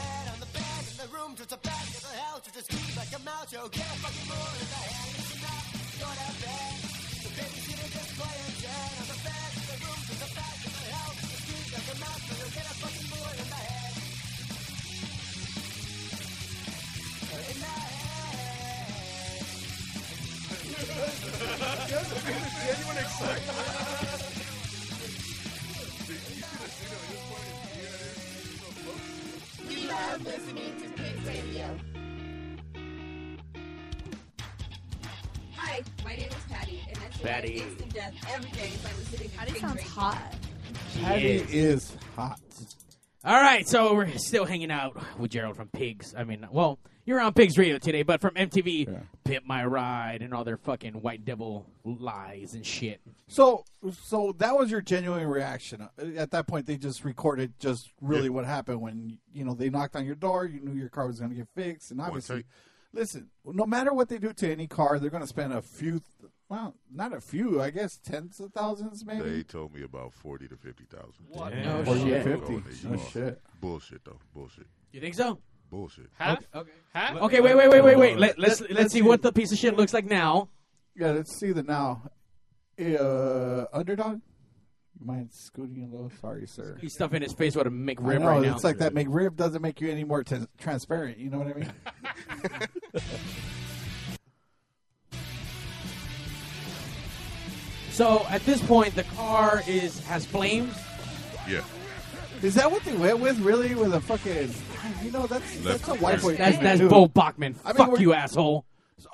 Speaker 12: room to the back of the house to just be like a mouse. Yo, get a fucking more in the hand. It's not going to bed. The baby's gonna just play and dead on the back of the room to the back of the house to be like a mouse. Yo, get a fucking more in the head. In the head.
Speaker 21: Anyone excited?
Speaker 12: We love listening to Pigs Radio.
Speaker 15: Hi, my name is Patty, and that's why I
Speaker 1: Patty.
Speaker 15: taste of death every day by listening to
Speaker 8: Patty
Speaker 15: Pigs
Speaker 8: sounds
Speaker 15: Radio.
Speaker 8: hot.
Speaker 1: Patty is hot.
Speaker 3: All right, so we're still hanging out with Gerald from Pigs. I mean, well, you're on Pigs Radio today, but from MTV, Pimp My Ride and all their fucking white devil lies and shit.
Speaker 1: So, so that was your genuine reaction Uh, at that point. They just recorded just really
Speaker 2: Yeah.
Speaker 1: what happened when you know they knocked on your door. You knew your car was going to get fixed, and obviously,
Speaker 2: take.
Speaker 1: listen. No matter what they do to any car, they're going to spend a few. Well, not a few. I guess tens of thousands, maybe.
Speaker 19: They told me about forty to fifty thousand.
Speaker 1: What? Damn. No shit. 50. No shit.
Speaker 19: Bullshit though. Bullshit.
Speaker 3: You think so?
Speaker 19: Bullshit.
Speaker 3: Okay. Okay, wait, wait, wait, wait, wait. Let, let's
Speaker 1: Let-
Speaker 3: let's see what the piece of shit looks like now.
Speaker 1: Yeah, let's see the now. Uh, underdog. You mind scooting a little? Sorry, sir.
Speaker 3: He's stuffing his face with a
Speaker 1: I
Speaker 3: McRib
Speaker 1: know,
Speaker 3: right now.
Speaker 1: It's like that McRib doesn't make you any more t- transparent. You know what I mean?
Speaker 3: So at this point, the car is has flames.
Speaker 19: Yeah.
Speaker 1: Is that what they went with? Really, with a fucking? You know,
Speaker 3: Left
Speaker 1: that's that's a white boy.
Speaker 3: That's-
Speaker 1: thing,
Speaker 3: that's
Speaker 1: too.
Speaker 3: Bo Bachman. Fuck
Speaker 1: were-
Speaker 3: you, asshole.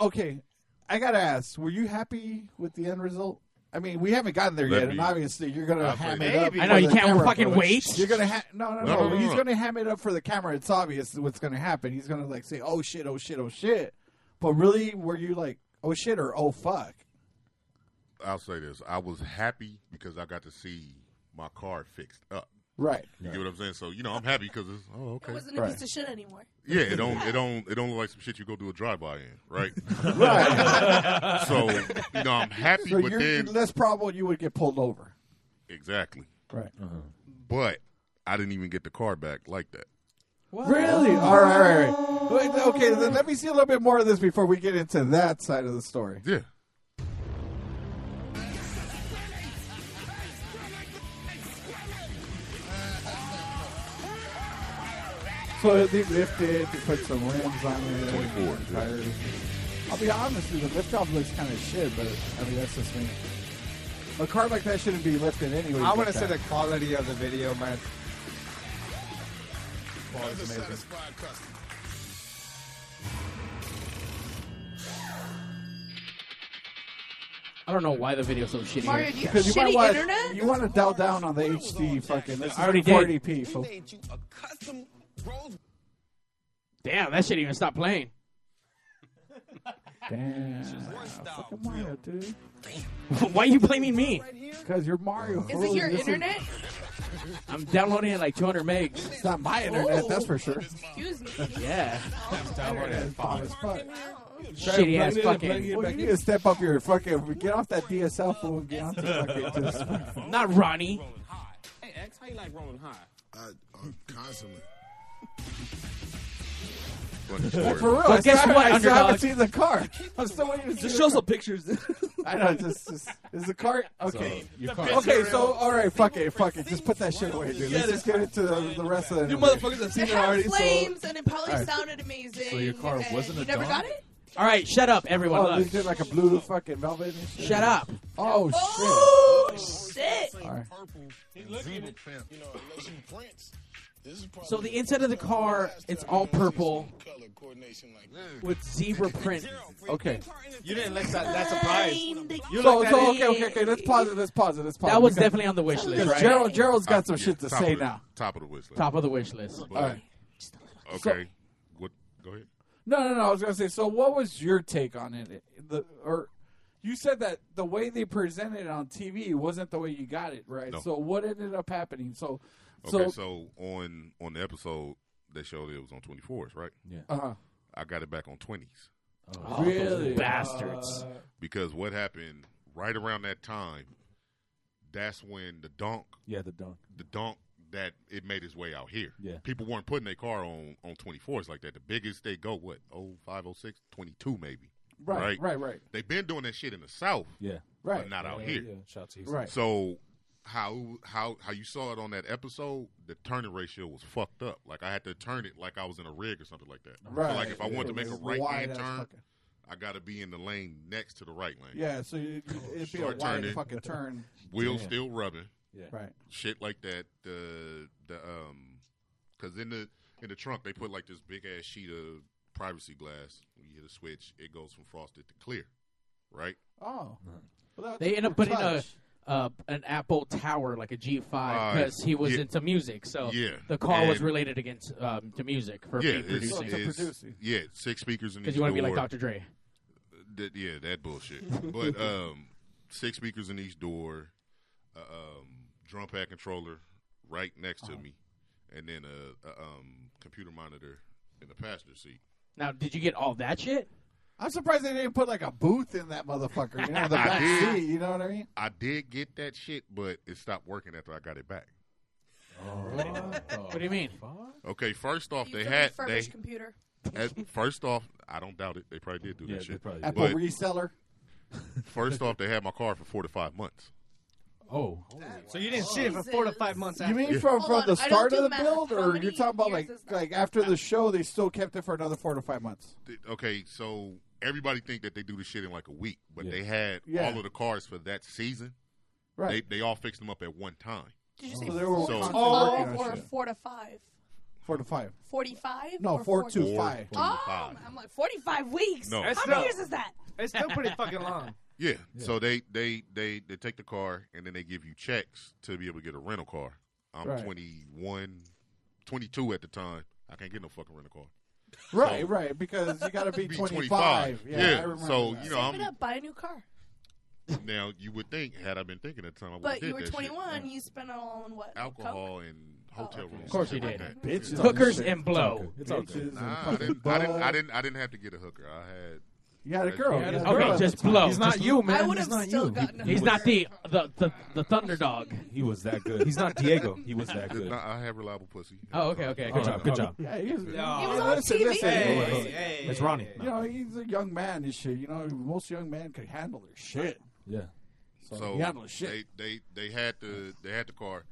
Speaker 1: Okay, I gotta ask: Were you happy with the end result? I mean, we haven't gotten there
Speaker 2: Let
Speaker 1: yet,
Speaker 2: me-
Speaker 1: and obviously you're gonna
Speaker 2: I'll
Speaker 1: ham
Speaker 2: play
Speaker 1: it
Speaker 2: that.
Speaker 1: up.
Speaker 2: I know,
Speaker 1: for
Speaker 2: you
Speaker 1: the
Speaker 2: can't
Speaker 1: camera.
Speaker 2: fucking wait.
Speaker 1: You're gonna ha- no, no,
Speaker 2: No,
Speaker 1: no,
Speaker 2: no, no,
Speaker 1: He's
Speaker 2: *laughs* no.
Speaker 1: gonna ham it up for the camera. It's obvious what's gonna happen. He's gonna like say, "Oh shit! Oh shit! Oh shit!" But really, were you like, "Oh shit" or "Oh
Speaker 2: *laughs*
Speaker 1: fuck"?
Speaker 19: I'll say this. I was happy because I got to see my car fixed up.
Speaker 1: Right.
Speaker 19: You get what I'm saying? So you know, I'm happy because it's oh okay.
Speaker 8: It wasn't a piece of shit anymore.
Speaker 19: Yeah, it don't it don't it don't look like some shit you go do a drive by in, right?
Speaker 1: *laughs* Right.
Speaker 19: *laughs*
Speaker 1: *laughs*
Speaker 19: so you know, I'm happy,
Speaker 1: So
Speaker 19: but
Speaker 1: you're
Speaker 19: then
Speaker 1: less probable you would get pulled over.
Speaker 19: exactly.
Speaker 1: Right.
Speaker 19: But I didn't even get the car back like that.
Speaker 3: Oh.
Speaker 1: Really? All right, all right. Wait, okay, then let me see a little bit more of this before we get into that side of the story.
Speaker 19: Yeah.
Speaker 1: So they lifted, they put some rims on it.
Speaker 19: 24, yeah.
Speaker 1: Tires. I'll be honest with you, the lift off looks kind of shit, but I mean, that's just me. A car like that shouldn't be lifted anyway. uh,
Speaker 9: I want to
Speaker 1: like
Speaker 9: say
Speaker 1: that.
Speaker 9: the quality of the video, man. Oh,
Speaker 1: That's amazing.
Speaker 3: I don't know why the video's so shitty.
Speaker 8: Mario, do you have
Speaker 1: Because you might
Speaker 8: shitty
Speaker 1: want
Speaker 8: internet?
Speaker 1: you want to dial down on the HD fucking. This is
Speaker 3: I already did.
Speaker 1: 40p. Folks.
Speaker 3: Damn, that shit even stopped playing.
Speaker 1: Damn. Fucking Mario, dude.
Speaker 3: *laughs* Why are you blaming me?
Speaker 1: Because you're Mario.
Speaker 3: Oh,
Speaker 8: Is it your internet?
Speaker 3: I'm downloading it like 200 megs.
Speaker 1: It's not my internet, that's for sure.
Speaker 8: Excuse me.
Speaker 3: Yeah.
Speaker 1: Shitty
Speaker 3: ass fucking-
Speaker 1: Well, you need to step up your fucking. Get off that DSL phone. Get off the fucking. *laughs* just-
Speaker 3: Not Ronnie.
Speaker 12: Hey, X, how you like rolling high?
Speaker 21: I, I'm constantly.
Speaker 1: *laughs* But for real,
Speaker 21: But
Speaker 1: I still
Speaker 21: guess
Speaker 1: haven't-
Speaker 21: what,
Speaker 1: I still haven't
Speaker 21: underdog?
Speaker 1: seen the car. I'm still waiting to see
Speaker 10: Just
Speaker 1: the
Speaker 10: show
Speaker 1: car.
Speaker 10: some pictures.
Speaker 1: *laughs* I know. Just, just is the car okay?
Speaker 10: So, your car.
Speaker 1: okay, so all right, fuck it, fuck it. Just put that shit away, dude. Let's just get into the, the rest of it.
Speaker 10: You motherfuckers have seen
Speaker 8: It
Speaker 10: it
Speaker 8: had
Speaker 10: already.
Speaker 8: flames and it probably
Speaker 1: All right.
Speaker 8: sounded amazing.
Speaker 1: So your car
Speaker 8: and
Speaker 1: wasn't a
Speaker 8: You never
Speaker 1: dog?
Speaker 8: got it?
Speaker 3: All right, shut up, everyone.
Speaker 1: Oh,
Speaker 3: Look.
Speaker 1: they did like a blue fucking velvet. And shit.
Speaker 3: Shut up.
Speaker 1: Oh,
Speaker 3: Oh,
Speaker 8: shit.
Speaker 1: All right.
Speaker 3: So the inside of the car, it's all purple with zebra print.
Speaker 1: Okay.
Speaker 12: You didn't let that. That's a prize.
Speaker 1: So, so okay, okay, okay. Let's pause it. Let's pause it. Let's pause it.
Speaker 3: That was
Speaker 1: because-
Speaker 3: definitely on the wish list,
Speaker 1: because
Speaker 3: right?
Speaker 1: Gerald, Gerald's got some
Speaker 19: I- yeah,
Speaker 1: shit to
Speaker 19: top
Speaker 1: say
Speaker 19: of the-
Speaker 1: now.
Speaker 19: Top of the wish list.
Speaker 3: Top of the wish list.
Speaker 19: But-
Speaker 1: All right.
Speaker 19: Okay. what? Go ahead.
Speaker 1: No, no, no. I was gonna say. So, what was your take on it? The or you said that the way they presented it on TV wasn't the way you got it right.
Speaker 19: No.
Speaker 1: So, what ended up happening? So,
Speaker 19: Okay,
Speaker 1: so,
Speaker 19: so, on on the episode they showed it was on twenty fours, right?
Speaker 1: Yeah. Uh-huh.
Speaker 19: I got it back on twenties.
Speaker 1: Oh, Really? those bastards.
Speaker 19: because what happened right around that time, that's when the donk
Speaker 10: Yeah, the donk.
Speaker 19: the donk that it made its way out here.
Speaker 2: Yeah.
Speaker 19: People weren't putting their car on on 24s like that. The biggest they go what? Oh, 0506, 22 maybe.
Speaker 1: Right, right, right.
Speaker 19: They've been doing that shit in the south.
Speaker 2: Yeah.
Speaker 1: Right.
Speaker 19: But not out
Speaker 2: Yeah,
Speaker 19: here.
Speaker 2: yeah. Shout out to Houston.
Speaker 1: Right.
Speaker 19: So how how how you saw it on that episode, the turning ratio was fucked up. Like I had to turn it like I was in a rig or something like that. So,
Speaker 1: Right.
Speaker 19: like if I wanted to
Speaker 1: It
Speaker 19: make a
Speaker 1: was
Speaker 19: right hand
Speaker 1: wide-ass
Speaker 19: turn,
Speaker 1: fucking-
Speaker 19: I got to be in the lane next to the right lane. Oh,
Speaker 1: Yeah, so you- it'd be a
Speaker 19: Start
Speaker 1: wide
Speaker 19: turning.
Speaker 1: fucking turn.
Speaker 19: Wheels
Speaker 1: Yeah.
Speaker 19: still rubbing.
Speaker 1: Yeah. Right.
Speaker 19: Shit like that. The the um, because in the in the trunk they put like this big ass sheet of privacy glass. When you hit a switch, it goes from frosted to clear. Right.
Speaker 1: Oh. Well, that's
Speaker 3: They
Speaker 1: a
Speaker 3: end up
Speaker 1: cool
Speaker 3: putting a,
Speaker 1: touch.
Speaker 3: uh, an Apple Tower, like a G5,
Speaker 19: Uh,
Speaker 3: because he was
Speaker 19: yeah.
Speaker 3: into music. So
Speaker 19: Yeah.
Speaker 3: the car was
Speaker 19: And-
Speaker 3: related against um, to music for
Speaker 19: yeah,
Speaker 3: being producing.
Speaker 19: It's, it's, yeah, six speakers in
Speaker 3: 'Cause
Speaker 19: each
Speaker 3: you wanna be like
Speaker 19: door.
Speaker 3: Dr. Dre.
Speaker 19: Th- yeah, that bullshit. but um, six speakers in each door, uh, um, drum pad controller right next
Speaker 3: Uh-huh.
Speaker 19: to me, and then a, a um, computer monitor in the passenger seat.
Speaker 3: Now, did you get all that shit?
Speaker 1: I'm surprised they didn't put like a booth in that motherfucker. You
Speaker 19: *laughs*
Speaker 1: know, the
Speaker 19: I
Speaker 1: back
Speaker 19: did.
Speaker 1: seat. You know what I mean?
Speaker 19: I did get that shit, but it stopped working after I got it back.
Speaker 1: Oh,
Speaker 3: What do you mean?
Speaker 19: Okay, first off,
Speaker 8: You
Speaker 19: they
Speaker 8: took a
Speaker 19: had they
Speaker 8: refurbished computer.
Speaker 19: as- first off, I don't doubt it. They probably did do
Speaker 1: Yeah,
Speaker 19: that
Speaker 1: they
Speaker 19: shit.
Speaker 1: probably did. Apple reseller. *laughs*
Speaker 19: First off, they had my car for four to five months.
Speaker 2: Oh.
Speaker 9: So you didn't see it for four to five months.
Speaker 1: You
Speaker 9: after.
Speaker 1: mean from,
Speaker 9: Hold
Speaker 1: from
Speaker 9: on,
Speaker 1: the
Speaker 9: I don't
Speaker 1: start
Speaker 9: do
Speaker 1: of the
Speaker 9: math.
Speaker 1: build,
Speaker 9: How
Speaker 1: or
Speaker 9: many
Speaker 1: you're talking about
Speaker 9: years
Speaker 1: like
Speaker 9: is that?
Speaker 1: like after the show they still kept it for another four to five months?
Speaker 19: Th- okay, so everybody think that they do the shit in like a week, but they had
Speaker 1: Yeah.
Speaker 19: all of the cars for that season.
Speaker 1: Right.
Speaker 19: They, they all fixed them up at one time.
Speaker 8: Did you say
Speaker 1: they were
Speaker 8: four,
Speaker 19: So-
Speaker 8: to
Speaker 1: Oh,
Speaker 8: five
Speaker 1: okay.
Speaker 8: or four to five?
Speaker 1: Four to five.
Speaker 8: 45?
Speaker 1: No,
Speaker 8: or
Speaker 1: four
Speaker 8: 40?
Speaker 1: to five.
Speaker 19: Four to
Speaker 8: Oh,
Speaker 19: five.
Speaker 8: I'm like, 45 weeks?
Speaker 19: No.
Speaker 8: How
Speaker 19: That's
Speaker 8: many
Speaker 19: not-
Speaker 8: years is that?
Speaker 9: *laughs* It's still
Speaker 8: *laughs*
Speaker 9: pretty *laughs* fucking long.
Speaker 19: Yeah. So they, they they they take the car and then they give you checks to be able to get a rental car. I'm
Speaker 1: Right.
Speaker 19: 21, 22 at the time. I can't get no fucking rental car.
Speaker 1: Right, right, because you got to be
Speaker 19: *laughs*
Speaker 1: 25. Yeah, I remember
Speaker 19: so
Speaker 1: that.
Speaker 19: you know,
Speaker 8: Save
Speaker 19: I'm,
Speaker 8: it up, buy a new car.
Speaker 19: now you would think had I been thinking at the time, I would
Speaker 8: But
Speaker 19: have did
Speaker 8: you were
Speaker 19: that shit.
Speaker 8: 21, you spent it all on what?
Speaker 19: alcohol and
Speaker 8: Oh,
Speaker 19: hotel rooms.
Speaker 3: Of course
Speaker 19: and
Speaker 3: you
Speaker 19: shit
Speaker 3: did.
Speaker 19: Like that.
Speaker 3: Bitches and Hookers shit. and It's blow. all good. It's all
Speaker 19: Nah,
Speaker 3: good.
Speaker 19: I didn't, I didn't. I didn't. I didn't have to get a hooker. I had.
Speaker 1: You had a girl.
Speaker 19: I
Speaker 1: You had
Speaker 19: had
Speaker 1: a
Speaker 3: Okay,
Speaker 1: girl at
Speaker 3: just
Speaker 1: the time.
Speaker 3: blow.
Speaker 1: He's not
Speaker 3: Just-
Speaker 1: you, man. I would
Speaker 8: have Not still you. gotten a
Speaker 3: He's
Speaker 8: hooker.
Speaker 3: not the the the, the Thunderdog.
Speaker 2: He was that good. He's not Diego.
Speaker 19: *laughs*
Speaker 2: He was that good.
Speaker 19: Nah, I had reliable pussy.
Speaker 3: Oh, okay, okay. Good
Speaker 2: All
Speaker 3: job.
Speaker 2: right,
Speaker 3: Good
Speaker 2: okay.
Speaker 3: job.
Speaker 1: Yeah, he was,
Speaker 3: Yeah.
Speaker 8: was on TV. Hey,
Speaker 2: hey, It's Ronnie.
Speaker 1: You know, he's a young man and shit. You know, most young men could handle their shit.
Speaker 2: Yeah.
Speaker 1: So,
Speaker 19: So
Speaker 1: he handled shit.
Speaker 19: they they they had the they had the car,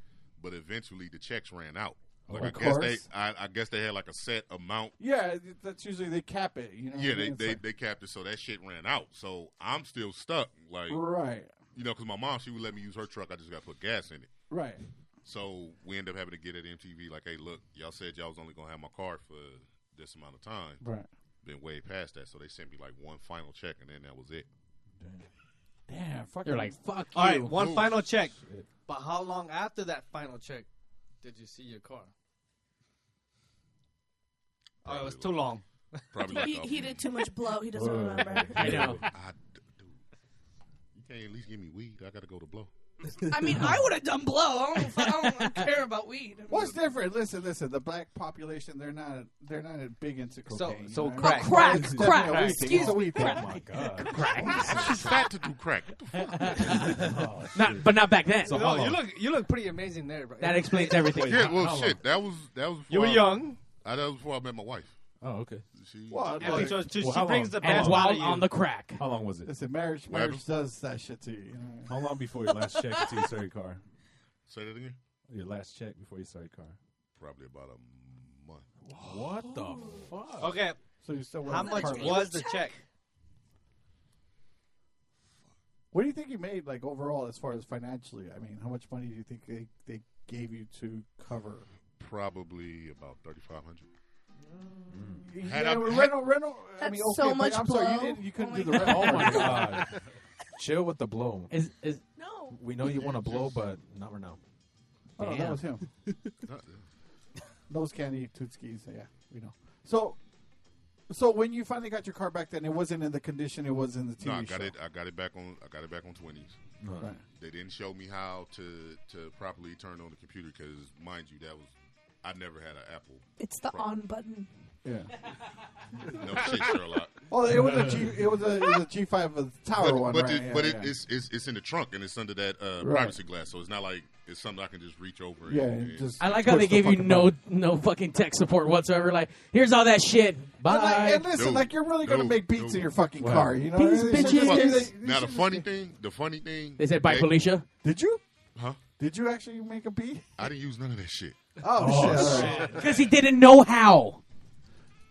Speaker 19: but eventually the checks ran out.
Speaker 1: Oh,
Speaker 19: Like
Speaker 1: of
Speaker 19: I guess they
Speaker 1: course.
Speaker 19: I, I guess they had like a set amount.
Speaker 1: Yeah, that's usually they cap it. You know,
Speaker 19: yeah,
Speaker 1: what I
Speaker 19: they
Speaker 1: mean? It's
Speaker 19: they,
Speaker 1: like-
Speaker 19: they capped it, so that shit ran out. So I'm still stuck. Like
Speaker 1: Right.
Speaker 19: you know, because my mom she would let me use her truck. I just got to put gas in it.
Speaker 1: right.
Speaker 19: So we end up having to get at MTV like, hey, look, y'all said y'all was only gonna have my car for this amount of time.
Speaker 1: Right.
Speaker 19: Been way past that, so they sent me like one final check, and then that was it.
Speaker 1: Damn, fuck.
Speaker 3: You're like, fuck
Speaker 9: All right,
Speaker 3: you.
Speaker 9: one
Speaker 3: Ooh.
Speaker 9: final check. But how long after that final check did you see your car? Oh, it was too long.
Speaker 19: Probably
Speaker 8: *laughs* He,
Speaker 19: like,
Speaker 8: he
Speaker 19: um,
Speaker 8: did too much blow. He doesn't
Speaker 19: Whoa.
Speaker 8: remember.
Speaker 19: I
Speaker 9: know.
Speaker 19: dude, you can't at least give me weed. I gotta go to
Speaker 2: *laughs*
Speaker 19: blow.
Speaker 8: I mean, I would have done blow. I don't, I don't, *laughs* care about weed.
Speaker 1: What's different? Listen, listen. The black population, they're not, they're not big into
Speaker 9: So-
Speaker 1: cocaine.
Speaker 9: so
Speaker 1: you know?
Speaker 9: crack. Oh, crack,
Speaker 1: It's definitely
Speaker 9: crack.
Speaker 1: a weed thing.
Speaker 9: Excuse
Speaker 1: It's a weed
Speaker 9: me.
Speaker 1: thing.
Speaker 9: Oh, my God.
Speaker 1: Crack.
Speaker 19: She's fat to do crack.
Speaker 3: *laughs*
Speaker 19: Oh,
Speaker 3: Not, but not back then.
Speaker 9: No, you look you look pretty amazing there, bro.
Speaker 3: That
Speaker 9: *laughs*
Speaker 3: explains everything.
Speaker 19: Yeah, well, shit. That was that was.
Speaker 9: You
Speaker 19: before
Speaker 9: were
Speaker 19: I-
Speaker 9: young.
Speaker 19: I, that was before I met my wife.
Speaker 2: Oh, okay.
Speaker 19: She,
Speaker 1: Well,
Speaker 9: Yeah,
Speaker 1: like-
Speaker 9: so it's just-
Speaker 2: Well, how
Speaker 9: she brings
Speaker 2: long-
Speaker 9: the
Speaker 2: how
Speaker 9: best
Speaker 2: long-
Speaker 9: out of you.
Speaker 3: crack.
Speaker 2: How long was it?
Speaker 1: Listen, marriage,
Speaker 2: What happened?
Speaker 1: marriage does that shit to you. you know?
Speaker 2: How long before
Speaker 1: *laughs*
Speaker 2: your last check until you sell your car?
Speaker 19: Say that again.
Speaker 2: Your last check before you sell your car.
Speaker 19: Probably about a month.
Speaker 2: What the fuck?
Speaker 9: Okay.
Speaker 1: So you still
Speaker 9: How
Speaker 1: wearing
Speaker 9: much
Speaker 1: the card.
Speaker 9: was the check?
Speaker 1: What do you think you made, like overall, as far as financially? I mean, how much money do you think they, they gave you to cover?
Speaker 19: Probably about thirty five hundred.
Speaker 2: Mm.
Speaker 1: yeah, rental, rental. I mean, okay, but I'm sorry, you, didn't, you couldn't do the rental.
Speaker 2: *laughs* Oh my god. Chill with the blow.
Speaker 3: Is is
Speaker 8: no.
Speaker 2: We know you want to blow, but not right now.
Speaker 1: Oh, that was him. *laughs* Nose candy, toot skis. Yeah, we know. So, so when you finally got your car back, then it wasn't in the condition it was in the TV
Speaker 19: No, I got
Speaker 1: show.
Speaker 19: it. I got it back on. I got it back on twenties.
Speaker 1: Right.
Speaker 19: They didn't show me how to to properly turn on the computer because, mind you, that was I never had an Apple.
Speaker 8: It's the on button.
Speaker 1: Yeah.
Speaker 19: No shit,
Speaker 1: *laughs*
Speaker 19: Sherlock.
Speaker 1: Well, Oh, it was a G. It was a, it was a G five
Speaker 19: *laughs*
Speaker 1: tower
Speaker 19: but,
Speaker 1: one,
Speaker 19: but
Speaker 1: right?
Speaker 19: it,
Speaker 1: yeah,
Speaker 19: but
Speaker 1: yeah.
Speaker 19: It, it's, it's it's in the trunk and it's under that uh,
Speaker 1: Right.
Speaker 19: privacy glass, so it's not like it's something I can just reach over.
Speaker 1: Yeah,
Speaker 19: and,
Speaker 1: and just
Speaker 3: I like how they gave you no no fucking tech support whatsoever. Like, here's all that shit.
Speaker 1: But
Speaker 3: Bye.
Speaker 1: like, and listen, like you're really gonna make beats in your fucking
Speaker 3: Wow.
Speaker 1: car, you know?
Speaker 3: Beats,
Speaker 1: They should
Speaker 3: bitches.
Speaker 1: just
Speaker 19: Fuck.
Speaker 1: do that-
Speaker 19: now the funny thing, the funny thing.
Speaker 3: They said, "Bye, Felicia."
Speaker 1: Did you?
Speaker 19: Huh?
Speaker 1: Did you actually make a beat?
Speaker 19: I didn't use none of that shit.
Speaker 1: Oh, shit! all right.
Speaker 3: Because he didn't know how.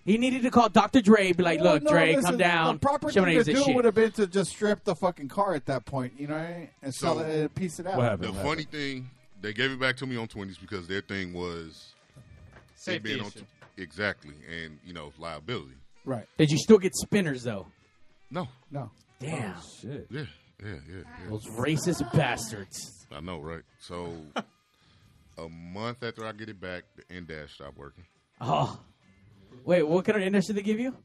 Speaker 3: He needed to call Dr. Dre, be like,
Speaker 1: Well,
Speaker 3: look,
Speaker 1: Oh, no,
Speaker 3: Dre,
Speaker 1: listen,
Speaker 3: come down.
Speaker 1: The proper
Speaker 3: Show
Speaker 1: thing
Speaker 3: me
Speaker 1: to
Speaker 3: this
Speaker 1: do
Speaker 3: shit.
Speaker 1: would have been to just strip the fucking car at that point, you know, what I mean? and sell it, and piece it out.
Speaker 19: The funny thing, they gave it back to me on twenties because their thing was it
Speaker 1: Safety
Speaker 19: being on
Speaker 1: issue.
Speaker 19: tw- exactly, and you know liability.
Speaker 1: Right.
Speaker 3: Did you still get spinners, though?
Speaker 19: No.
Speaker 1: No.
Speaker 3: Damn.
Speaker 1: Oh,
Speaker 19: shit. Yeah, yeah, yeah. yeah.
Speaker 3: Those racist bastards.
Speaker 19: I know, right? So, a month after I get it back, the end dash stopped working.
Speaker 3: Oh. Wait, what kind of industry they give you?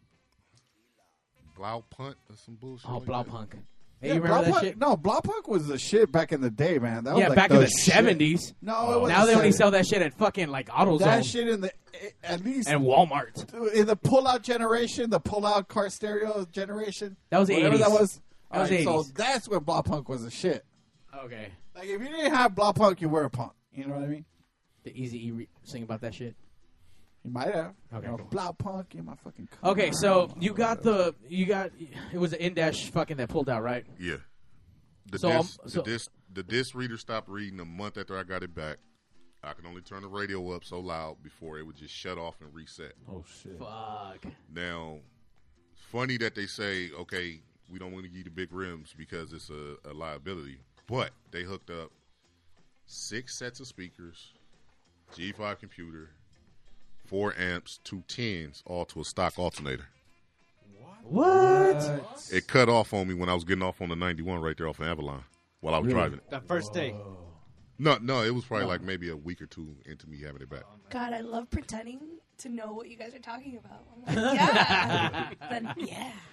Speaker 19: Blau punt or some bullshit.
Speaker 3: Oh,
Speaker 19: like
Speaker 3: Blau
Speaker 19: that.
Speaker 3: punk.
Speaker 1: Yeah,
Speaker 3: Hey, you remember
Speaker 1: Blaupunch-
Speaker 3: that shit?
Speaker 1: No, Blaupunch was the shit back in the day, man. That was
Speaker 3: yeah,
Speaker 1: like
Speaker 3: back in the
Speaker 1: shit.
Speaker 3: 70s.
Speaker 1: No, it was
Speaker 3: Now
Speaker 1: the
Speaker 3: they only
Speaker 1: 70s.
Speaker 3: sell that shit at fucking, like, AutoZone.
Speaker 1: That shit in the eh, at least
Speaker 3: And Walmart.
Speaker 1: in the pull-out generation, the pull-out car stereo generation.
Speaker 3: That was the
Speaker 1: whatever
Speaker 3: 80s.
Speaker 1: that was.
Speaker 3: That was
Speaker 1: Alright, so
Speaker 3: 80s.
Speaker 1: that's when Blaupunch was a shit.
Speaker 3: Okay.
Speaker 1: Like if you didn't have Blaupunch, you were a punk. You know what I mean?
Speaker 3: The Easy E re- sing about that shit.
Speaker 1: You might have.
Speaker 3: Okay,
Speaker 1: You know,
Speaker 3: cool.
Speaker 1: Blaupunch in my fucking car.
Speaker 3: Okay, so you got the you got it was an Indash fucking that pulled out, right?
Speaker 19: Yeah. The,
Speaker 3: So,
Speaker 19: disc,
Speaker 3: um, so-
Speaker 19: the disc the disc reader stopped reading a month after I got it back. I could only turn the radio up so loud before it would just shut off and reset.
Speaker 2: Oh shit.
Speaker 3: Fuck.
Speaker 19: Now, it's funny that they say, okay, we don't want to give you the big rims because it's a, a liability, but they hooked up six sets of speakers, G5 computer, four amps, two tens, all to a stock alternator.
Speaker 3: What?
Speaker 19: It cut off on me when I was getting off on the 91 right there off of Avalon while I was
Speaker 9: Really?
Speaker 19: driving it.
Speaker 9: The first day.
Speaker 19: No, no, it was probably like maybe a week or two into me having it back.
Speaker 8: *laughs* God, I love pretending to know what you guys are talking about. I'm like, yeah. then yeah.
Speaker 1: *laughs*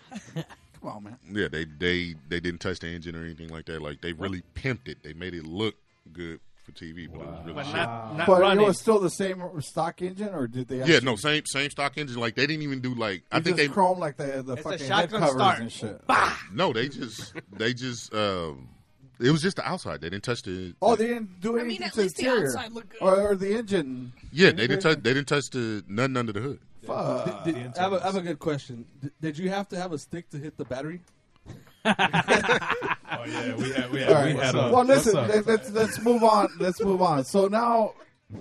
Speaker 1: Come on, man.
Speaker 19: Yeah, they they they didn't touch the engine or anything like that. Like they really pimped it. They made it look good for TV, but it was really
Speaker 1: But
Speaker 19: shit.
Speaker 1: not- but it was still the same stock engine, or did they?
Speaker 19: yeah,
Speaker 1: actually-
Speaker 19: no, same same stock engine. Like they didn't even do like I
Speaker 1: you
Speaker 19: think
Speaker 1: just
Speaker 19: they
Speaker 1: chrome like the the
Speaker 19: It's a
Speaker 1: fucking head
Speaker 19: shotgun
Speaker 1: covers
Speaker 19: start.
Speaker 1: and shit.
Speaker 19: no, they just they just um, it was just the outside. They didn't touch the
Speaker 1: Oh, they didn't do anything to the interior or, or the engine.
Speaker 19: yeah they didn't touch they didn't touch the nothing under the hood.
Speaker 1: Fuck.
Speaker 10: Did- did- I, have a, I have a good question. Did, did you have to have a stick to hit the battery?
Speaker 2: *laughs* Oh yeah, we had we had,
Speaker 1: All right.
Speaker 2: we had a,
Speaker 1: well, listen.
Speaker 2: what's up?
Speaker 1: Let, let's let's move on. Let's move on. So now,
Speaker 2: *laughs*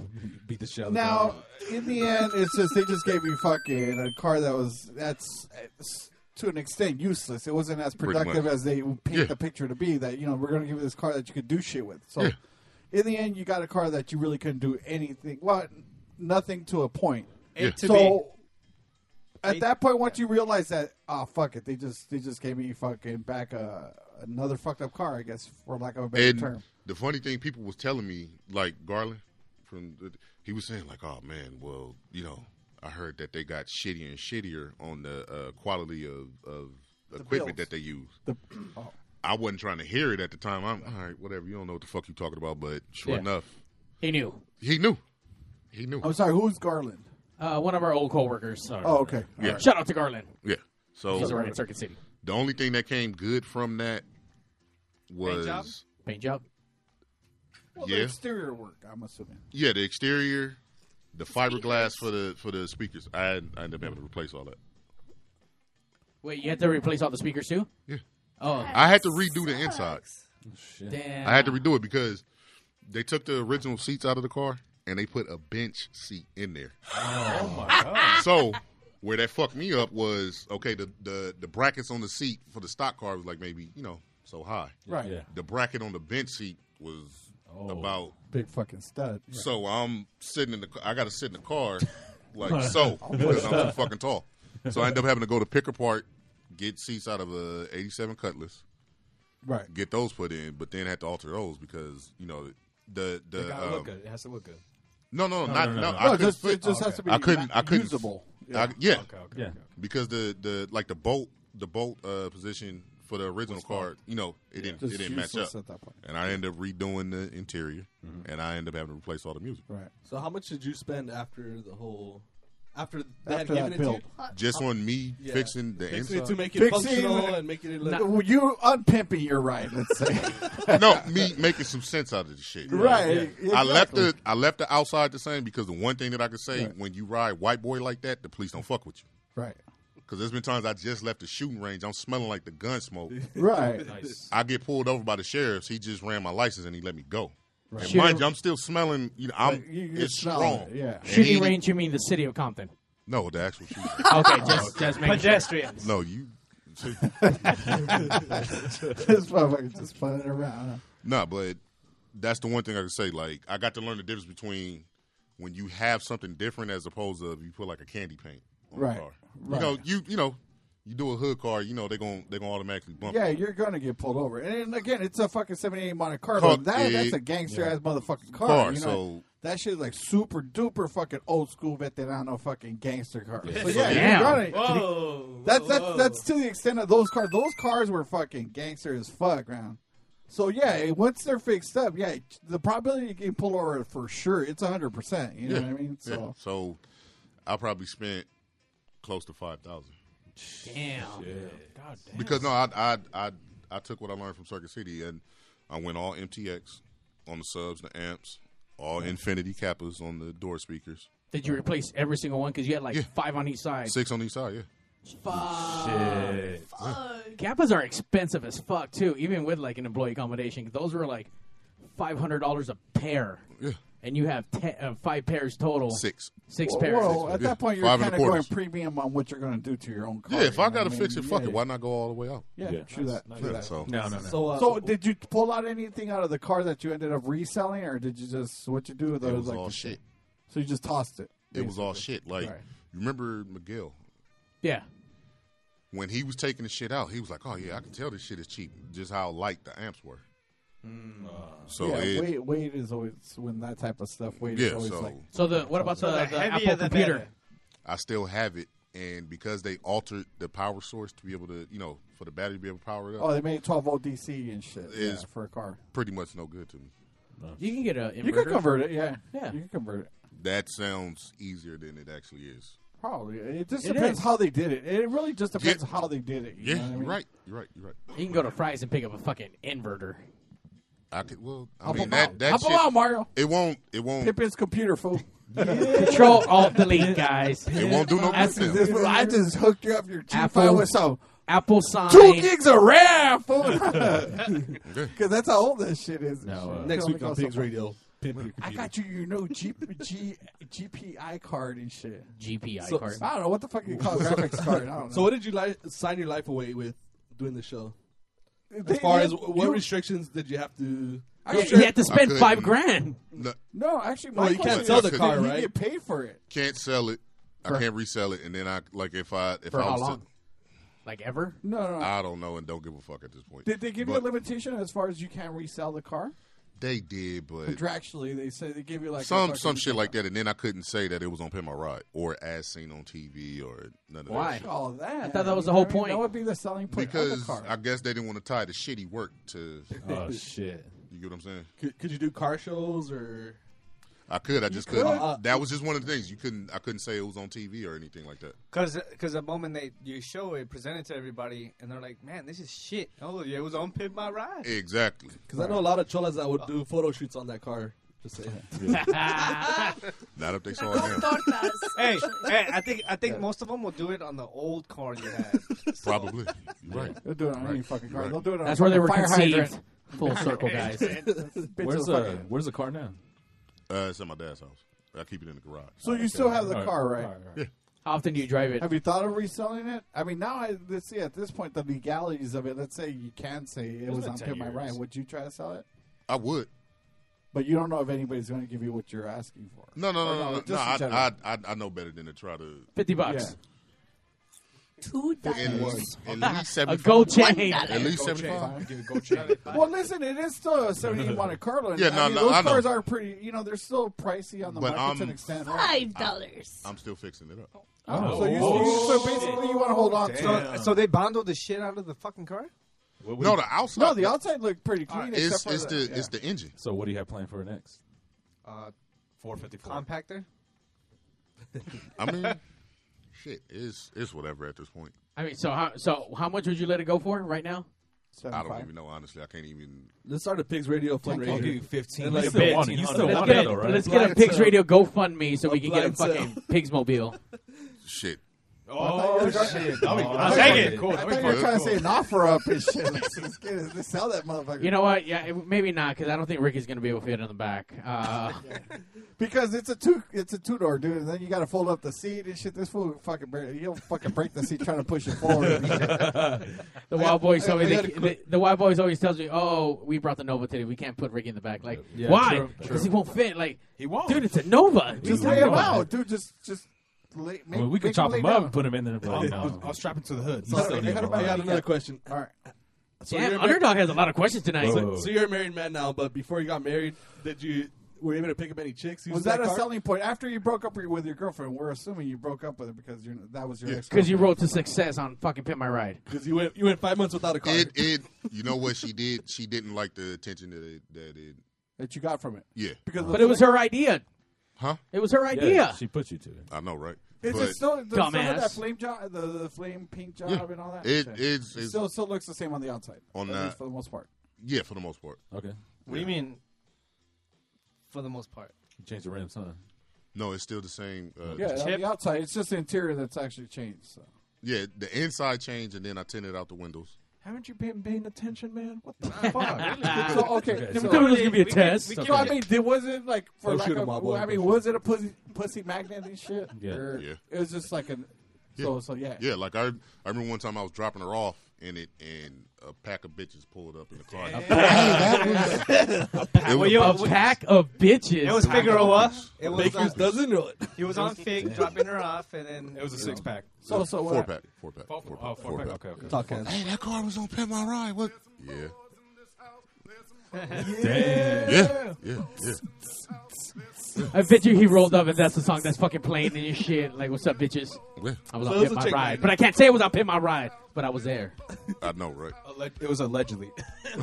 Speaker 2: beat the shell. out of
Speaker 1: now, in the end, it's just they just gave you fucking a car that was that's it's, to an extent useless. It wasn't as
Speaker 12: Pretty much.
Speaker 1: productive as they paint
Speaker 12: Yeah.
Speaker 1: the picture to be. That you know we're gonna give you this car that you could do shit with. So,
Speaker 12: Yeah.
Speaker 1: in the end, you got a car that you really couldn't do anything. Well, nothing to a point.
Speaker 12: A Yeah. to
Speaker 1: so.
Speaker 12: B.
Speaker 1: At that point, once you realize that, oh fuck it, they just they just gave me fucking back a, another fucked up car, I guess, for lack of a better
Speaker 19: and
Speaker 1: term.
Speaker 12: *clears throat*
Speaker 19: the funny thing, people was telling me, like Garland, from the, he was saying, like, oh man, well, you know, I heard that they got shittier and shittier on the uh, quality of, of
Speaker 1: builds.
Speaker 19: equipment that they use.
Speaker 1: The- oh.
Speaker 19: I wasn't trying to hear it at the time. I'm all right, whatever. You don't know what the fuck you talking about, but sure
Speaker 3: Yeah.
Speaker 19: enough,
Speaker 3: He knew.
Speaker 19: he knew, he knew.
Speaker 1: I'm sorry, who's Garland?
Speaker 3: Uh, one of our old coworkers.
Speaker 1: Oh, okay.
Speaker 19: Yeah.
Speaker 3: Shout out to Garland.
Speaker 19: Yeah. So
Speaker 3: He's right in Circuit City.
Speaker 19: The only thing that came good from that was
Speaker 1: job?
Speaker 3: Paint job.
Speaker 1: Well,
Speaker 19: Yeah.
Speaker 1: the exterior work, I'm assuming.
Speaker 19: Yeah, the exterior, the fiberglass for the for the speakers. I I ended up having to replace all that.
Speaker 3: Wait, you had to replace all the speakers too?
Speaker 19: Yeah.
Speaker 3: Oh,
Speaker 19: I had to redo the inside.
Speaker 3: Damn.
Speaker 19: I had to redo it because they took the original seats out of the car and they put a bench seat in there.
Speaker 2: Oh my god.
Speaker 19: So where that fucked me up was okay, the, the the brackets on the seat for the stock car was like maybe, you know, so high.
Speaker 1: Right. Yeah.
Speaker 19: The bracket on the bench seat was
Speaker 2: Oh.
Speaker 19: about
Speaker 1: Big fucking stud.
Speaker 19: So I'm sitting in the. ca- I got to sit in
Speaker 10: *laughs*
Speaker 19: the car, like so, because I'm too fucking tall. So I end up having to go to pick apart, get seats out of a '87 Cutlass,
Speaker 1: Right.
Speaker 19: Get those put in, but then had to alter those because you know the the.
Speaker 10: It gotta
Speaker 19: um,
Speaker 10: look good. It has to look good.
Speaker 19: No, no,
Speaker 10: No,
Speaker 19: not
Speaker 10: no,
Speaker 19: no.
Speaker 10: no, no.
Speaker 19: I
Speaker 10: No,
Speaker 19: couldn't
Speaker 10: just-
Speaker 19: fit-
Speaker 10: it just has to be
Speaker 19: I couldn't. I
Speaker 10: ma-
Speaker 19: couldn't.
Speaker 10: usable.
Speaker 19: Yeah.
Speaker 10: Yeah.
Speaker 19: I, yeah.
Speaker 10: Okay, okay, Yeah. okay.
Speaker 19: Because the the like the bolt the bolt uh, position for the original
Speaker 10: Was
Speaker 19: card, you know, it
Speaker 10: Yeah.
Speaker 19: didn't
Speaker 10: Just
Speaker 19: it didn't match
Speaker 10: useless
Speaker 19: up.
Speaker 10: at that point. Mm-hmm.
Speaker 19: And I end up redoing the interior, and I end up having to replace all the music.
Speaker 1: Right.
Speaker 10: So how much did you spend after the whole after that giving it to you?
Speaker 19: Uh, Just on me
Speaker 10: Yeah.
Speaker 19: fixing the
Speaker 10: Fixing it
Speaker 19: inside.
Speaker 10: to make it functional and making it look.
Speaker 1: Well, you unpimping your right. Let's say
Speaker 19: *laughs* no, me making some sense out of the
Speaker 1: *laughs*
Speaker 19: shit.
Speaker 1: Right, Yeah.
Speaker 19: I left
Speaker 1: exactly.
Speaker 19: the I left the outside the same because the one thing that I could say
Speaker 1: Right.
Speaker 19: when you ride white boy like that, the police don't fuck with you.
Speaker 1: Right.
Speaker 19: Because there's been times I just left the shooting range. I'm smelling like the gun smoke.
Speaker 1: *laughs* Right. Nice.
Speaker 19: *laughs* I get pulled over by the sheriffs. He just ran my license and he let me go.
Speaker 1: Right.
Speaker 19: And
Speaker 1: Shooting-
Speaker 19: mind you, I'm still smelling. You know, I'm
Speaker 1: Like, you- you're
Speaker 19: it's
Speaker 1: smelling
Speaker 19: strong.
Speaker 1: it, yeah.
Speaker 19: And he-
Speaker 3: Shooting range, you mean the city of Compton?
Speaker 19: No, the actual shooting.
Speaker 3: *laughs* Okay,
Speaker 19: *laughs*
Speaker 3: just- just making sure. Pedestrians.
Speaker 19: No, you.
Speaker 3: *laughs*
Speaker 19: See?
Speaker 1: this motherfucker just playing around.
Speaker 19: No, but that's the one thing I can say. Like, I got to learn the difference between when you have something different as opposed to if you put like a candy paint on
Speaker 1: Right,
Speaker 19: the car.
Speaker 1: right.
Speaker 19: You know, you you know, you do a hood car, you know they're gonna they're gonna automatically bump.
Speaker 1: Yeah, you're gonna get pulled over. And, then again, it's a fucking '78 Monte Carlo.
Speaker 19: Car-
Speaker 1: that,
Speaker 19: yeah.
Speaker 1: that's a gangster ass motherfucking car.
Speaker 19: Car,
Speaker 1: you know?
Speaker 19: so-
Speaker 1: that shit is like super duper fucking old school veterano fucking gangster car. So yeah,
Speaker 12: Damn.
Speaker 1: you're gonna,
Speaker 12: Whoa,
Speaker 1: that's that's
Speaker 12: whoa.
Speaker 1: that's to the extent of those cars. Those cars were fucking gangster as fuck, man. So yeah, it- once they're fixed up, yeah, the probability you get pulled over for sure, it's hundred percent. You know what I mean? So.
Speaker 19: Yeah. so I probably spent close to five thousand.
Speaker 3: Damn.
Speaker 12: God damn.
Speaker 19: Because no, I, I I I took what I learned from Circuit City and I went all MTX on the subs, the amps, all Infinity Kappas on the door speakers.
Speaker 3: Did you replace every single one? Because you had like five on each side.
Speaker 19: Six on each side, yeah.
Speaker 3: Fuck.
Speaker 19: Shit.
Speaker 3: Kappas are expensive as fuck too, even with like an employee accommodation. Those were like five hundred dollars a pair.
Speaker 19: Yeah.
Speaker 3: And you have te- uh, five pairs total.
Speaker 19: Six.
Speaker 3: Six
Speaker 1: Well,
Speaker 3: pairs.
Speaker 1: well, at that point, you're
Speaker 19: Five
Speaker 1: kind
Speaker 19: and a
Speaker 1: of going
Speaker 19: quarters.
Speaker 1: premium on what you're going to do to your own car.
Speaker 19: Yeah, if
Speaker 1: you
Speaker 19: I
Speaker 1: know
Speaker 19: gotta
Speaker 1: what
Speaker 19: fix
Speaker 1: mean?
Speaker 19: it, fuck
Speaker 1: Yeah.
Speaker 19: it. Why not go all the way out?
Speaker 1: Yeah,
Speaker 19: Yeah.
Speaker 1: true
Speaker 19: Nice,
Speaker 1: that.
Speaker 19: nice.
Speaker 1: true
Speaker 19: Yeah,
Speaker 1: that.
Speaker 19: so- No, no, no.
Speaker 1: So,
Speaker 19: So, uh,
Speaker 1: did you pull out anything out of the car that you ended up reselling, or did you just what you do with those?
Speaker 19: It was
Speaker 1: like
Speaker 19: all
Speaker 1: the-
Speaker 19: shit.
Speaker 1: So you just tossed it.
Speaker 19: It was all shit. Like,
Speaker 1: Right.
Speaker 19: you remember Miguel?
Speaker 3: Yeah.
Speaker 19: When he was taking the shit out, he was like, "Oh yeah, I can tell this shit is cheap. Just how light the amps were." So
Speaker 1: Uh, yeah,
Speaker 19: it,
Speaker 1: weight, weight is always when that type of stuff. Weight is
Speaker 19: yeah.
Speaker 1: always
Speaker 19: So,
Speaker 1: like.
Speaker 3: So the what about the,
Speaker 1: So the
Speaker 3: the
Speaker 1: heavier
Speaker 3: Apple
Speaker 1: the
Speaker 3: computer?
Speaker 1: better.
Speaker 19: I still have it, and because they altered the power source to be able to, you know, for the battery to be able to power it up.
Speaker 1: Oh, they made 12 volt DC and shit yeah,
Speaker 19: is
Speaker 1: for a car.
Speaker 19: Pretty much no good to me.
Speaker 3: You can get a.
Speaker 1: You could
Speaker 3: inverter.
Speaker 1: convert it, yeah.
Speaker 3: Yeah.
Speaker 1: You can convert it.
Speaker 19: That sounds easier than it actually is.
Speaker 1: Probably. It just
Speaker 3: It
Speaker 1: depends
Speaker 3: is.
Speaker 1: how they did it. It really just depends how they did it. You
Speaker 19: Yeah,
Speaker 1: know what I
Speaker 19: you're
Speaker 1: mean?
Speaker 19: right. You're right. You're right.
Speaker 3: You can go to Fry's and pick up a fucking inverter.
Speaker 19: I could. Well, I
Speaker 1: Help
Speaker 19: mean
Speaker 1: him
Speaker 19: that.
Speaker 1: out.
Speaker 19: That
Speaker 1: Help him
Speaker 19: shit-
Speaker 1: out, Mario.
Speaker 19: It won't. It won't. *laughs*
Speaker 1: Pip his computer, *laughs* fool. *laughs*
Speaker 3: Control Alt Delete, guys.
Speaker 19: It won't do no good
Speaker 3: That's-
Speaker 19: to them.
Speaker 1: I just hooked you up your G5 with some
Speaker 3: Apple sign.
Speaker 1: two gigs of RAM,
Speaker 3: *laughs*
Speaker 1: fool. *laughs* Because that's how old that shit is. and shit.
Speaker 10: next
Speaker 1: You
Speaker 10: week
Speaker 1: can
Speaker 10: on
Speaker 1: only go
Speaker 10: Pigs
Speaker 1: so far.
Speaker 10: Radio.
Speaker 1: I got you your new G, G, GPI card and shit.
Speaker 3: GPI
Speaker 10: So- card.
Speaker 1: I don't know. What the fuck you
Speaker 19: *laughs*
Speaker 1: call a
Speaker 10: *laughs*
Speaker 1: graphics card? I don't know.
Speaker 10: So what did you li- sign your life away with doing the show?
Speaker 1: They-
Speaker 10: As far
Speaker 1: they-
Speaker 10: as what
Speaker 1: you-
Speaker 10: restrictions did you have to?
Speaker 1: I- you had to
Speaker 19: I
Speaker 1: spend
Speaker 19: couldn't-
Speaker 1: five grand.
Speaker 19: No,
Speaker 1: No, actually,
Speaker 10: No,
Speaker 1: my
Speaker 10: you can't
Speaker 1: question
Speaker 10: sell
Speaker 1: is,
Speaker 10: the
Speaker 1: did
Speaker 10: car,
Speaker 1: he
Speaker 10: right?
Speaker 1: get paid for it.
Speaker 19: can't sell it.
Speaker 1: For-
Speaker 19: I can't resell it, and then I like if I if
Speaker 3: For
Speaker 19: I
Speaker 3: how
Speaker 19: was to-
Speaker 3: long? Like ever?
Speaker 1: No, no, no.
Speaker 19: I don't know, and don't give a fuck at this point.
Speaker 1: Did they give you
Speaker 19: But
Speaker 1: a limitation as far as you can't resell the car?
Speaker 19: They did, but
Speaker 1: Contractually, they say they give you like a
Speaker 19: some
Speaker 1: fucking-
Speaker 19: some shit like that, and then I couldn't say that it was on Pin My Ride or as seen on TV or none of
Speaker 3: Why?
Speaker 10: Oh,
Speaker 19: that. shit.
Speaker 1: All that.
Speaker 3: I thought that was the whole
Speaker 1: I mean,
Speaker 3: point.
Speaker 1: That would be the selling point of the
Speaker 19: Because
Speaker 1: car.
Speaker 19: I guess they didn't want to tie the shitty work to.
Speaker 10: Oh,
Speaker 19: shit! You get what I'm saying?
Speaker 10: Could, could you do car shows or?
Speaker 19: I could. I just
Speaker 10: could.
Speaker 19: couldn't.
Speaker 10: Uh,
Speaker 19: that was just one of the things you couldn't. I couldn't say it was on TV or anything like that.
Speaker 9: Cause, cause the moment they you show it, present it to everybody, and they're like, "Man, this is shit." Oh, yeah, it was on Pimp My Ride.
Speaker 19: Exactly.
Speaker 10: Because I know a lot of cholas
Speaker 9: *laughs*
Speaker 10: that would do photo shoots on that car. Just saying.
Speaker 19: Not if they saw it.
Speaker 9: *laughs*
Speaker 19: now.
Speaker 9: hey, hey, I think I think most of them will do it on the old car you had.
Speaker 19: *laughs* Probably. You're right.
Speaker 1: They'll do it on any
Speaker 19: Right.
Speaker 1: fucking
Speaker 19: You're
Speaker 1: car.
Speaker 19: right.
Speaker 1: They'll do it on
Speaker 3: That's
Speaker 1: a
Speaker 3: where they were
Speaker 1: fucking fire
Speaker 3: conceived.
Speaker 1: hydrant.
Speaker 3: Full circle, guys.
Speaker 1: Bitch,
Speaker 2: Where's
Speaker 1: they'll
Speaker 2: the
Speaker 1: fucking-
Speaker 2: Where's the car now?
Speaker 19: Uh, it's at my dad's house. I keep it in the garage.
Speaker 1: So you still have the
Speaker 19: All right.
Speaker 1: car, right?
Speaker 3: How often do you drive it?
Speaker 1: Have you thought of reselling it? I mean, now I, let's see. At this point, the legalities of it. Let's say you can say it
Speaker 2: It's
Speaker 1: was
Speaker 2: been
Speaker 1: on
Speaker 2: 10
Speaker 1: Pimp My
Speaker 2: years.
Speaker 1: Ride. Would you try to sell it?
Speaker 19: I would.
Speaker 1: But you don't know if anybody's going to give you what you're asking for.
Speaker 19: No, no,
Speaker 1: Or
Speaker 19: no, no, no.
Speaker 1: Oh, just
Speaker 19: no
Speaker 1: in
Speaker 19: I,
Speaker 1: general.
Speaker 19: I, I, I know better than to try to.
Speaker 3: 50 bucks.
Speaker 8: Two
Speaker 19: At least, at least
Speaker 3: A
Speaker 19: seventy-five.
Speaker 3: gold chain.
Speaker 19: At least
Speaker 3: Gold
Speaker 19: seventy-five.
Speaker 1: *laughs* Well, listen, it is still a 78 Monte Carlo. and I
Speaker 19: Yeah, no,
Speaker 1: mean,
Speaker 19: no,
Speaker 1: those
Speaker 19: I know.
Speaker 1: cars are pretty. You know, they're still pricey on the
Speaker 19: But
Speaker 1: market to
Speaker 19: I'm-
Speaker 1: an extent. *laughs*
Speaker 8: Five dollars.
Speaker 19: I'm still fixing it up.
Speaker 1: Oh. So you- you- so basically you wanna hold on to it.
Speaker 9: So, so they bundled the shit out of the fucking car.
Speaker 19: No, the outside.
Speaker 1: No, the outside looked pretty clean.
Speaker 19: It's,
Speaker 1: except for
Speaker 19: it's the,
Speaker 1: yeah.
Speaker 19: it's the engine.
Speaker 2: So what do you have planned for next?
Speaker 9: Uh,
Speaker 2: Four fifty four.
Speaker 9: compactor.
Speaker 19: I mean, shit, it's it's whatever at this point.
Speaker 3: I mean, so how so how much would you let it go for right now?
Speaker 19: I don't even know honestly. I can't even.
Speaker 10: *laughs* Let's start a Pigs Radio fundraiser.
Speaker 19: I'll give you 15. You
Speaker 10: a
Speaker 19: still
Speaker 10: bit.
Speaker 19: want it. You still
Speaker 3: let's
Speaker 19: want
Speaker 3: get,
Speaker 19: it, though, right?
Speaker 3: Let's get a
Speaker 10: Blind
Speaker 3: Pigs
Speaker 10: sale.
Speaker 3: Radio GoFundMe so
Speaker 10: A
Speaker 3: we can get a
Speaker 10: blind sale.
Speaker 3: fucking Pigsmobile.
Speaker 19: Shit.
Speaker 1: Oh,
Speaker 3: shit. That would be-
Speaker 1: I
Speaker 3: I'll
Speaker 1: thought
Speaker 3: take
Speaker 1: you-
Speaker 3: it. Cool.
Speaker 1: I
Speaker 3: That'd be
Speaker 1: thought you were
Speaker 3: cool.
Speaker 1: trying to
Speaker 3: Cool.
Speaker 1: say an offer up and shit. Let's, just get it. Let's sell that motherfucker.
Speaker 3: You know what? Yeah, it- maybe not because I don't think Ricky's gonna be able to fit in the back. *laughs* Uh,
Speaker 1: Because it's a two, it's a two door, dude. And then you got to fold up the seat and shit. This fool fucking, bar- he'll fucking break the seat trying to push it *laughs* forward.
Speaker 3: *laughs* The wild boys told me they, the, the wild boys always tells me, "Oh, we brought the Nova today. We can't put Ricky in the back. Like,
Speaker 1: Yeah,
Speaker 3: why?
Speaker 1: true,
Speaker 3: Because
Speaker 1: true.
Speaker 3: he won't fit. Like,
Speaker 1: He won't.
Speaker 3: dude. It's a Nova.
Speaker 1: just lay him out, dude. Just, just. Lay, make,
Speaker 2: I mean, we could
Speaker 1: make
Speaker 2: chop
Speaker 1: lay
Speaker 2: him up
Speaker 1: down.
Speaker 2: and put him in there. and be like,
Speaker 1: Oh,
Speaker 2: no.
Speaker 3: *laughs*
Speaker 2: I'll strap him to the hood.
Speaker 10: So, I got another question.
Speaker 1: All right.
Speaker 3: Damn, Underdog has a lot of questions tonight.
Speaker 10: So,
Speaker 3: Whoa.
Speaker 10: so you're a married man now, but before you got married, did you were you able to pick up any chicks?
Speaker 1: Was that a selling point after you broke up with your girlfriend? We're assuming you broke up with her because you're, that was your ex.
Speaker 3: Because you wrote to success on fucking Pit My Ride.
Speaker 10: Because you went you went five months without a
Speaker 19: It, it, you know what she did? She didn't like the attention that it, that it.
Speaker 1: That you got from it.
Speaker 19: Yeah.
Speaker 1: Because
Speaker 3: But it was her idea.
Speaker 19: Huh?
Speaker 3: It was her idea.
Speaker 2: she put you to it.
Speaker 19: I know, right?
Speaker 1: Is
Speaker 19: But
Speaker 1: it still the, still
Speaker 3: Dumbass.
Speaker 1: that flame job, the, the flame pink job,
Speaker 19: Yeah.
Speaker 1: and all that?
Speaker 19: It-
Speaker 1: shit?
Speaker 19: it's- it's-
Speaker 1: still still looks the same on the outside.
Speaker 19: on
Speaker 1: at
Speaker 19: that
Speaker 1: least for the most part.
Speaker 19: Yeah, for the most part.
Speaker 2: Okay.
Speaker 9: What do you mean? For the most part.
Speaker 2: You changed the rims, huh?
Speaker 19: No, it's still the same. Uh,
Speaker 1: yeah,
Speaker 19: just-
Speaker 1: on the outside, it's just the interior that's actually changed. So.
Speaker 19: yeah. The inside changed, and then I tinted out the windows.
Speaker 1: Haven't you been paying attention, man?
Speaker 3: *laughs*
Speaker 1: What the
Speaker 19: fuck?
Speaker 1: *laughs* so, okay,
Speaker 19: Okay,
Speaker 1: so-
Speaker 19: so- Thought it was gonna be a
Speaker 1: we
Speaker 19: test.
Speaker 1: Can, we
Speaker 19: Okay.
Speaker 1: can, I mean, did, was it like for
Speaker 19: Don't
Speaker 1: lack
Speaker 19: shoot him,
Speaker 1: of,
Speaker 19: my boy.
Speaker 1: I mean, was it a pussy pussy magnet and shit?
Speaker 19: Yeah.
Speaker 1: Or
Speaker 19: Yeah.
Speaker 1: It was just like an. So so
Speaker 19: *laughs*
Speaker 1: yeah.
Speaker 19: Yeah, like I, I remember one time I was dropping her off in it, and a pack of bitches pulled up in the car. *laughs* A pack
Speaker 3: Well,
Speaker 19: of
Speaker 3: yo,
Speaker 19: bitches.
Speaker 3: a pack of bitches.
Speaker 9: It was Figueroa. It was um,
Speaker 10: Baker's dozen. Or what?
Speaker 9: He was on Fig, dropping her off, and then
Speaker 2: It was a six pack.
Speaker 1: So so what?
Speaker 19: four pack, four pack,
Speaker 2: Four-
Speaker 19: four pack,
Speaker 2: oh, four
Speaker 19: four
Speaker 2: pack,
Speaker 19: pack.
Speaker 2: okay, okay.
Speaker 10: Talk hands.
Speaker 19: Hey, that car was on Pimp My Ride. What? Yeah.
Speaker 1: *laughs*
Speaker 3: Damn.
Speaker 19: Yeah. Yeah. Yeah.
Speaker 3: I bet you he rolled up and that's the song that's fucking playing in your shit. Like, what's up, bitches?
Speaker 19: Yeah.
Speaker 3: I was
Speaker 2: So
Speaker 3: on
Speaker 2: it was
Speaker 3: Pit
Speaker 2: a
Speaker 3: My
Speaker 2: chick,
Speaker 3: Ride.
Speaker 2: man.
Speaker 3: But I can't say it was on Pit My Ride, but I was there.
Speaker 19: I know, right?
Speaker 2: It was allegedly. *laughs*
Speaker 3: *laughs*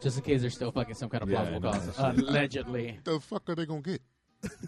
Speaker 3: Just in case there's still fucking some kind of
Speaker 2: Yeah,
Speaker 3: plausible
Speaker 2: I know.
Speaker 3: cause. *laughs* Allegedly.
Speaker 19: The fuck are they gonna get?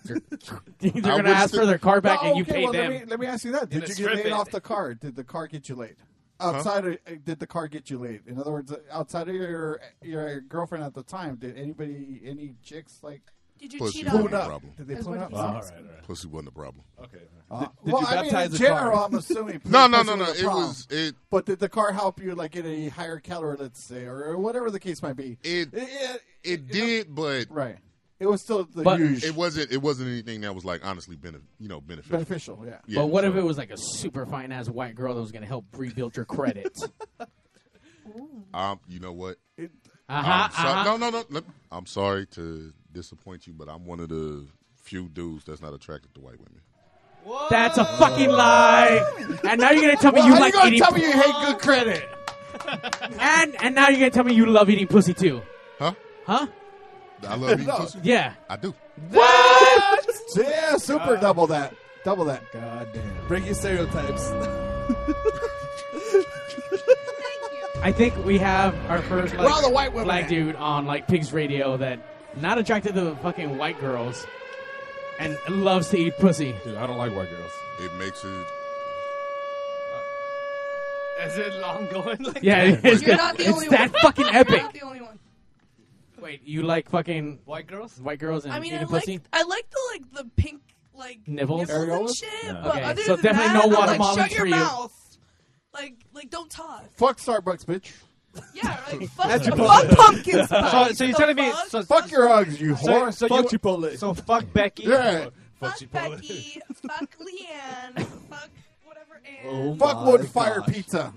Speaker 3: They're
Speaker 19: I
Speaker 3: going to
Speaker 19: would
Speaker 3: ask
Speaker 19: still-
Speaker 3: for their car back
Speaker 1: No,
Speaker 3: and you
Speaker 1: okay,
Speaker 3: pay
Speaker 1: well,
Speaker 3: them.
Speaker 1: Let me, let me ask you that:
Speaker 3: In a
Speaker 1: Did you get
Speaker 3: strip
Speaker 1: laid
Speaker 3: it.
Speaker 1: off the car? Did the car get you laid? Outside, of, uh, did the car get you laid? In other words, uh, outside of your your girlfriend at the time, did anybody, any chicks like?
Speaker 8: Did
Speaker 19: Pussy
Speaker 1: pull
Speaker 19: wasn't a
Speaker 1: up?
Speaker 19: problem.
Speaker 1: Did they pull up?
Speaker 19: Pussy wasn't a problem.
Speaker 2: Okay.
Speaker 1: Uh,
Speaker 10: did
Speaker 1: well,
Speaker 10: you
Speaker 1: I mean,
Speaker 10: baptize
Speaker 1: in
Speaker 10: the
Speaker 1: general,
Speaker 10: car?
Speaker 9: *laughs*
Speaker 1: I'm
Speaker 19: *laughs*
Speaker 1: assuming.
Speaker 19: No, no,
Speaker 1: pussy
Speaker 19: no, no. It
Speaker 1: a problem.
Speaker 19: was it.
Speaker 1: But did the car help you like get a higher calorie, let's say, or whatever the case might be?
Speaker 19: It
Speaker 1: it,
Speaker 19: it did, but
Speaker 1: right. It was still the
Speaker 3: But-
Speaker 1: huge.
Speaker 19: it wasn't it wasn't anything that was like honestly benef- you know beneficial.
Speaker 1: Beneficial, yeah.
Speaker 3: but what if
Speaker 19: so-
Speaker 3: it was like a super fine ass white girl that was going to help rebuild your credit?
Speaker 19: Um, you know what?
Speaker 3: Uh-huh,
Speaker 19: I'm so-
Speaker 3: uh-huh.
Speaker 19: No, no, no. Let- I'm sorry to disappoint you, but I'm one of the few dudes that's not attracted to white women.
Speaker 3: *laughs* That's a fucking lie. And now you're gonna tell me
Speaker 1: Well,
Speaker 3: you
Speaker 1: how
Speaker 3: like
Speaker 1: you gonna
Speaker 3: eating.
Speaker 1: tell me you hate good credit?
Speaker 3: *laughs* and and now you're gonna tell me you love eating pussy too.
Speaker 19: Huh?
Speaker 3: Huh?
Speaker 19: I
Speaker 3: *laughs*
Speaker 19: love you.
Speaker 1: No.
Speaker 19: pussy.
Speaker 3: Yeah.
Speaker 19: I do.
Speaker 1: What? yeah, super double that. *laughs* Double that.
Speaker 10: God damn. Breaking stereotypes.
Speaker 1: *laughs*
Speaker 3: I think we have our first like,
Speaker 1: We're all the white women.
Speaker 3: black dude on like Pigs Radio that not attracted to fucking white girls and loves to eat pussy.
Speaker 2: Dude, I don't like white girls.
Speaker 19: It makes it.
Speaker 9: Is it long going? Like
Speaker 3: Yeah,
Speaker 9: that?
Speaker 3: it's, it's that fucking epic.
Speaker 8: the only one.
Speaker 3: Wait, you like fucking
Speaker 9: White girls?
Speaker 3: White girls and
Speaker 8: I mean, I
Speaker 3: eating
Speaker 8: like
Speaker 3: pussy?
Speaker 8: I like the like the pink like
Speaker 3: Nibbles?
Speaker 8: and
Speaker 3: Areolas?
Speaker 8: shit.
Speaker 3: Yeah.
Speaker 8: But
Speaker 3: Okay,
Speaker 8: other
Speaker 3: so
Speaker 8: than
Speaker 3: definitely
Speaker 8: that,
Speaker 3: no
Speaker 8: I'm
Speaker 3: watermelons
Speaker 8: like, Shut your
Speaker 3: for you.
Speaker 8: mouth. Like like don't talk.
Speaker 1: Fuck Starbucks, bitch.
Speaker 8: Yeah,
Speaker 3: *laughs*
Speaker 8: like fuck,
Speaker 1: That's your
Speaker 8: fuck
Speaker 1: point.
Speaker 8: pumpkin spice.
Speaker 9: So, so you're telling me so,
Speaker 1: Fuck your hugs, you
Speaker 9: so,
Speaker 1: whore.
Speaker 9: so
Speaker 1: fuck
Speaker 9: you,
Speaker 1: Chipotle.
Speaker 9: So fuck Becky.
Speaker 1: Yeah.
Speaker 8: fuck Becky, fuck Leanne, fuck whatever.
Speaker 2: Oh
Speaker 9: Oh
Speaker 8: Ann.
Speaker 1: fuck wood fire
Speaker 9: *laughs*
Speaker 1: pizza.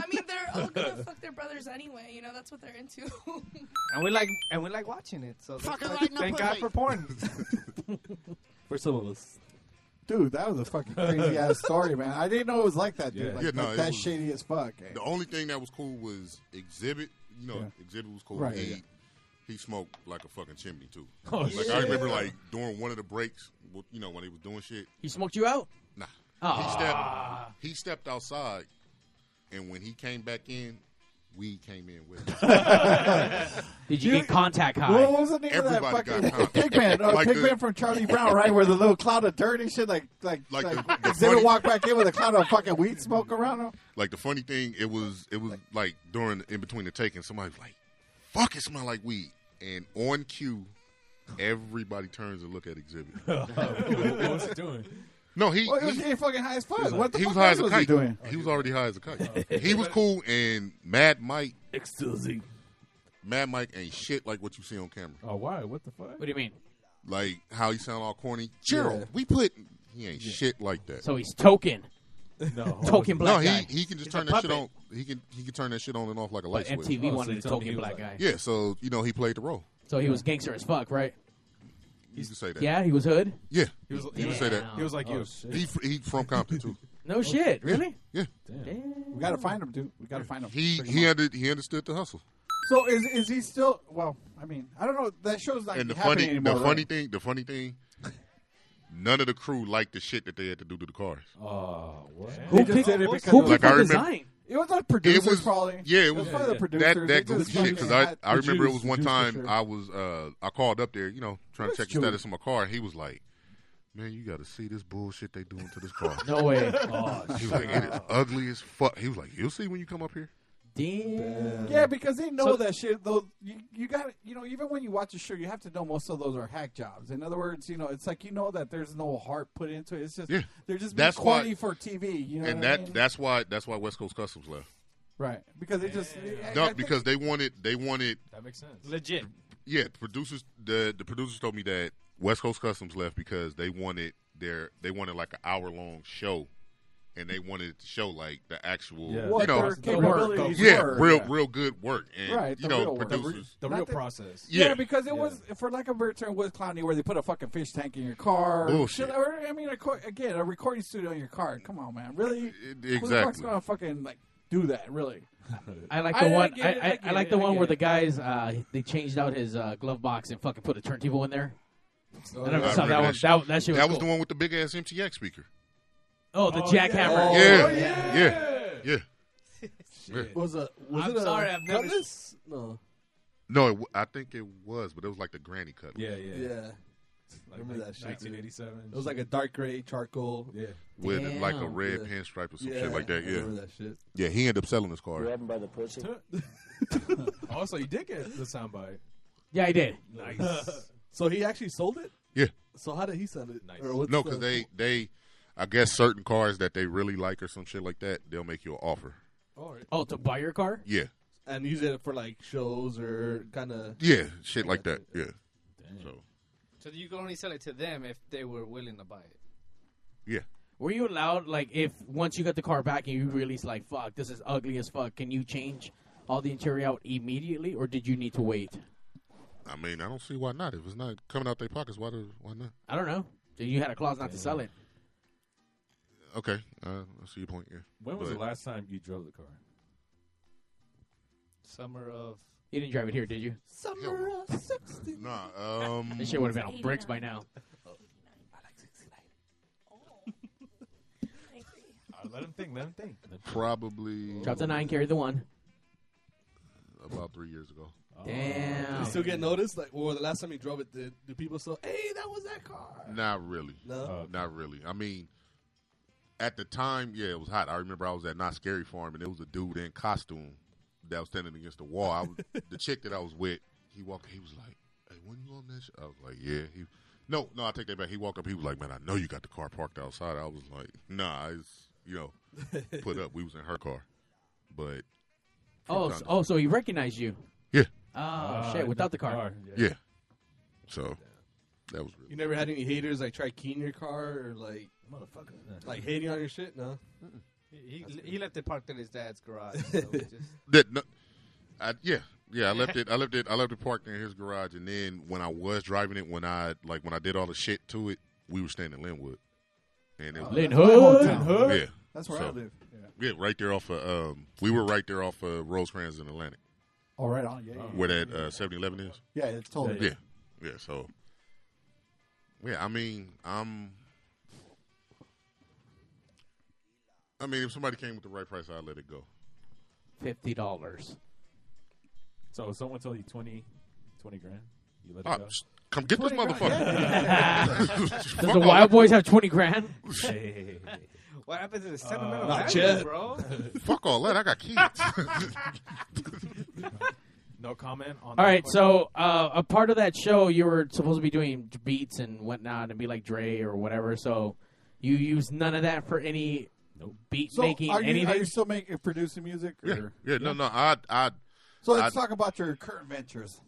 Speaker 8: I mean, they're all gonna fuck their brothers anyway. You know, that's what they're into.
Speaker 9: *laughs*
Speaker 8: *laughs*
Speaker 9: And we like and we like watching it. So
Speaker 8: Fucking
Speaker 9: that's-
Speaker 8: like no
Speaker 9: thank God
Speaker 8: pussy.
Speaker 9: for porn.
Speaker 10: For some of us.
Speaker 1: Dude, that was a fucking crazy ass story, man. I didn't know it was like that, dude.
Speaker 19: Yeah.
Speaker 1: Like,
Speaker 19: Yeah, no,
Speaker 1: like
Speaker 19: it
Speaker 1: that
Speaker 19: was-
Speaker 1: shady as fuck.
Speaker 19: The only thing that was cool was Exhibit. You know, Exhibit was cool.
Speaker 1: Right,
Speaker 19: he,
Speaker 1: yeah.
Speaker 19: he smoked like a fucking chimney too.
Speaker 3: Oh,
Speaker 19: like
Speaker 3: shit.
Speaker 19: I remember, like during one of the breaks, w- you know, when he was doing shit,
Speaker 3: He smoked you out? Ah.
Speaker 19: Nah.
Speaker 3: Aw.
Speaker 19: He stepped he stepped outside and when he came back in, we came in with.
Speaker 3: *laughs* Did you You- get contact high?
Speaker 1: What was the name of that
Speaker 19: Everybody
Speaker 1: fucking
Speaker 19: got high.
Speaker 1: *laughs* pigman? Uh,
Speaker 19: Like the-
Speaker 1: pigman from Charlie Brown, right? Where the little cloud of dirt and shit, like like like,
Speaker 19: Like the- the
Speaker 1: they would
Speaker 19: funny-
Speaker 1: walk back in with a cloud of fucking weed smoke around them.
Speaker 19: Like the funny thing, it was it was like during in between the taking, somebody was like, "Fuck, it smell like weed," and on cue, everybody turns and look at exhibit.
Speaker 2: *laughs* What was it doing?
Speaker 19: No, he,
Speaker 1: Well, Oh, he was getting fucking high as fuck. What the fuck else was he
Speaker 19: kite.
Speaker 1: doing?
Speaker 19: He was already high as a
Speaker 2: Oh,
Speaker 19: kite. he was cool, and Mad Mike ecstasy. Mad Mike ain't shit like what you see on camera.
Speaker 2: Oh, why? What the fuck? What
Speaker 3: do you mean?
Speaker 19: Like how he sound all corny. Gerald,
Speaker 2: Yeah.
Speaker 19: we put he ain't shit like that.
Speaker 3: So he's token. *laughs*
Speaker 2: No,
Speaker 3: token
Speaker 19: no,
Speaker 3: black
Speaker 19: he
Speaker 3: guy.
Speaker 19: he can just
Speaker 3: He's
Speaker 19: turn
Speaker 3: a
Speaker 19: that shit on.
Speaker 3: puppet.
Speaker 19: He can he can turn that shit on and off like a
Speaker 3: But
Speaker 19: light switch.
Speaker 3: MTV Oh, so wanted you're a telling me token he was black like- guy.
Speaker 19: Yeah, so you know he played the role.
Speaker 3: So he was gangster as fuck, right?
Speaker 19: You can say that.
Speaker 3: Yeah, he was hood.
Speaker 19: Yeah,
Speaker 3: He was-
Speaker 19: You can say that.
Speaker 3: Damn. He was like you. Oh,
Speaker 19: He, he from Compton too.
Speaker 3: No shit, really?
Speaker 19: Yeah.
Speaker 1: We gotta find him, dude. We gotta find him.
Speaker 19: He
Speaker 1: Bring him
Speaker 19: he
Speaker 1: up.
Speaker 19: under, he understood the hustle.
Speaker 1: So is is he still? Well, I mean, I don't know. That show's not
Speaker 19: and the
Speaker 1: happening
Speaker 19: funny,
Speaker 1: anymore.
Speaker 19: the
Speaker 1: right?
Speaker 19: funny thing, the funny thing, none of the crew liked the shit that they had to do to the cars. Oh, what?
Speaker 1: Who They just picked- did it because who of- picked the
Speaker 19: remember,
Speaker 1: design? It was the producers,
Speaker 19: It was-
Speaker 1: probably.
Speaker 19: Yeah,
Speaker 1: It
Speaker 19: it
Speaker 1: was
Speaker 19: was,
Speaker 1: probably the producers. They
Speaker 19: that that
Speaker 1: just
Speaker 19: goofy shit
Speaker 1: fucking
Speaker 19: because I
Speaker 1: had-
Speaker 19: I
Speaker 1: The
Speaker 19: remember
Speaker 1: Jews,
Speaker 19: it was one
Speaker 1: the Jews for
Speaker 19: time
Speaker 1: sure.
Speaker 19: I was uh I called up there, you know, trying to check the
Speaker 1: Jews?
Speaker 19: status of my car. And he was like. Man, you got to see this bullshit they doing to this car.
Speaker 3: No way.
Speaker 19: *laughs*
Speaker 3: Oh,
Speaker 19: he was like, it is ugly as fuck. He was like, you'll see when you come up here.
Speaker 3: Damn.
Speaker 1: Yeah, because they know
Speaker 3: So-
Speaker 1: that shit. Though you, you got to you know, even when you watch a show, you have to know most of those are hack jobs. In other words, you know, it's like you know that there's no heart put into it. It's just
Speaker 19: Yeah.
Speaker 1: they're just being
Speaker 19: That's why-
Speaker 1: corny for TV. You know,
Speaker 19: and
Speaker 1: what I
Speaker 19: that
Speaker 1: mean?
Speaker 19: that's why that's why West Coast Customs left.
Speaker 1: right because they just I- I
Speaker 19: No,
Speaker 1: think-
Speaker 19: because they wanted they wanted
Speaker 2: That makes sense.
Speaker 9: Legit.
Speaker 19: yeah, the producers the the producers told me that West Coast Customs left because they wanted their they wanted like an hour long show and they wanted to show like the actual
Speaker 2: Yeah.
Speaker 19: you
Speaker 2: What
Speaker 19: know
Speaker 2: their capabilities
Speaker 19: yeah,
Speaker 2: were.
Speaker 19: real
Speaker 2: Yeah.
Speaker 19: real good work and
Speaker 1: right,
Speaker 19: you
Speaker 1: the
Speaker 19: know
Speaker 1: real work.
Speaker 19: producers
Speaker 2: The re- the real process.
Speaker 1: Yeah,
Speaker 19: Yeah.
Speaker 1: because it was for lack of a better term, was Clowney where they put a fucking fish tank in your car.
Speaker 19: Bullshit.
Speaker 1: Shit, or, I mean, a co- again, a recording studio in your car. Come on, man, really? Who the fuck's
Speaker 19: exactly.
Speaker 1: gonna fucking like do that? Really?
Speaker 3: I like the one.
Speaker 1: get
Speaker 3: I,
Speaker 1: it,
Speaker 3: I, I,
Speaker 1: get
Speaker 3: like
Speaker 1: it,
Speaker 3: the one
Speaker 1: get
Speaker 3: where
Speaker 1: it.
Speaker 3: the guys uh, they changed out his uh, glove box and fucking put a turntable in there.
Speaker 19: Oh,
Speaker 3: I
Speaker 19: yeah.
Speaker 3: never
Speaker 19: I
Speaker 3: saw that
Speaker 19: remember
Speaker 3: one.
Speaker 19: that shit.
Speaker 3: That, that shit was
Speaker 19: That was
Speaker 3: cool.
Speaker 19: the one with the big ass MTX speaker.
Speaker 3: Oh, the jackhammer.
Speaker 19: Yeah.
Speaker 3: Oh, yeah.
Speaker 19: yeah. Yeah.
Speaker 10: *laughs*
Speaker 19: Yeah.
Speaker 10: Was a was
Speaker 3: I'm
Speaker 10: it a
Speaker 3: sorry, I've never-
Speaker 10: cutlass? No.
Speaker 19: No, it w- I think it was, but it was like the granny cut.
Speaker 2: Yeah, yeah.
Speaker 10: Yeah.
Speaker 2: Like
Speaker 10: Remember that shit. dude.
Speaker 2: 1987
Speaker 10: It was like a dark gray charcoal.
Speaker 2: Yeah.
Speaker 19: With like a
Speaker 10: Damn.
Speaker 19: red
Speaker 10: Yeah.
Speaker 19: pinstripe or some
Speaker 10: Yeah,
Speaker 19: shit like that.
Speaker 10: I
Speaker 19: Yeah.
Speaker 10: remember that shit.
Speaker 19: Yeah, he ended up selling his car.
Speaker 2: Grabbing by the pussy. *laughs* also, you did get the soundbite.
Speaker 3: Yeah, I did.
Speaker 2: Nice.
Speaker 10: *laughs* so he actually sold it?
Speaker 19: Yeah.
Speaker 10: So how did he sell it? Nice.
Speaker 19: No, because they they, I guess certain cars that they really like or some shit like that, they'll make you an offer.
Speaker 3: Oh, to buy your car?
Speaker 19: Yeah,
Speaker 10: and use it for like shows or kind of
Speaker 19: yeah, shit like that. Yeah.
Speaker 3: Mm.
Speaker 19: So
Speaker 9: So you could only sell it to them if they were willing to buy it.
Speaker 3: Were you allowed like if once you got the car back and you realize like fuck this is ugly as fuck? Can you change all the interior out immediately, or did you need to wait?
Speaker 19: I mean, I don't see why not. If it's not coming out their pockets, why do why not?
Speaker 3: I don't know. So you had a clause not to sell it.
Speaker 19: Okay, uh, I see your point. Yeah.
Speaker 2: When was
Speaker 19: But
Speaker 2: the last time you drove the car?
Speaker 9: Summer of.
Speaker 3: You didn't drive it here, did you?
Speaker 10: Summer of 60.
Speaker 19: Nah, um.
Speaker 3: This shit would have been on bricks by now.
Speaker 2: Uh, let him think. Let him think.
Speaker 19: Probably
Speaker 3: Drop the nine, carry the one.
Speaker 19: about three years ago.
Speaker 3: Oh. Damn.
Speaker 10: You still get noticed? Like, or the last time he drove it, did, did people still, hey, that was that car?
Speaker 19: Not really.
Speaker 10: No? Oh,
Speaker 19: Not really. I mean, at the time, yeah, it was hot. I remember I was at Not Scary Farm, and it was a dude in costume that was standing against the wall. I
Speaker 10: *laughs*
Speaker 19: was, the chick that I was with, he walked. He was like, "Hey, when you on that?" Shit? I was like, "Yeah." He, no, no, I take that back. He walked up. He was like, "Man, I know you got the car parked outside." I was like, "Nah, it's you know, put up. We was in her car, but
Speaker 3: Oh, so, oh, so he recognized you.
Speaker 19: Yeah.
Speaker 3: Oh shit! Without the car.
Speaker 19: yeah." So that was
Speaker 10: You never had any haters like try keying your car or like, motherfucker, like hating on your shit? No.
Speaker 9: He, he left it parked in his dad's garage. So
Speaker 19: *laughs*
Speaker 9: it just,
Speaker 19: That no, I, yeah, yeah. I left it. I left it. I left it parked in his garage, and then when I was driving it, when I like when I did all the shit to it, we were staying in Linwood, and
Speaker 1: Oh,
Speaker 19: it was
Speaker 3: Lynn Hood? Lynn
Speaker 1: Hood?
Speaker 19: Yeah,
Speaker 1: That's where I live,
Speaker 19: Yeah. right there off of. Um, we were right there off of Rosecrans and Atlantic.
Speaker 1: Oh, right on, yeah, yeah,
Speaker 19: where that uh, 7-Eleven is.
Speaker 1: Yeah, it's totally-
Speaker 19: Yeah, yeah. So, yeah. I mean, I'm. I mean, if somebody came with the right price, I'd let it go.
Speaker 3: fifty dollars.
Speaker 2: *laughs* So if someone told you 20, 20 grand, you let it
Speaker 19: Ah,
Speaker 2: go.
Speaker 19: just come get this
Speaker 2: 20 grand,
Speaker 19: motherfucker.
Speaker 3: Does the Wild Boys have twenty grand?
Speaker 2: Hey.
Speaker 9: What happened to the
Speaker 3: Uh,
Speaker 9: sentimental
Speaker 2: not
Speaker 9: value,
Speaker 2: yet.
Speaker 9: bro?
Speaker 19: Fuck all that. I got
Speaker 3: *laughs*
Speaker 2: kids. no comment on.
Speaker 3: All
Speaker 2: that
Speaker 3: right,
Speaker 2: part?
Speaker 3: so uh, a part of that show, you were supposed to be doing beats and whatnot, and be like Dre or whatever. So you use none of that for any beat
Speaker 1: So
Speaker 3: making,
Speaker 1: are you,
Speaker 3: anything.
Speaker 1: Are you still making producing music?
Speaker 19: Yeah,
Speaker 1: Or?
Speaker 19: yeah, no, no. I, I.
Speaker 1: So let's
Speaker 19: I-
Speaker 1: talk about your current ventures.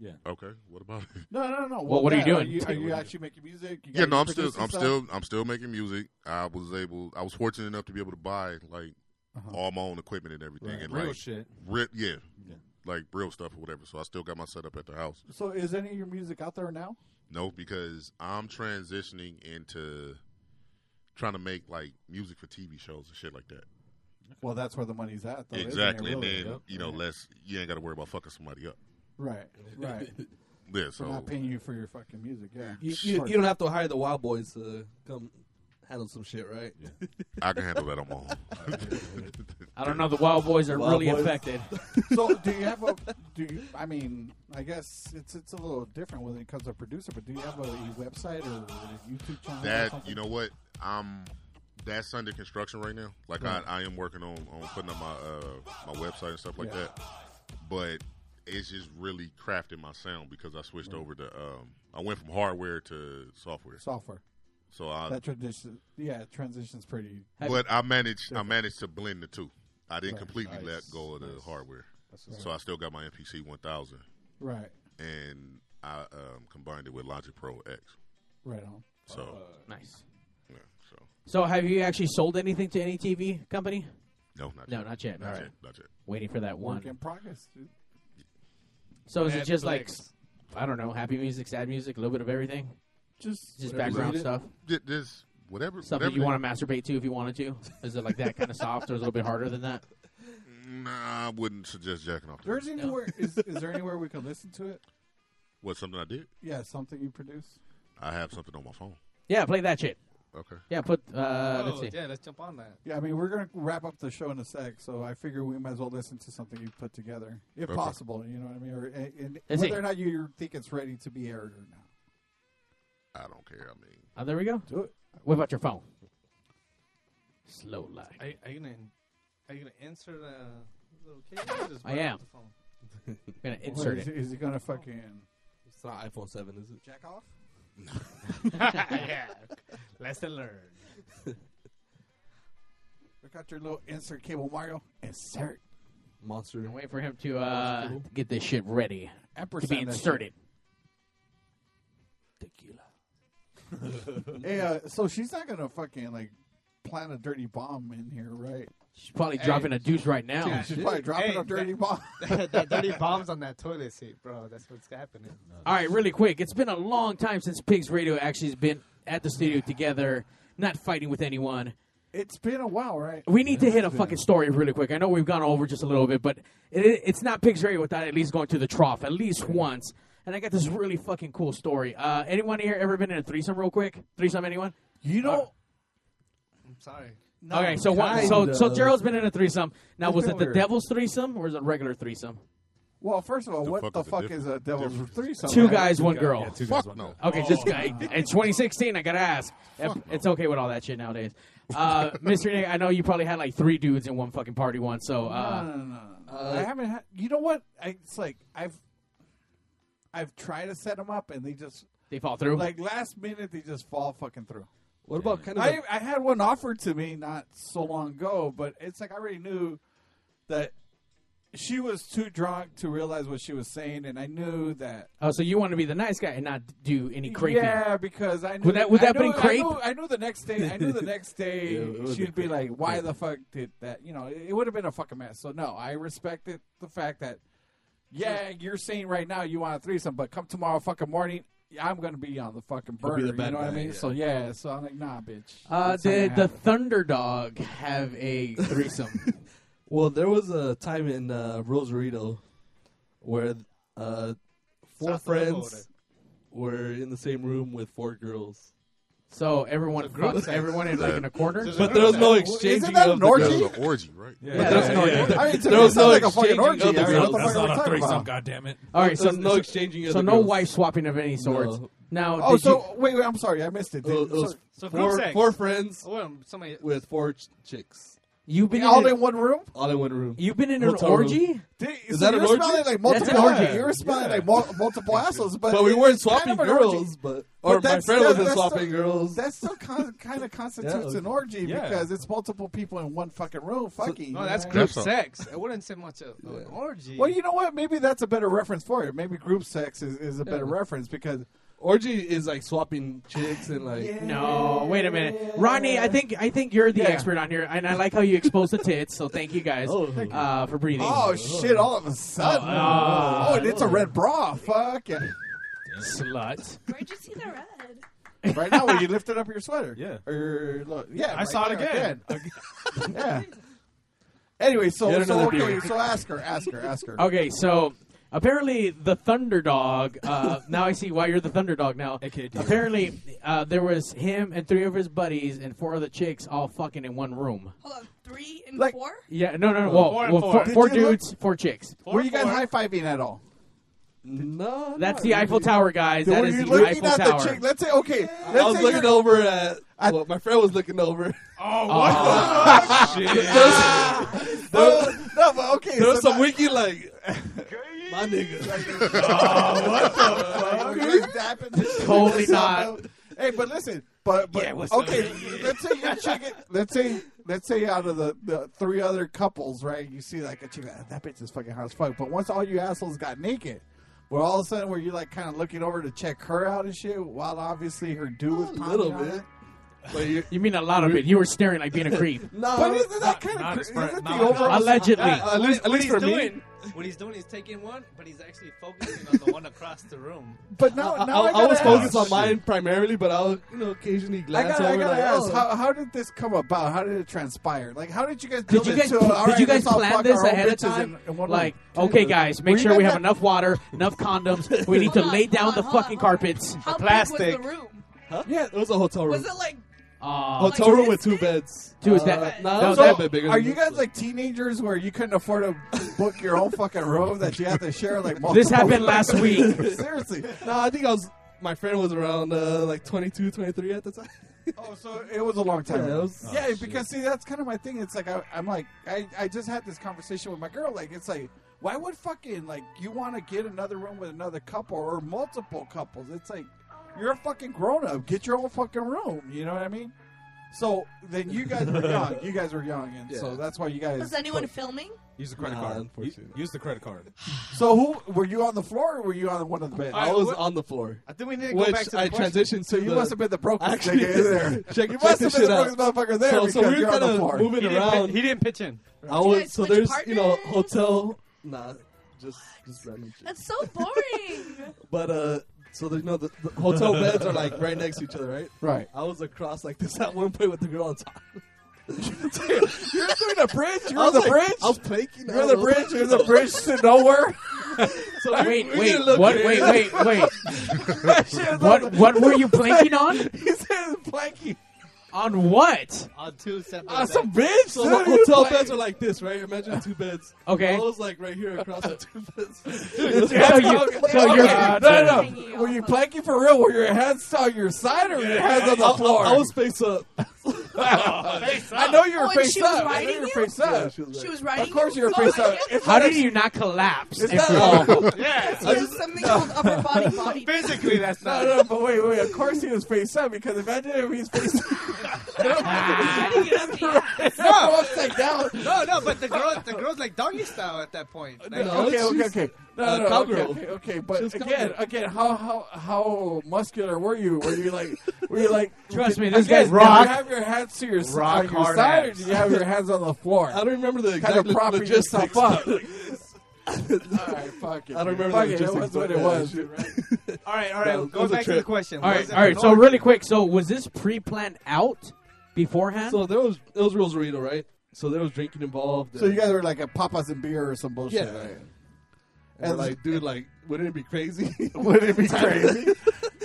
Speaker 2: Yeah.
Speaker 19: Okay. What about it?
Speaker 1: No, no, no.
Speaker 3: Well, what are you
Speaker 1: yeah,
Speaker 3: doing?
Speaker 1: Are you, are
Speaker 3: Yeah,
Speaker 1: you
Speaker 3: what
Speaker 1: actually making music? You
Speaker 19: yeah,
Speaker 1: got
Speaker 19: no,
Speaker 1: your
Speaker 19: I'm still,
Speaker 1: producing
Speaker 19: I'm
Speaker 1: stuff?
Speaker 19: still, I'm still making music. I was able, I was fortunate enough to be able to buy like
Speaker 1: Uh-huh.
Speaker 19: all my own equipment and everything,
Speaker 2: Right.
Speaker 19: and
Speaker 2: Real
Speaker 19: like,
Speaker 2: shit.
Speaker 19: re- yeah,
Speaker 2: Yeah.
Speaker 19: like real stuff or whatever. So I still got my setup at the house.
Speaker 1: So is any of your music out there now?
Speaker 19: No, because I'm transitioning into trying to make like music for TV shows and shit like that.
Speaker 1: Well, that's where the money's at. Though, isn't it,
Speaker 19: exactly, and
Speaker 1: really?
Speaker 19: then you know, less you ain't got to worry about fucking somebody
Speaker 1: *laughs*
Speaker 19: up.
Speaker 1: Right, right.
Speaker 19: Yeah,
Speaker 1: They're
Speaker 19: so-
Speaker 1: not paying you for your fucking music. Yeah,
Speaker 10: You, you, you don't have to hire the Wild Boys *laughs* to come handle some shit, right?
Speaker 19: I can handle that on my own.
Speaker 3: *laughs* I don't know. The Wild Boys are
Speaker 10: Wild
Speaker 3: really
Speaker 10: Boys. *laughs*
Speaker 3: affected.
Speaker 1: so do you have a? Do you? I mean, I guess it's it's a little different when it comes to producer. But do you have a, website or a YouTube channel? or
Speaker 19: That
Speaker 1: something?
Speaker 19: you know what? I'm that's under construction right now. Like
Speaker 1: Right.
Speaker 19: I, I am working on, on putting up my uh, my website and stuff like
Speaker 1: Yeah.
Speaker 19: that. But it's just really crafting my sound because I switched over to um, I went from hardware to software.
Speaker 1: Software.
Speaker 19: So I
Speaker 1: that transition, yeah, it transitions pretty.
Speaker 19: uh, but I managed I managed to blend the two. I didn't
Speaker 1: Right.
Speaker 19: completely
Speaker 1: Nice.
Speaker 19: let go of the
Speaker 1: Nice.
Speaker 19: hardware.
Speaker 1: That's what's
Speaker 19: So I still got my MPC 1000.
Speaker 1: Right.
Speaker 19: And I um, combined it with Logic Pro X.
Speaker 1: Right on.
Speaker 19: So
Speaker 1: Uh,
Speaker 3: nice.
Speaker 19: Yeah, so
Speaker 3: So have you actually sold anything to any TV company?
Speaker 19: No, not
Speaker 3: no,
Speaker 19: yet.
Speaker 3: not yet.
Speaker 19: Not
Speaker 3: All right,
Speaker 19: yet, not yet.
Speaker 3: waiting for that one.
Speaker 1: Work in progress, dude.
Speaker 3: So is it just like
Speaker 1: Netflix.
Speaker 3: I don't know, happy music, sad music, a little bit of everything?
Speaker 1: Just
Speaker 3: just
Speaker 19: whatever
Speaker 3: background
Speaker 19: you
Speaker 3: stuff.
Speaker 19: did- Just whatever.
Speaker 3: Stuff
Speaker 19: whatever
Speaker 3: that you
Speaker 19: they-
Speaker 3: want to masturbate to if you wanted to. Is it like that kind of soft or is it a little bit harder than that?
Speaker 19: Nah, I wouldn't suggest jacking off. to
Speaker 1: There's
Speaker 19: that.
Speaker 1: anywhere is, is there anywhere we can listen to it?
Speaker 19: What something I did?
Speaker 1: Yeah, something you produce.
Speaker 19: I have something on my phone.
Speaker 3: Yeah, play that shit.
Speaker 19: Okay.
Speaker 3: Yeah, put
Speaker 1: Uh,
Speaker 9: oh,
Speaker 1: let's see.
Speaker 9: yeah, let's jump on that.
Speaker 1: Yeah, I mean we're gonna wrap up the show in a sec, so I figure we might as well listen to something you put together, if
Speaker 19: Okay.
Speaker 1: possible. You know what I mean? Or and, and
Speaker 3: Let's
Speaker 1: whether
Speaker 3: see.
Speaker 1: or not you you think it's ready to be aired or not.
Speaker 19: I don't care. I mean,
Speaker 3: Oh, there we go.
Speaker 1: Do it.
Speaker 3: What about your phone? Slow life.
Speaker 9: Are, are you gonna are you gonna answer the little cable? or just
Speaker 3: I
Speaker 9: right
Speaker 3: am.
Speaker 9: off the phone?
Speaker 3: gonna
Speaker 1: Or
Speaker 3: insert
Speaker 1: is,
Speaker 3: it.
Speaker 1: Is it gonna fucking
Speaker 10: It's not iPhone 7, is it?
Speaker 1: Jack
Speaker 10: *laughs*
Speaker 1: off?
Speaker 9: yeah. Lesson learned.
Speaker 1: Look out your little insert cable, Mario. Insert. *laughs*
Speaker 10: Monster.
Speaker 3: Wait for him to uh, get this shit ready to be
Speaker 1: Ampersand that shit.
Speaker 3: inserted.
Speaker 1: Hey, uh, so she's not gonna fucking like plant a dirty bomb in here, right?
Speaker 3: She's probably dropping a deuce right now.
Speaker 1: Dude, she's probably dropping
Speaker 9: Hey,
Speaker 1: a dirty
Speaker 9: that-
Speaker 1: bomb.
Speaker 9: *laughs* that
Speaker 1: *laughs*
Speaker 9: dirty bomb's on that toilet seat, bro. That's what's happening.
Speaker 3: All right, really quick. It's been a long time since Pigs Radio actually has been at the studio together, not fighting with anyone.
Speaker 1: It's been a while, right?
Speaker 3: We need to hit a fucking story really quick. I know we've gone over just a little bit, but it, it's not Pigs Radio without at least going to the trough at least once. And I got this really fucking cool story. Uh, anyone here ever been in a threesome real quick? Threesome, anyone? Uh,
Speaker 1: You know.
Speaker 9: I'm sorry.
Speaker 3: okay, so one, so so Gerald's been in a threesome. Now,
Speaker 1: It's
Speaker 3: was
Speaker 1: been
Speaker 3: it the
Speaker 1: weird.
Speaker 3: devil's threesome or is it a regular threesome?
Speaker 1: Well, first of all, what
Speaker 3: fuck
Speaker 1: the
Speaker 3: is the
Speaker 1: fuck
Speaker 3: difference?
Speaker 1: is a devil's threesome?
Speaker 3: Two
Speaker 1: right?
Speaker 3: guys, one girl.
Speaker 19: Fuck no.
Speaker 1: Oh.
Speaker 3: Okay, just I, in 2016, I gotta ask. If- It's okay with all that shit nowadays. Uh, Mr. Nick, I know you probably had like three dudes in one fucking party once. So uh,
Speaker 1: no, no, no, no. I haven't. Had, you know what? I, it's like I've I've tried to set them up, and they just
Speaker 3: They fall through?
Speaker 1: Like last minute, they just fall fucking through.
Speaker 10: What about kind of
Speaker 1: I, I had one offered to me not so long ago, but it's like I already knew that she was too drunk to realize what she was saying, and I knew that.
Speaker 3: oh, so you want to be the nice guy and not do any creeping?
Speaker 1: Yeah, because I knew
Speaker 3: Would that- would
Speaker 1: I
Speaker 3: that
Speaker 1: knew-
Speaker 3: been creep?
Speaker 1: I knew, I knew the next day. I knew
Speaker 3: *laughs*
Speaker 1: the next day
Speaker 10: Yeah, it would
Speaker 1: she'd be, like, "Why the fuck did that?" You know, it, it would have been a fucking mess. So no, I respected the fact that. Yeah, you're saying right now you want a threesome, but come tomorrow fucking morning, I'm gonna be on the fucking
Speaker 10: You'll
Speaker 1: burner.
Speaker 10: be the
Speaker 1: You know
Speaker 10: bad
Speaker 1: what I
Speaker 10: guy,
Speaker 1: mean?
Speaker 10: yeah.
Speaker 1: So yeah, so I'm like, nah, bitch.
Speaker 3: Uh,
Speaker 1: That's not gonna
Speaker 3: did the
Speaker 1: happen.
Speaker 3: Thunderdog have a threesome?
Speaker 10: *laughs* Well, there was a time in uh, Rosarito where uh, four
Speaker 9: South
Speaker 10: friends
Speaker 9: Dakota.
Speaker 10: were in the same room with four girls.
Speaker 3: So everyone fucks everyone in like in a quarter.
Speaker 10: But there was no exchanging
Speaker 1: Isn't that
Speaker 10: of
Speaker 1: an
Speaker 10: the
Speaker 1: orgy?
Speaker 10: girls.
Speaker 1: That was an orgy, right?
Speaker 10: Yeah.
Speaker 1: Yeah.
Speaker 10: But there was no,
Speaker 1: Yeah.
Speaker 10: there,
Speaker 1: I mean, to
Speaker 10: there
Speaker 1: me, that
Speaker 10: was
Speaker 1: sounds
Speaker 10: no
Speaker 1: like a fucking
Speaker 10: exchanging
Speaker 1: orgy.
Speaker 10: of the
Speaker 1: I mean, what the
Speaker 10: girls.
Speaker 1: fuck are we talking about?
Speaker 3: All right,
Speaker 10: There's
Speaker 3: so
Speaker 10: no exchanging of
Speaker 3: So
Speaker 10: the
Speaker 3: no
Speaker 10: girls.
Speaker 3: wife swapping of any sorts.
Speaker 10: No.
Speaker 3: Now,
Speaker 1: Oh,
Speaker 3: did you-
Speaker 1: so wait, wait, I'm sorry, I missed it.
Speaker 10: It was- it was four- four friends with four ch- chicks.
Speaker 3: You've been
Speaker 1: Oh, all in one room.
Speaker 10: All in one room.
Speaker 3: You've been in an
Speaker 10: Hotel room.
Speaker 3: orgy?
Speaker 1: Did,
Speaker 10: Is
Speaker 1: so
Speaker 10: that
Speaker 1: you
Speaker 10: an
Speaker 1: were
Speaker 10: orgy?
Speaker 1: smelling like multiple orgy. You were smelling like mul- multiple assholes, but
Speaker 10: But we weren't
Speaker 1: it's kind
Speaker 10: swapping
Speaker 1: of an orgy.
Speaker 10: girls, but- or my
Speaker 1: that's-
Speaker 10: friend
Speaker 1: that-
Speaker 10: wasn't
Speaker 1: that's
Speaker 10: swapping
Speaker 1: still-
Speaker 10: girls.
Speaker 1: That still con- kind of constitutes
Speaker 10: Yeah.
Speaker 1: an orgy
Speaker 10: Yeah.
Speaker 1: because it's multiple people in one fucking room fucking.
Speaker 9: No, that's
Speaker 1: you know?
Speaker 9: group sex. I wouldn't say much of an orgy.
Speaker 1: Well, you know what? Maybe that's a better reference for it. Maybe group sex is, is a better
Speaker 10: Yeah.
Speaker 1: reference because
Speaker 10: orgy is like swapping chicks and
Speaker 1: Oh,
Speaker 10: like
Speaker 3: No, wait a minute, Rodney. I think I think you're the expert on here, and I like how you expose the tits. So thank you guys uh, for breathing.
Speaker 1: oh shit! All of a sudden,
Speaker 3: Oh, uh,
Speaker 1: oh, and it's a red bra. Fuck yeah.
Speaker 3: slut.
Speaker 8: Where'd you see the red?
Speaker 1: Right now, when you lifted up your sweater,
Speaker 2: yeah,
Speaker 1: or look, yeah,
Speaker 2: I
Speaker 1: right
Speaker 2: saw it
Speaker 1: there,
Speaker 2: again.
Speaker 1: again. yeah. Anyway, so,
Speaker 3: Yet
Speaker 1: so
Speaker 3: another
Speaker 1: okay,
Speaker 3: theory.
Speaker 1: so ask her, ask her, ask her.
Speaker 3: Okay, so apparently the Thunderdog. Uh, *laughs* now I see why you're the Thunderdog now. Apparently, uh, there was him and three of his buddies and four other chicks all fucking in one room.
Speaker 8: Hold on, three and
Speaker 1: Like-
Speaker 8: four?
Speaker 3: Yeah, no, no, no.
Speaker 1: Oh.
Speaker 3: Well,
Speaker 1: Four and
Speaker 3: well,
Speaker 1: four.
Speaker 3: four,
Speaker 1: Did
Speaker 3: four
Speaker 1: you look-
Speaker 3: dudes, four chicks.
Speaker 1: Were you guys high fiving at all?
Speaker 10: No,
Speaker 3: That's the Eiffel Tower, guys. That
Speaker 1: were
Speaker 3: is
Speaker 1: you
Speaker 3: the
Speaker 1: looking
Speaker 3: Eiffel
Speaker 1: at
Speaker 3: Tower.
Speaker 1: the chick? Let's say okay. Let's
Speaker 10: I was
Speaker 1: say
Speaker 10: looking
Speaker 1: you're-
Speaker 10: over at. well, my friend was looking over. Oh,
Speaker 2: Oh,
Speaker 10: what shit! There was,
Speaker 1: no, but okay.
Speaker 10: there was
Speaker 1: so
Speaker 10: some wiki *laughs* like, my nigga. oh, what
Speaker 1: Oh, you're dapping the shit *laughs*
Speaker 10: Totally
Speaker 1: out
Speaker 10: not.
Speaker 1: of yourself. Hey, but listen, but but
Speaker 10: Yeah, what's up?
Speaker 1: okay. let's say you're chicken. Let's say let's say out of the, the three other couples, right? You see like a chick, "Ah, that bitch is fucking hot as fuck. But once all you assholes got naked. Where all of a sudden, were you like kind of looking over to check her out and shit, while obviously her dude was
Speaker 10: A
Speaker 1: popping
Speaker 10: little
Speaker 1: on
Speaker 10: bit.
Speaker 1: it?
Speaker 3: you, mean a lot of it? You were staring like being a creep.
Speaker 1: *laughs*
Speaker 10: No,
Speaker 1: But isn't that kind of
Speaker 3: not
Speaker 1: cr-
Speaker 3: as far-
Speaker 1: isn't
Speaker 3: not
Speaker 1: the
Speaker 3: like-
Speaker 1: overall
Speaker 3: Allegedly.
Speaker 9: Yeah,
Speaker 3: At least-
Speaker 9: what
Speaker 3: at least
Speaker 9: he's
Speaker 3: for me.
Speaker 9: doing, What he's doing is taking one, but he's actually focusing on the one across the room.
Speaker 1: But now,
Speaker 10: I,
Speaker 1: now
Speaker 10: I,
Speaker 1: I,
Speaker 10: I was
Speaker 1: gotta
Speaker 10: focused
Speaker 1: ask.
Speaker 10: on mine primarily, but I'll you know occasionally
Speaker 1: I
Speaker 10: glance
Speaker 1: gotta, I
Speaker 10: over.
Speaker 1: gotta
Speaker 10: like,
Speaker 1: ask,
Speaker 10: oh.
Speaker 1: how, how did this come about? How did it transpire? Like, how did you guys?
Speaker 3: Did
Speaker 1: build
Speaker 3: you
Speaker 1: it
Speaker 3: guys
Speaker 1: to,
Speaker 3: pl-
Speaker 1: all
Speaker 3: did you
Speaker 1: right,
Speaker 3: guys
Speaker 1: let's all
Speaker 3: plan
Speaker 1: fuck
Speaker 3: this
Speaker 1: our own
Speaker 3: ahead of
Speaker 1: bitches
Speaker 3: time?
Speaker 1: in- in one
Speaker 3: like,
Speaker 1: room?
Speaker 3: okay, guys, make
Speaker 1: Were you
Speaker 3: sure we
Speaker 1: guys
Speaker 3: have enough water, enough condoms. We need to lay down the fucking carpets.
Speaker 8: How big was the
Speaker 9: *laughs*
Speaker 8: room?
Speaker 10: Huh? Yeah, it was a hotel room.
Speaker 8: Was it like
Speaker 3: Uh,
Speaker 10: hotel room with two beds.
Speaker 3: Dude, is
Speaker 10: Uh,
Speaker 3: that-
Speaker 10: no,
Speaker 3: that was
Speaker 10: it was
Speaker 1: So,
Speaker 10: a little bit bigger.
Speaker 1: are
Speaker 10: than
Speaker 1: you
Speaker 10: this.
Speaker 1: guys like teenagers where you couldn't afford to book your own fucking room that you have to share? Like, multiple
Speaker 3: This happened
Speaker 1: *laughs*
Speaker 10: *laughs*
Speaker 3: last week.
Speaker 1: Seriously,
Speaker 10: No, I think I was. My friend was around uh, like 22, 23 at the time.
Speaker 1: Oh, so it was a long time.
Speaker 10: Yeah,
Speaker 1: ago.
Speaker 10: it was-
Speaker 1: yeah because see, that's kind of my thing. It's like I, I'm like I, I just had this conversation with my girl. Like it's like why would fucking like you want to get another room with another couple or multiple couples? It's like you're a fucking grown up. Get your own fucking room. You know what I mean? So then you guys were young. You guys were young, and so
Speaker 2: Yeah.
Speaker 1: that's why you guys.
Speaker 8: was anyone filming?
Speaker 2: Use the credit
Speaker 10: Nah,
Speaker 2: card. U- Use the credit card.
Speaker 1: So who were you on the floor or were you on one of the beds?
Speaker 10: I was on the floor.
Speaker 1: I think we need
Speaker 10: to go Which back to the I question. transitioned
Speaker 1: So
Speaker 10: to
Speaker 1: you
Speaker 10: the-
Speaker 1: must have been the brokest
Speaker 10: Actually,
Speaker 1: nigga there.
Speaker 10: *laughs* check-
Speaker 1: you
Speaker 10: check
Speaker 1: must have
Speaker 10: this
Speaker 1: been the
Speaker 10: shit
Speaker 1: brokest
Speaker 10: out.
Speaker 1: motherfucker there
Speaker 10: So- so
Speaker 1: because
Speaker 10: we were
Speaker 1: you're on the
Speaker 10: kinda
Speaker 1: floor.
Speaker 10: moving He didn't around. pit- he
Speaker 9: didn't pitch in.
Speaker 10: I
Speaker 8: Did you
Speaker 10: was
Speaker 8: guys
Speaker 10: so
Speaker 8: switch
Speaker 10: there's you know
Speaker 8: partners?
Speaker 10: hotel. Nah, just just random shit.
Speaker 8: That's so boring.
Speaker 10: But uh, so there's no the, the *laughs* hotel beds are like right next to each other, right?
Speaker 1: Right.
Speaker 10: I was across like this at one point with the girl on top. *laughs*
Speaker 1: You're doing the bridge. You're
Speaker 10: I
Speaker 1: on
Speaker 10: was
Speaker 1: the
Speaker 10: like-
Speaker 1: bridge.
Speaker 10: I was planking.
Speaker 1: You're
Speaker 10: I
Speaker 1: the
Speaker 10: was
Speaker 1: bridge.
Speaker 10: like-
Speaker 1: You're the
Speaker 10: *laughs*
Speaker 1: bridge to nowhere.
Speaker 10: So we-
Speaker 3: wait,
Speaker 10: we
Speaker 3: wait,
Speaker 10: didn't look
Speaker 3: what?
Speaker 10: good.
Speaker 3: Wait, wait,
Speaker 10: *laughs*
Speaker 3: wait.
Speaker 1: That *laughs* shit was
Speaker 3: what?
Speaker 1: on the-
Speaker 3: What were you planking on?
Speaker 1: He
Speaker 10: *laughs*
Speaker 2: *laughs*
Speaker 1: said planking.
Speaker 3: On what?
Speaker 9: On two separate.
Speaker 10: Ah,
Speaker 9: beds.
Speaker 10: *laughs* bitch. So
Speaker 1: Dude, you
Speaker 10: hotel
Speaker 1: playing.
Speaker 10: beds are like this, right? Imagine two beds.
Speaker 3: Okay.
Speaker 10: I was like right here across the two *laughs* beds.
Speaker 1: Is your
Speaker 3: So
Speaker 1: hands
Speaker 3: you-
Speaker 1: on-
Speaker 3: so you're-
Speaker 1: Okay, no, no, no. Were you planking for real? Were your hands on your side or your hands on
Speaker 10: I-
Speaker 1: the
Speaker 10: I-
Speaker 1: floor?
Speaker 10: I, was face up.
Speaker 1: I know you were
Speaker 8: Oh, and
Speaker 1: face
Speaker 8: she was
Speaker 1: up. I know
Speaker 8: riding
Speaker 1: you were
Speaker 8: you?
Speaker 1: face up.
Speaker 10: she was
Speaker 8: She
Speaker 10: like-
Speaker 8: was riding.
Speaker 1: Of course
Speaker 8: you?
Speaker 1: you were face
Speaker 8: oh,
Speaker 1: up.
Speaker 8: yeah.
Speaker 1: It's
Speaker 3: How
Speaker 1: not
Speaker 3: did
Speaker 1: a-
Speaker 3: you not collapse?
Speaker 1: It's
Speaker 3: and
Speaker 1: not
Speaker 3: fall?
Speaker 2: *laughs*
Speaker 8: It's just something called upper
Speaker 1: *laughs*
Speaker 10: *laughs*
Speaker 8: body body.
Speaker 9: Physically, that's
Speaker 1: No,
Speaker 9: not.
Speaker 1: no, but wait, wait. Of course he was face up because imagine if he's face up upside down.
Speaker 9: No, no, but the girl, the girl's like doggy style at that point. Like,
Speaker 10: No,
Speaker 1: okay, okay,
Speaker 10: she's-
Speaker 1: okay. No,
Speaker 10: uh,
Speaker 1: no, no, okay,
Speaker 10: cowgirl.
Speaker 1: okay, okay. But
Speaker 10: She's
Speaker 1: again,
Speaker 10: cowgirl.
Speaker 1: again, how how how muscular were you? Were you like were you
Speaker 10: *laughs*
Speaker 1: like?
Speaker 3: Trust me,
Speaker 1: Again,
Speaker 3: this guy's
Speaker 1: did
Speaker 3: rock-
Speaker 1: you have your hands to your, s-
Speaker 9: rock
Speaker 1: on your
Speaker 9: hard
Speaker 1: side, or
Speaker 9: ass.
Speaker 1: did you have your hands on the floor?
Speaker 10: *laughs* I don't remember the
Speaker 1: kind
Speaker 10: exact
Speaker 1: of propping
Speaker 10: logistics.
Speaker 1: yourself up. All *laughs* right, fuck it.
Speaker 10: I don't
Speaker 1: dude.
Speaker 10: remember
Speaker 1: Fuck
Speaker 10: the
Speaker 1: it. It was
Speaker 10: logistics,
Speaker 1: what
Speaker 10: but
Speaker 1: it
Speaker 10: yeah,
Speaker 1: was.
Speaker 10: shit,
Speaker 1: *laughs*
Speaker 9: all right, all
Speaker 10: That was-
Speaker 9: right.
Speaker 10: that
Speaker 9: Go
Speaker 10: was a
Speaker 9: back to the
Speaker 10: trip.
Speaker 9: question.
Speaker 3: All
Speaker 9: Was
Speaker 3: right,
Speaker 9: it
Speaker 3: all right.
Speaker 9: an
Speaker 3: So
Speaker 9: orgy?
Speaker 3: really quick. So was this pre-planned out beforehand?
Speaker 10: So there was it was Rosarito, right? So there was drinking *laughs* involved.
Speaker 1: So you guys were like at Papa's and beer or some bullshit.
Speaker 10: Yeah.
Speaker 1: right? *laughs*
Speaker 10: and we're like, dude, like, *laughs* wouldn't it be crazy? *laughs*
Speaker 1: Wouldn't it be crazy?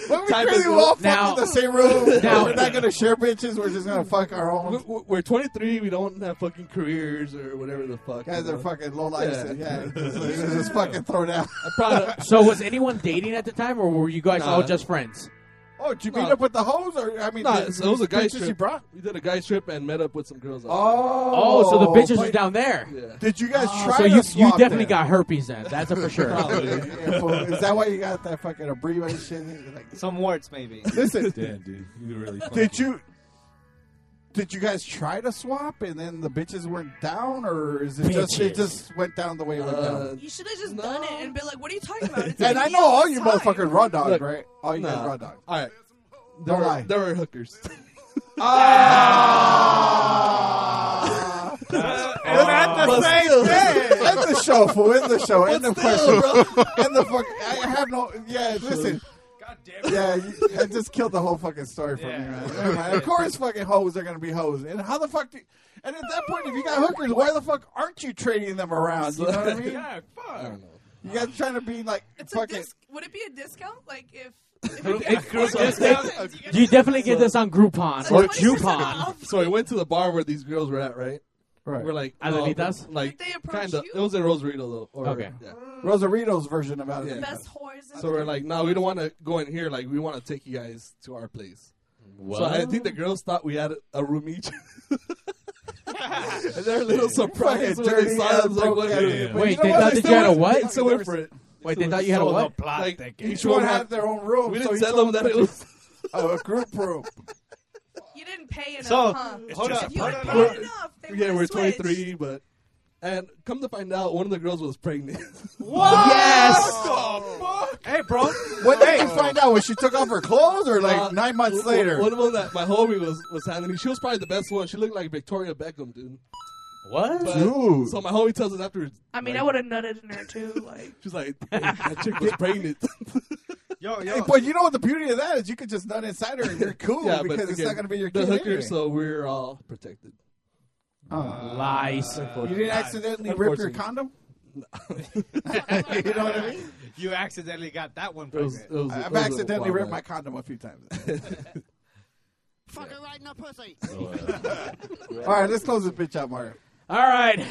Speaker 1: Don't be
Speaker 10: Time
Speaker 1: crazy.
Speaker 10: is
Speaker 1: We're all
Speaker 10: up. Now-
Speaker 1: fucking in the same room.
Speaker 10: Now-
Speaker 1: we're not gonna share bitches. We're just
Speaker 10: *laughs*
Speaker 1: gonna fuck our own.
Speaker 10: We're, we're 23. We don't have fucking careers or whatever the fuck.
Speaker 1: Guys
Speaker 10: you
Speaker 1: are
Speaker 10: know?
Speaker 1: fucking low lives.
Speaker 10: *laughs*
Speaker 1: Yeah, Just- just fucking throw down.
Speaker 3: so was anyone dating at the time, or were you guys
Speaker 10: Nah.
Speaker 3: all just friends?
Speaker 1: Oh, did you
Speaker 10: No.
Speaker 1: meet up with the hoes? Or I mean,
Speaker 10: Nah,
Speaker 1: did-
Speaker 10: so it was a guy
Speaker 1: bitches
Speaker 10: trip.
Speaker 1: you brought?
Speaker 10: We did a guy trip and met up with some girls.
Speaker 1: Oh. Oh, so the bitches
Speaker 10: was
Speaker 1: was down there.
Speaker 10: Yeah. Uh,
Speaker 1: Did you guys
Speaker 3: Oh,
Speaker 1: try
Speaker 3: so
Speaker 1: to
Speaker 3: you, you
Speaker 1: swap
Speaker 3: definitely
Speaker 1: them?
Speaker 3: got herpes then. That's a for sure.
Speaker 1: *laughs* Probably. Oh, Yeah,
Speaker 3: *laughs*
Speaker 1: fool. Is that why you got that fucking abreva shit? Like,
Speaker 9: Some warts, maybe.
Speaker 1: Listen.
Speaker 2: Damn, dude, you really.
Speaker 1: did you? Did you guys try to swap and then the bitches weren't down, or is it just it
Speaker 12: Bitches.
Speaker 1: just went down the way it went
Speaker 10: Uh,
Speaker 1: down?
Speaker 8: You should have just done it and been like, "What are you talking about?"
Speaker 3: *laughs*
Speaker 8: It's
Speaker 1: And I
Speaker 8: like the
Speaker 1: know all
Speaker 8: other
Speaker 1: you
Speaker 8: side.
Speaker 1: motherfucking raw dogs,
Speaker 10: Look,
Speaker 1: right? All you guys
Speaker 10: nah.
Speaker 1: raw dogs.
Speaker 3: *laughs*
Speaker 10: All right.
Speaker 1: Don't
Speaker 10: There were,
Speaker 1: lie.
Speaker 10: there were
Speaker 1: *laughs*
Speaker 10: hookers. Ah!
Speaker 1: It's not the same thing. End the show, fool. End the show. End the question. *laughs* End the fuck. I I have no. Yeah, listen. God damn it. Yeah, you, I just killed the whole fucking story for me, man. Never mind. Of course, fucking hoes are gonna be hoes. And how the fuck? Do, and at that point, if you got hookers, why the fuck aren't you trading them around? You know what I mean?
Speaker 8: Yeah,
Speaker 1: fuck. You guys trying to be like
Speaker 8: It's a
Speaker 1: fucking.
Speaker 8: disc. Would it be a discount? Like if
Speaker 3: *laughs*
Speaker 10: *laughs*
Speaker 3: You definitely get this on Groupon or Jupon.
Speaker 10: *laughs* So we went to the bar where these girls were at, right?
Speaker 1: Right.
Speaker 10: We're like,
Speaker 3: Adelitas?
Speaker 10: no, like kind of. It was at Rosarito though. Or,
Speaker 3: Okay.
Speaker 10: Yeah.
Speaker 1: Rosarito's version of out
Speaker 10: Yeah.
Speaker 1: of
Speaker 8: best whores.
Speaker 10: So we're like, no, we don't want to go in here. Like, we want to take you guys to our place. So I think the girls thought we had a- a room
Speaker 8: *laughs*
Speaker 10: each. and they're a little surprised
Speaker 12: Fucking
Speaker 10: when they
Speaker 12: dirty
Speaker 10: saw
Speaker 12: ass
Speaker 10: us. Like,
Speaker 12: broke
Speaker 10: what?
Speaker 12: ass. Yeah.
Speaker 10: but
Speaker 12: Wait,
Speaker 10: you know
Speaker 12: they
Speaker 10: what?
Speaker 12: thought that
Speaker 10: still
Speaker 12: you had a
Speaker 10: went-
Speaker 12: what?
Speaker 10: They still went for it.
Speaker 3: Wait,
Speaker 10: They
Speaker 3: they thought you had a what?
Speaker 1: Like,
Speaker 10: each one had
Speaker 1: their own room.
Speaker 10: We
Speaker 1: so
Speaker 10: didn't
Speaker 1: each
Speaker 10: tell them
Speaker 1: one
Speaker 10: that
Speaker 1: put
Speaker 10: it was.
Speaker 1: *laughs* Oh, a group room.
Speaker 8: you didn't pay enough,
Speaker 10: So,
Speaker 8: huh?
Speaker 10: hold
Speaker 8: if
Speaker 10: up,
Speaker 8: you
Speaker 10: hold up,
Speaker 8: had paid
Speaker 10: hold up.
Speaker 8: enough, they
Speaker 10: yeah,
Speaker 8: would've
Speaker 10: we're
Speaker 8: switched.
Speaker 10: 23, but and come to find out, one of the girls was *laughs* pregnant.
Speaker 1: What? Yes!
Speaker 10: Hey, bro.
Speaker 1: What did you find out? When she took off her clothes, or like nine months later?
Speaker 10: Uh, One of them that my homie was was handling. She was probably the best one. She looked like Victoria Beckham, dude.
Speaker 3: What?
Speaker 10: But,
Speaker 1: Dude.
Speaker 10: So my homie tells us afterwards.
Speaker 8: I mean,
Speaker 10: like,
Speaker 8: I would have nutted in her too. Like
Speaker 10: She's like, *laughs* "Hey, that chick was pregnant.
Speaker 9: yo,
Speaker 1: Hey, *laughs* but you know what the beauty of that is? You could just nut inside her and you're cool
Speaker 10: yeah, but
Speaker 1: because it's
Speaker 10: again,
Speaker 1: not going to be your
Speaker 10: the
Speaker 1: kid.
Speaker 10: hooker,
Speaker 1: anyway.
Speaker 10: so we're all protected.
Speaker 3: Oh,
Speaker 10: Uh,
Speaker 3: Lies.
Speaker 9: Oh,
Speaker 1: you didn't accidentally rip
Speaker 9: *laughs*
Speaker 1: your condom? you know what I mean?
Speaker 9: You accidentally got that one
Speaker 1: It was-
Speaker 9: pregnant.
Speaker 1: it was- I've it was a accidentally while ripped back. my condom *laughs* a few
Speaker 10: *laughs*
Speaker 1: times.
Speaker 12: Fucking right in the pussy.
Speaker 10: Oh,
Speaker 1: All right, let's close this bitch out, Mario.
Speaker 3: All right,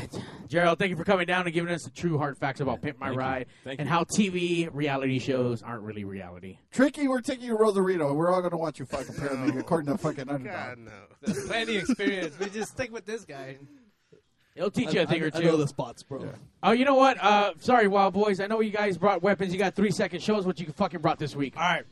Speaker 3: Gerald, thank you for coming down and giving us the true hard facts about Pimp My
Speaker 1: Thank you.
Speaker 3: Ride
Speaker 1: Thank
Speaker 3: and
Speaker 1: you.
Speaker 3: how TV reality shows aren't really reality.
Speaker 1: Tricky, we're taking you to Rosarito. We're all going to watch you fucking apparently, according to fucking underdog.
Speaker 9: There's plenty of experience. We just stick with this guy.
Speaker 3: He'll teach you a thing or two.
Speaker 10: spots, bro.
Speaker 3: Oh, you know what? Uh, sorry, Wild Boys. I know you guys brought weapons. You got three seconds. Show us what you fucking brought this week. All right.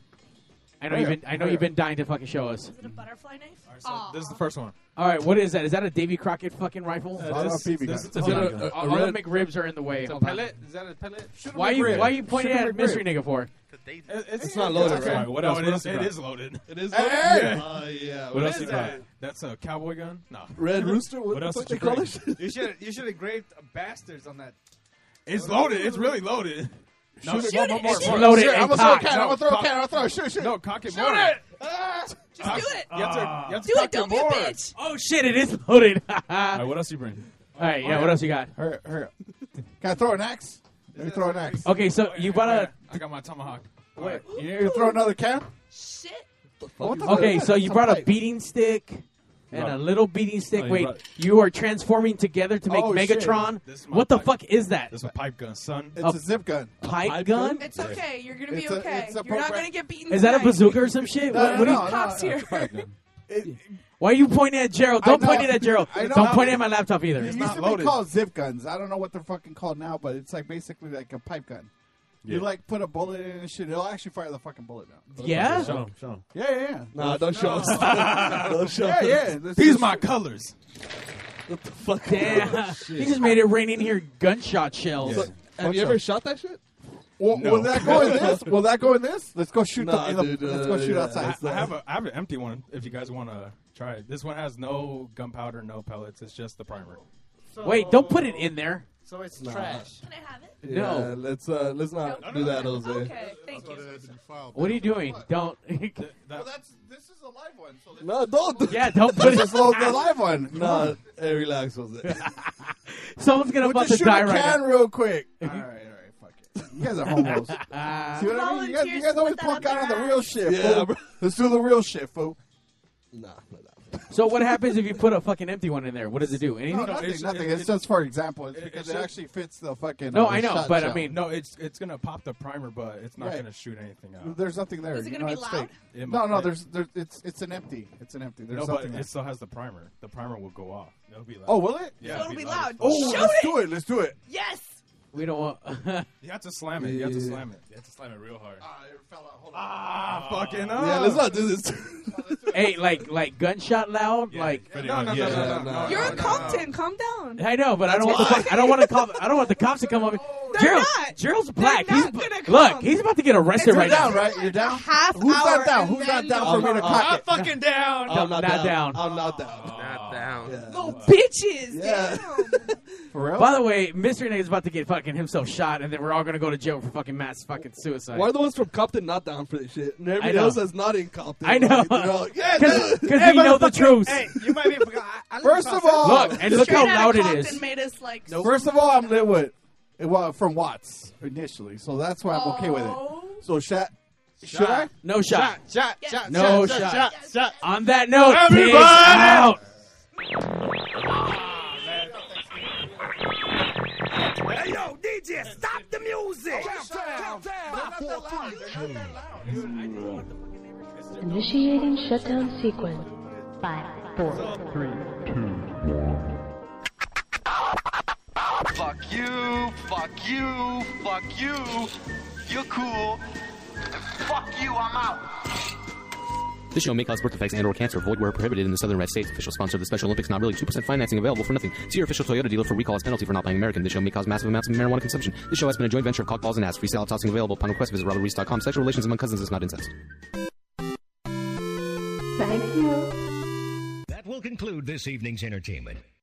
Speaker 3: I know
Speaker 9: Hurry
Speaker 3: you've
Speaker 9: up,
Speaker 3: been. I know
Speaker 9: hurry
Speaker 3: you've
Speaker 9: up.
Speaker 3: been dying to fucking show us.
Speaker 8: a butterfly knife.
Speaker 9: This is the first one.
Speaker 3: All right, what is that? Is that a Davy Crockett fucking rifle?
Speaker 9: Uh, this- this is a
Speaker 3: Hold on.
Speaker 9: shotgun.
Speaker 3: All-
Speaker 9: A- a
Speaker 3: all the
Speaker 9: red-
Speaker 3: McRibs are in the way.
Speaker 9: It's a
Speaker 3: Hold on.
Speaker 9: pellet. Is that a pellet?
Speaker 3: Why are you Why are you pointing at mystery nigga for?
Speaker 9: It's,
Speaker 10: it's not loaded, right?
Speaker 2: What
Speaker 10: No,
Speaker 2: else?
Speaker 10: it
Speaker 2: What
Speaker 10: is-
Speaker 2: else you
Speaker 10: it
Speaker 2: got?
Speaker 10: is loaded. It is
Speaker 2: Hey!
Speaker 10: loaded?
Speaker 2: Yeah.
Speaker 10: Oh, yeah.
Speaker 2: What,
Speaker 10: What
Speaker 2: else
Speaker 10: is
Speaker 2: you
Speaker 10: that?
Speaker 2: got? That's a cowboy gun. No.
Speaker 10: Red Rooster? What
Speaker 2: What
Speaker 10: the
Speaker 2: else
Speaker 10: fuck
Speaker 2: did you
Speaker 10: they call
Speaker 2: bring?
Speaker 9: You should you should have graved bastards on that.
Speaker 2: It's loaded. It's really loaded.
Speaker 9: Shoot it. Shoot it.
Speaker 2: more.
Speaker 9: Load it
Speaker 2: Sure,
Speaker 9: and
Speaker 2: I'ma
Speaker 9: cock.
Speaker 2: cannon, I'ma
Speaker 9: No,
Speaker 2: cannon,
Speaker 1: I'ma throw- Shoot, shoot.
Speaker 2: No, cock it
Speaker 9: Shoot
Speaker 2: more.
Speaker 9: it.
Speaker 8: Ah!
Speaker 2: Just do it. You have to, you have to
Speaker 9: Do it,
Speaker 2: cock
Speaker 9: don't be a
Speaker 2: more.
Speaker 9: bitch.
Speaker 3: Oh shit! It
Speaker 9: *laughs*
Speaker 3: is loaded. All right,
Speaker 2: what else you bring?
Speaker 3: All right, yeah. What else you got?
Speaker 1: Hurry, hurry up. Can I throw an axe? Let me throw an axe.
Speaker 3: Okay, so you brought a.
Speaker 2: I got my tomahawk.
Speaker 1: Wait, you gonna throw another
Speaker 2: *laughs*
Speaker 1: can?
Speaker 8: Shit.
Speaker 1: What the
Speaker 3: Okay,
Speaker 1: fuck?
Speaker 3: so you
Speaker 1: Some
Speaker 3: brought a
Speaker 1: pipe.
Speaker 3: beating stick and a
Speaker 1: Right.
Speaker 3: little beating stick.
Speaker 2: Oh, you
Speaker 3: Wait,
Speaker 2: brought-
Speaker 3: you are transforming together to make
Speaker 2: Oh, shit.
Speaker 3: Megatron.
Speaker 2: This is my
Speaker 3: What the fuck is that?
Speaker 2: That's a pipe gun, son.
Speaker 1: It's a zip gun.
Speaker 3: Pipe, gun?
Speaker 8: It's okay. You're gonna be
Speaker 1: It's a-
Speaker 8: okay.
Speaker 1: it's a
Speaker 8: You're not
Speaker 1: proper-
Speaker 8: gonna get beaten.
Speaker 3: Is that a
Speaker 8: tonight.
Speaker 3: bazooka or some shit?
Speaker 8: No,
Speaker 3: What-
Speaker 8: no,
Speaker 3: what do you-
Speaker 8: no, no, Cops no, here. it's a pipe
Speaker 3: Why are you pointing at Gerald? Don't
Speaker 1: I know-
Speaker 3: point it at Gerald.
Speaker 1: I know-
Speaker 3: Don't point it at my laptop either.
Speaker 1: It used to be called zip guns. I don't know what they're fucking called now, but it's like basically like a pipe gun. You
Speaker 2: Yeah.
Speaker 1: like put a bullet in it and shit. It'll actually fire the fucking bullet down.
Speaker 2: Yeah? Show 'em, show 'em.
Speaker 1: Yeah, yeah, yeah.
Speaker 10: Nah, don't show us. don't show
Speaker 1: Yeah, yeah.
Speaker 10: us.
Speaker 1: Let's-
Speaker 2: These my colors.
Speaker 10: What the fuck?
Speaker 3: Damn.
Speaker 10: Shit.
Speaker 3: he just made it rain in here gunshot shells.
Speaker 10: So, have you ever shot that shit?
Speaker 1: Well,
Speaker 2: No.
Speaker 1: Will that go in this? Will that go in this? Let's go shoot.
Speaker 10: Nah,
Speaker 1: the, in the,
Speaker 10: dude,
Speaker 1: let's
Speaker 10: uh,
Speaker 1: go shoot
Speaker 10: yeah.
Speaker 1: outside.
Speaker 2: I, I have a I have an empty one if you guys want to try it. This one has no gunpowder, no pellets. It's just the primer.
Speaker 3: Wait, don't put it in there.
Speaker 9: So it's
Speaker 2: Nah.
Speaker 9: trash.
Speaker 8: Can I have it?
Speaker 10: Yeah,
Speaker 3: No.
Speaker 10: let's uh, let's not do that, Jose.
Speaker 8: Okay, thank you.
Speaker 3: What are you doing? Don't. *laughs*
Speaker 1: Well, that's this is a live one. So
Speaker 10: No, don't.
Speaker 3: Yeah, don't put
Speaker 1: This
Speaker 3: it.
Speaker 1: is the
Speaker 3: *laughs*
Speaker 1: the live one. Come
Speaker 10: No,
Speaker 1: on.
Speaker 10: hey, relax, Jose.
Speaker 3: Someone's gonna
Speaker 1: We'll
Speaker 3: about
Speaker 1: just
Speaker 3: to
Speaker 1: shoot
Speaker 3: die
Speaker 1: a
Speaker 3: right
Speaker 1: can
Speaker 3: now.
Speaker 1: real quick. all right, all right, fuck it. You guys
Speaker 3: *laughs*
Speaker 1: are homos. See what I mean? You guys, you
Speaker 8: Volunteers
Speaker 1: guys always
Speaker 8: put that
Speaker 1: punk
Speaker 8: up
Speaker 1: out on
Speaker 8: their
Speaker 1: the real shit.
Speaker 10: Yeah,
Speaker 1: fool. Let's do the real shit, fool.
Speaker 10: Nah.
Speaker 3: So what happens if you put a fucking empty one in there? What does it do? Anything?
Speaker 1: No, nothing, nothing. It's just for example. It's
Speaker 2: it-
Speaker 1: because
Speaker 2: it
Speaker 1: it,
Speaker 2: should-
Speaker 1: actually fits the fucking. uh,
Speaker 3: No,
Speaker 1: the
Speaker 3: I know,
Speaker 1: shot
Speaker 3: but I
Speaker 1: shell.
Speaker 3: mean-
Speaker 2: no, it's it's gonna pop the primer, but it's not
Speaker 1: Right.
Speaker 2: gonna shoot anything out.
Speaker 1: There's nothing there.
Speaker 2: Is
Speaker 1: you
Speaker 2: it gonna
Speaker 1: know,
Speaker 2: be
Speaker 1: it's
Speaker 2: loud?
Speaker 1: fake.
Speaker 2: It
Speaker 1: No,
Speaker 2: might-
Speaker 1: no. There's, there's, it's, it's an empty. It's an empty. There's
Speaker 2: no, but
Speaker 1: nothing there.
Speaker 2: it still has the primer. The primer will go off. It'll be loud.
Speaker 1: Oh, will it?
Speaker 2: Yeah,
Speaker 8: it'll be loud.
Speaker 2: as
Speaker 1: Oh,
Speaker 2: fuck.
Speaker 1: let's do it. Let's do it.
Speaker 8: Yes.
Speaker 3: We don't want.
Speaker 2: you have to slam it. You have to
Speaker 1: Yeah.
Speaker 2: slam it. You have to slam it real hard.
Speaker 1: Ah, it fell out. Hold on.
Speaker 2: Ah, fucking up.
Speaker 3: Yeah, let's not do this. hey, like like gunshot loud, like.
Speaker 2: pretty No, much, no, no, yeah. no, no, no,
Speaker 8: You're in Compton. Calm down.
Speaker 3: I know, but I don't want the
Speaker 8: That's
Speaker 3: fuck, I don't want to call. I don't want the cops to come up. Gerald, Gerald's black. He's, look, he's about to get arrested
Speaker 1: You're
Speaker 3: right
Speaker 1: down,
Speaker 3: now.
Speaker 1: right? You're down.
Speaker 8: Half
Speaker 1: Who's
Speaker 8: hour
Speaker 1: not down?
Speaker 8: and
Speaker 1: Who's not
Speaker 8: then-
Speaker 1: down for me to
Speaker 10: I'm-
Speaker 1: cock
Speaker 10: I'm
Speaker 1: it?
Speaker 2: fucking down.
Speaker 10: I'm Oh, not,
Speaker 3: Not down.
Speaker 10: I'm not down.
Speaker 7: Not down.
Speaker 8: Little bitches. *laughs*
Speaker 1: For real?
Speaker 3: By the way, Mr. Nate is about to get fucking himself shot, and then we're all gonna go to jail for fucking mass fucking suicide.
Speaker 10: Why are the ones from Compton not down for this shit? And
Speaker 3: I
Speaker 10: everybody
Speaker 3: know. *laughs*
Speaker 10: else that's not in Compton.
Speaker 3: I know.
Speaker 10: Like, they're all like, yeah,
Speaker 3: Because
Speaker 10: dude.
Speaker 3: we know the truth.
Speaker 9: you might be. I, I
Speaker 1: First of all,
Speaker 3: Look, and look how
Speaker 8: Straight Outta
Speaker 3: loud it
Speaker 8: Compton
Speaker 3: is.
Speaker 8: Made us like.
Speaker 1: First of all, I'm Litwood It wa- from Watts initially, so that's why I'm okay with
Speaker 8: Oh.
Speaker 1: it. So shot, should I?
Speaker 3: No shot.
Speaker 9: Shot,
Speaker 1: shot,
Speaker 3: No
Speaker 1: shot,
Speaker 3: shot.
Speaker 1: shot,
Speaker 3: On that note,
Speaker 1: Everybody!
Speaker 3: pigs out.
Speaker 23: Hey, yo, DJ, stop the music!
Speaker 5: Initiating shutdown sequence. Five, four, three,
Speaker 23: Fuck you, fuck you, fuck you. You're cool. Fuck you, I'm out.
Speaker 18: This show may cause birth defects and/or cancer. Void where prohibited in the Southern Red States. Official sponsor of the Special Olympics. Not really. Two percent financing available for nothing. See your official Toyota dealer for recall as penalty for not buying American. This show may cause massive amounts of marijuana consumption. This show has been a joint venture of cockballs and ass. Free salad tossing available upon request. Visit robertreese.com. Sexual relations among cousins is not incest.
Speaker 5: Thank you.
Speaker 6: That will conclude this evening's entertainment.